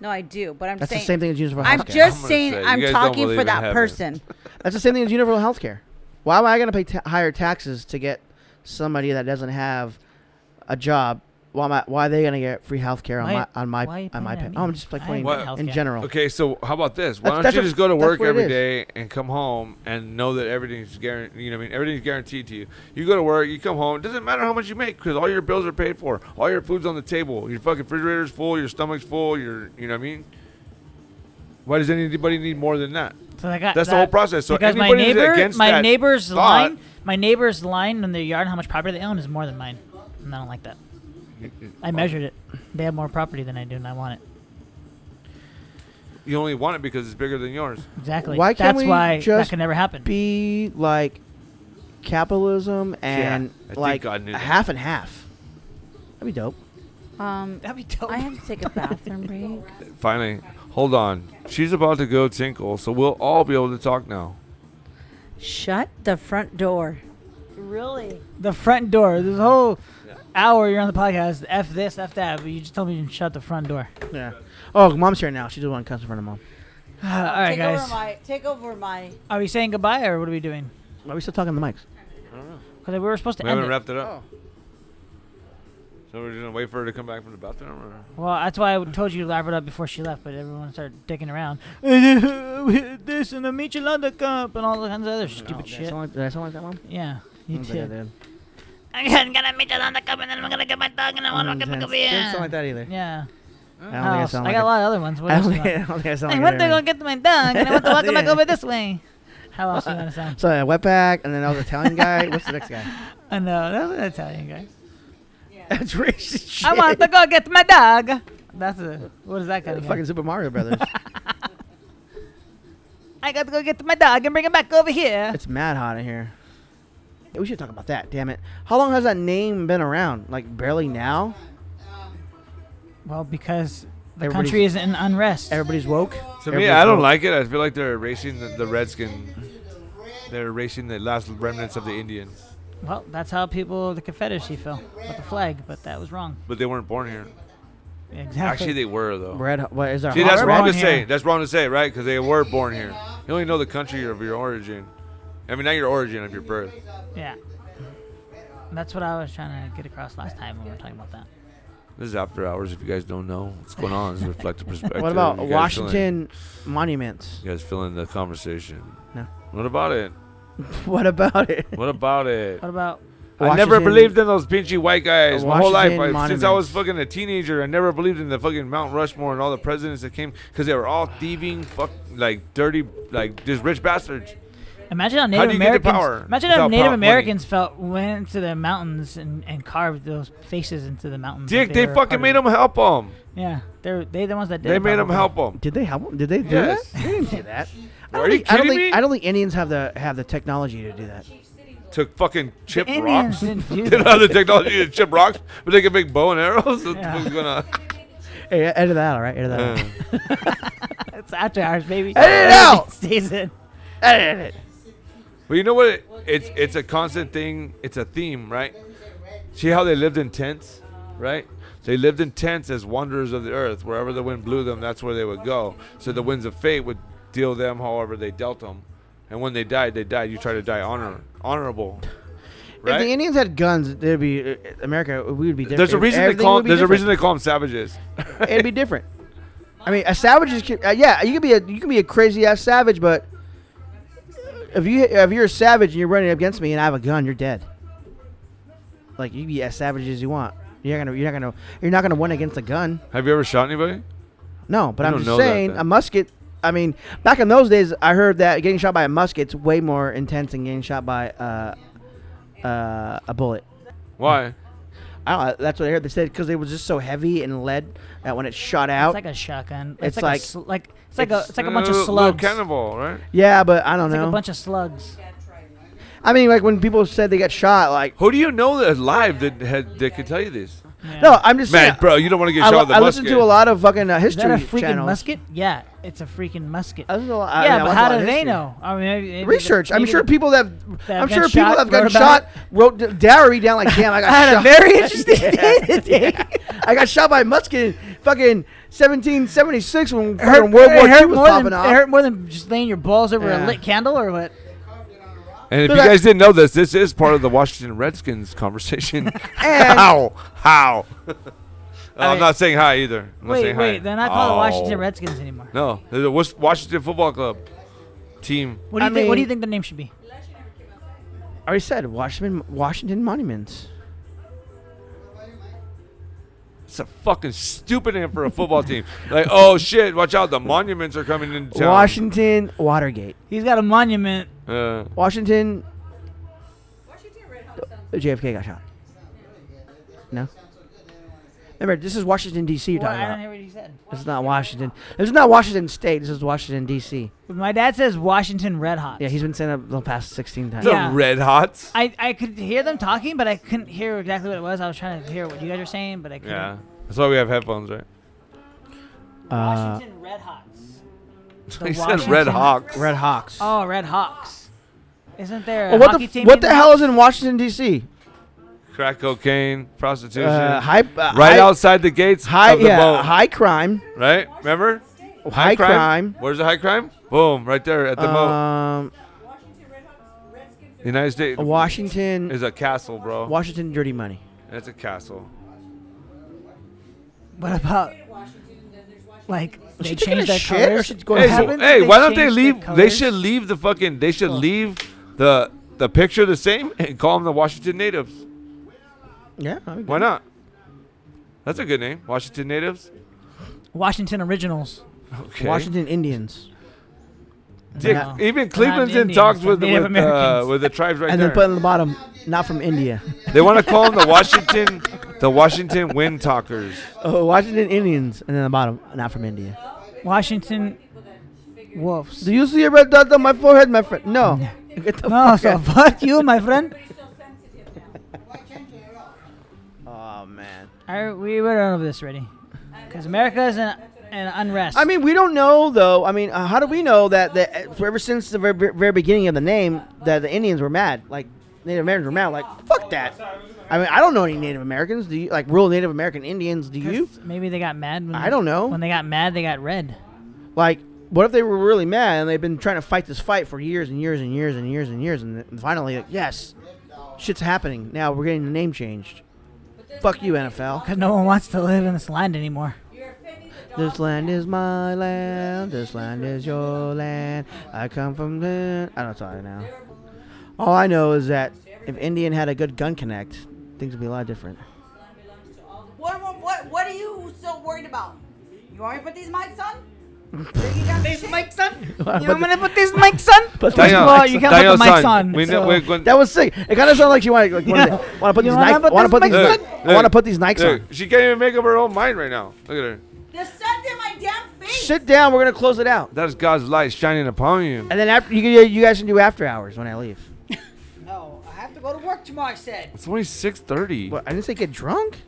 K: No, I do, but I'm
A: That's the
K: saying
A: same thing as universal
K: I'm
A: healthcare.
K: just
E: I'm gonna
K: saying
E: say, you
K: I'm
E: guys don't
K: talking
E: believe
K: for
E: in
K: that
E: heaven.
K: person.
A: that's the same thing as universal health care why am I gonna pay ta higher taxes to get somebody that doesn't have a job why am I, why are they gonna get free health care on
F: Why-
A: my on my
F: why are you
A: on my
F: pointing
A: pay?
F: at me?
A: oh I'm just like
F: I
A: playing
E: agree
F: with
A: in
F: healthcare.
A: general
E: Okay, so how about this? Why
A: That's-
E: don't
A: that's
E: you
A: what-
E: just go to
A: that's
E: work
A: what it
E: every
A: is.
E: day and come home and know that everything's guaranteed. You know, what I mean, everything's guaranteed to you. You go to work, you come home. It doesn't matter how much you make because all your bills are paid for. All your food's on the table. Your fucking refrigerator's full. Your stomach's full. Your, you know, what I mean. Why does anybody need more than that?
F: So I got
E: That's the
F: that
E: whole process. So
F: because my
E: anybody that's
F: neighbor,
E: against
F: my
E: that
F: neighbor's
E: thought-
F: line, my neighbor's line in their yard, how much property they own is more than mine, and I don't like that. I measured it. They have more property than I do, and I want it.
E: You only want it because it's bigger than yours.
F: Exactly.
A: Why can't
F: That's
A: we
F: why that
A: just
F: can never happen.
A: be like capitalism and
E: I think
A: like
E: God knew that.
A: half and half that'd be dope
K: Um,
F: That'd be dope.
K: I have to take a bathroom break.
E: Finally, hold on. She's about to go tinkle, so we'll all be able to talk now.
K: Shut the front door.
F: really? The front door. This whole hour you're on the podcast, f this, f that, but you just told me to shut the front door.
A: yeah oh mom's here now she just want to cuss in front of mom
F: All right,
K: take
F: guys.
K: Over my, take over my.
F: Are we saying goodbye or what are we doing?
A: are we still talking to the mics
F: Because we were supposed to
E: We
F: end
E: haven't
F: it.
E: wrapped it up.
A: Oh.
E: So we're just gonna wait for her to come back from the bathroom. Or?
F: Well, that's why I told you to wrap it up before she left, but everyone started digging around. this and a Michelada cup and all kinds of other
A: Did
F: stupid
A: I
F: shit.
A: sound like- did I sound like that mom
F: Yeah, Oh, you
A: I don't think I
F: did.
A: did.
F: I'm gonna meet you on the cup and then I'm gonna get my dog and I wanna
A: Mm,
F: get my
A: that's-
F: cup
A: doesn't sound like that either.
F: Yeah.
A: I don't think I
F: Oh,
A: sound
F: I
A: like
F: got
A: it.
F: a lot of other ones. What
A: I
F: else
A: don't
F: you
A: think, I
F: want?
A: don't think I sound
F: Hey,
A: like
F: what
A: it
F: they
A: right
F: gonna
A: now.
F: get to my dog and I want to walk back
A: Yeah.
F: over this way. How else you gonna sound?
A: So I wet back, and then I was Italian guy. What's the next guy?
F: I know that was an Italian guy.
A: That's racist shit.
F: I want to go get my dog. That's a what is that kind
A: The
F: of
A: fucking Super Mario Brothers.
F: I got to go get my dog and bring him back over here.
A: it's mad hot in here. Yeah, we should talk about that. Damn it! How long has that name been around? Like barely now.
F: Well, because the
A: Everybody's-
F: country is in unrest.
A: Everybody's woke.
E: To me, I don't like it. I feel like they're erasing the, the redskin. They're erasing the last remnants of the Indians,
F: Well, that's how people the Confederacy fell with the flag, but that was wrong.
E: but they weren't born here.
F: Exactly.
E: Actually, they were though.
A: Red. What is our
E: See, that's
A: hot
E: wrong
A: red?
E: to say. That's wrong to say, right? Because they were born here. You only know the country of your origin. I mean, not your origin of your birth.
F: yeah. That's what I was trying to get across last time when we were talking about that.
E: This is after hours. If you guys don't know what's going on, it's reflective perspective.
A: What about
E: You guys
A: Washington monuments?
E: feeling- You guys feeling the conversation?
A: No.
E: What about it?
A: What about it?
E: What about it?
F: What about
E: I never
A: Washington-
E: believed in those pinchy white guys my whole life.
A: Washington
E: I- since I was
A: monuments.
E: fucking a teenager, I never believed in the fucking Mount Rushmore and all the presidents that came because they were all thieving, fuck, like dirty, like just rich bastards.
F: Imagine how
E: How
F: Native
E: do you get the
F: Americans.
E: power
F: imagine how
E: without
F: Native
E: pro- money?
F: Americans felt went to the mountains and, and carved those faces into the mountains. like
E: Dick, they
F: were
E: fucking
F: part
E: made
F: of-
E: them help them.
F: Yeah, they're they the ones that did.
E: They
F: it,
E: made them
F: probably.
E: help them.
A: Did they help? Did they do
E: Yes.
A: that? They didn't do that. I
E: Are
A: don't
E: you
A: think- I don't
E: kidding
A: think-
E: me?
A: I don't think Indians have the have the technology to do that.
E: Took fucking chip
F: Indians
E: rocks.
F: didn't do
E: They don't
F: that.
E: have the technology to chip rocks, but they can make bow and arrows. What the
F: Yeah.
E: fuck's going on?
A: Hey, edit that out, all right? Edit that out.
E: Uh,
F: It's after hours, baby.
A: Edit it out!
F: Stays in.
A: Edit it.
E: But you know what? It- It's it's a constant thing. It's a theme, right? See how they lived in tents,
A: Uh-huh.
E: right? They lived in tents as wanderers of the earth. Wherever the wind blew them, that's where they would go. So the winds of fate would deal them however they dealt them. And when they died, they died. You try to die honor honorable,
A: If the
E: right?
A: Indians had guns, there'd be uh, America. We would be different.
E: There's a reason they
A: Everything
E: call
A: would be
E: there's a
A: different.
E: reason they call them savages.
A: It'd be different. I mean, a savage is uh, yeah. You could be a you could be a crazy ass savage, but if you if you're a savage and you're running up against me and I have a gun, you're dead. Like you can be as savage as you want. You're gonna you're not gonna you're not gonna win against a gun.
E: Have you ever shot anybody?
A: No, but
E: You
A: I'm
E: don't
A: just
E: know that,
A: saying
E: then.
A: a musket. I mean, back in those days, I heard that getting shot by a musket's way more intense than getting shot by uh, uh, a bullet.
E: Why?
A: I don't. know, That's what I heard. They said because they were just so heavy and lead that when it shot out.
F: It's like a shotgun.
A: It's
F: It's, like
A: like-
F: a sl- like it's like a it's like a bunch of
E: Little- little
F: slugs. It's
E: cannibal, right?
A: yeah, but I don't
F: like a
A: know.
F: bunch of slugs.
A: I mean, like when people said they got shot, like
E: Who do you know that alive that had, that could tell you this?
F: Yeah.
A: no, I'm just
E: Man,
A: saying.
E: bro, you don't want to get
A: I,
E: shot with a
A: I
E: musket.
A: listen to a lot of fucking uh,
F: Is
A: history
F: that a freaking
A: channels.
F: musket? Yeah, it's a freaking musket.
A: I listen to a lot, I
F: yeah,
A: mean, I
F: but
A: watch a
F: how
A: lot
F: do
A: of
F: they
A: history.
F: know? I mean, maybe- maybe the-
A: Research. I'm
F: maybe
A: sure
F: the-
A: people that
F: that
A: I'm
F: got
A: sure people
F: shot
A: that have gotten
F: wrote about
A: shot wrote d- diary down like, damn, I got
F: I had a
A: shot.
F: very interesting day today.
A: I got shot by a musket in fucking 1776 when
F: It hurt,
A: fucking World War
F: it hurt
A: II was
F: more
A: popping
F: than,
A: off.
F: It hurt more than just laying your balls over
A: Yeah.
F: a lit candle or what?
E: And if
A: So
E: you
A: that-
E: guys didn't know this, this is part of the Washington Redskins conversation.
A: And-
E: how? How? Uh,
A: I mean-
E: I'm not saying hi either. I'm not
F: Wait,
E: saying
F: wait.
E: hi.
F: They're not called the Washington
E: Oh.
F: Redskins anymore.
E: No, they're the Wis- Washington Football Club team.
F: What do
A: I
F: you think? What do you
A: mean-
F: think the name should be?
A: I already said Washington Washington monuments.
E: It's a fucking stupid name for a football team. Like, oh shit, watch out, the monuments are coming into town.
A: Washington Watergate.
F: He's got a monument.
E: Uh,
A: Washington. Uh, JFK got shot. No. Remember, this is Washington D.C. You're
F: Well,
A: talking
F: I don't
A: about.
F: hear what he said.
A: This is not Washington. This is not Washington State. This is Washington D.C.
F: My dad says Washington Red Hot.
A: Yeah, he's been saying that the past 16 times.
E: the
F: Yeah.
E: Red Hots.
F: I, I could hear them talking, but I couldn't hear exactly what it was. I was trying to hear what you guys were saying, but I couldn't.
E: Yeah, that's why we have headphones, right?
A: Uh,
F: Washington Red Hots.
E: he said
F: Washington-
E: Red Hawks.
A: Red Hawks.
F: Oh, Red Hawks. Isn't there a
A: Well, what
F: hockey
A: the
F: team?
A: f- what
F: named
A: the
F: Red
A: hell
F: Hawks?
A: is in Washington D.C.?
E: Crack cocaine, prostitution.
A: Uh, high, uh,
E: right
A: high,
E: outside the gates
A: high,
E: of the
A: yeah,
E: boat.
A: high crime,
E: right? Remember?
A: high crime.
E: Where's the high crime? Boom, right there at the moat.
A: Um,
E: The United States
A: Washington,
E: is a castle, bro.
A: Washington, dirty money.
E: That's a castle.
F: What about like they
A: taking
F: changed
A: a
F: their
A: shit or
F: colors?
A: she's going
E: Hey,
A: to
E: so-
F: Haven't
E: hey,
F: they
E: why don't they
F: changed the
E: leave? They
F: colors?
E: should leave the fucking. They should leave the the picture the same and call them the Washington natives.
A: Yeah.
E: Why not? That's a good name. Washington natives.
F: Washington Originals.
E: Okay.
A: Washington Indians.
E: Dick,
F: No. They're
E: even
F: not
E: Cleveland's in
F: Indians,
E: talks
F: they're
E: with
F: Native
E: with, uh,
F: Americans.
E: with the tribes right
A: and
E: there.
A: then put on the bottom, not from India.
E: they want to call them the Washington, the Washington Wind Talkers.
A: Oh, Washington Indians, and then the bottom, not from India.
F: Washington Wolves.
A: Do you see a red dot on my forehead, my friend? No. Get the fuck
F: No, Oh, so
A: out.
F: fuck you, my friend.
A: Oh man.
F: I, we went over this already. Because America is an, an unrest.
A: I mean, we don't know though. I mean, uh, how do we know that that for ever since the very, very beginning of the name that the Indians were mad, like Native Americans were mad, like fuck that. I mean, I don't know any Native Americans. Do you like real Native American Indians? Do
F: 'Cause
A: you?
F: Maybe they got mad. When
A: I
F: they-
A: don't know.
F: When they got mad, they got red.
A: Like, what if they were really mad and they've been trying to fight this fight for years and years and years and years and years, and, th- and finally, like, yes, shit's happening. Now we're getting the name changed. Fuck you, NFL.
F: Because no one wants to live in this land anymore.
A: This land is my land. This land is your land. I come from the. I don't sorry now. All I know is that if Indian had a good gun connect, things would be a lot different.
B: What, what, what, what are you so worried about? You want me to put these mics on? You got this mic, son?
A: But
F: You want me to put these mics on?
A: But
F: First
A: Daniel-
F: of all, you can't
E: Daniel,
F: put the mics
E: son,
F: on.
E: We know,
F: so-
E: we're going,
A: that was sick. It kind of sounded like she wanted like
F: Yeah.
A: want to put
F: You
A: these
F: wanna
A: Nikes.
F: put
A: Want to
F: this
A: put these.
F: mic
E: look,
A: I want to put these Nikes
E: look,
A: on.
E: she can't even make up her own mind right now. Look at her.
B: The sun's in my damn face.
A: Sit down. We're gonna close it out.
E: That is God's light shining upon you.
A: And then after you, can- you guys can do after hours when I leave.
G: No, I have to go to work tomorrow. I said.
E: It's only six thirty.
A: What I didn't say get drunk.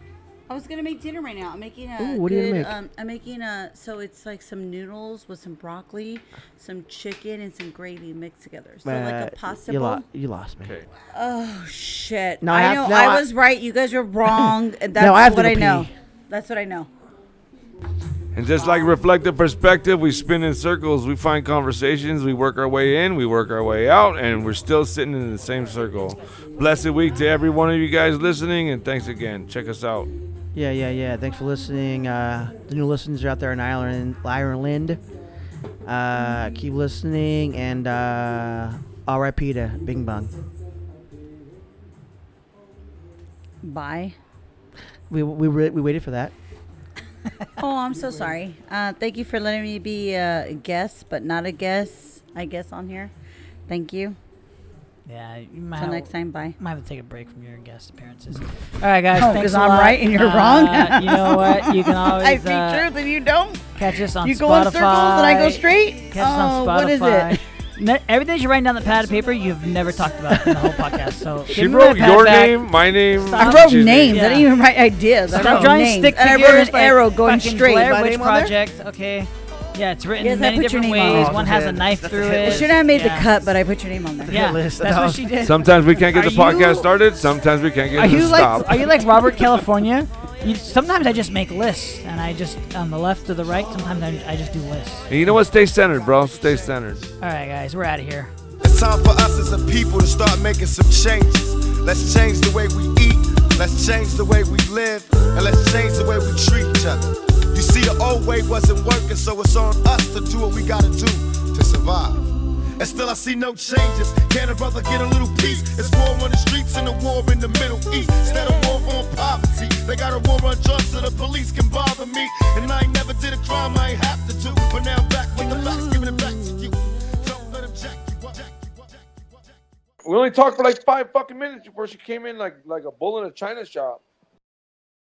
B: I was gonna make dinner right now. I'm making a
A: Ooh, what are you
B: good.
A: gonna make?
B: Um, I'm making a so it's like some noodles with some broccoli, some chicken, and some gravy mixed together. So like a
A: Uh,
B: pasta
A: You,
B: bowl.
A: lo- you lost me.
E: Okay.
B: Oh shit!
A: No, I
B: I,
A: have-
B: know
A: no,
B: I,
A: I-
B: was right. You guys were wrong. and That's
A: No, I have to
B: what
A: go
B: I know.
A: pee.
B: That's what I know.
E: And just like reflective perspective, we spin in circles. We find conversations. We work our way in. We work our way out, and we're still sitting in the same circle. Blessed week to every one of you guys listening, and thanks again. Check us out.
A: Yeah, yeah, yeah. Thanks for listening. Uh, the new listeners are out there in Ireland. Ireland. Uh, keep listening and uh, R.I.P. to Bing Bong.
B: Bye.
A: We we re- we waited for that.
B: Oh, I'm so sorry. Uh, thank you for letting me be uh, a guest, but not a guest, I guess, on here. Thank you.
F: Yeah, you might,
B: Till
F: have,
B: next time. Bye.
F: might have to take a break from your guest appearances. All right, guys.
B: Oh,
F: thanks
B: 'cause
F: a
B: I'm
F: lot.
B: right and you're wrong?
F: Uh, you know what? You can always
B: I speak
F: uh,
B: truth and you don't.
F: catch us on
B: You
F: Spotify.
B: go in circles and I go straight.
F: Catch us on
B: Oh,
F: Spotify.
B: what is it?
F: Ne- everything that you write down the pad of paper, you've never talked about in the whole podcast. So
E: She wrote your name, my name.
F: Stop.
B: I wrote
E: She's-
B: names.
F: Yeah.
B: I didn't even write ideas. I
F: Stop
B: wrote
F: drawing
B: Oh, names.
F: stick
B: and I
F: figures.
B: wrote an
F: like
B: arrow going
F: fucking
B: straight.
F: Blair
A: My
F: Witch
A: name on there?
F: Project. Okay. Yeah, it's written
B: Yes,
F: in
B: I
F: many
B: put your
F: different
B: name on
F: ways.
A: it.
F: One
A: Oh,
F: has a
A: okay.
F: knife
A: That's
F: through
A: the hit
F: it.
A: list.
B: Should have made
F: Yeah.
B: the cut, but I put your name on there.
F: Yeah,
A: list.
F: that's
A: That
F: what
A: was-
F: she did.
E: Sometimes we can't get the
F: Are
E: podcast
F: you-
E: started. Sometimes we can't get
F: Are
E: it
F: you
E: to stop.
F: like are you like Robert California? You, sometimes I just make lists, and I just on the left or the right. Sometimes I, I just do lists.
E: and you know what? Stay centered, bro. Stay centered.
F: All right, guys, we're out of here.
L: It's time for us as a people to start making some changes. Let's change the way we eat, let's change the way we live, and let's change the way we treat each other. You see, the old way wasn't working, so it's on us to do what we gotta do to survive. And still, I see no changes. Can a brother get a little peace? It's war on the streets and a war in the Middle East. Instead of war on poverty, they got a war on drugs so the police can bother me. And I ain't never did a crime I ain't have to do. But now I'm back with the facts, giving it back to you. Don't let 'em jack you up, jack you up, jack you up, jack you up.
E: We only talked for like five fucking minutes before she came in like like a bull in a china shop.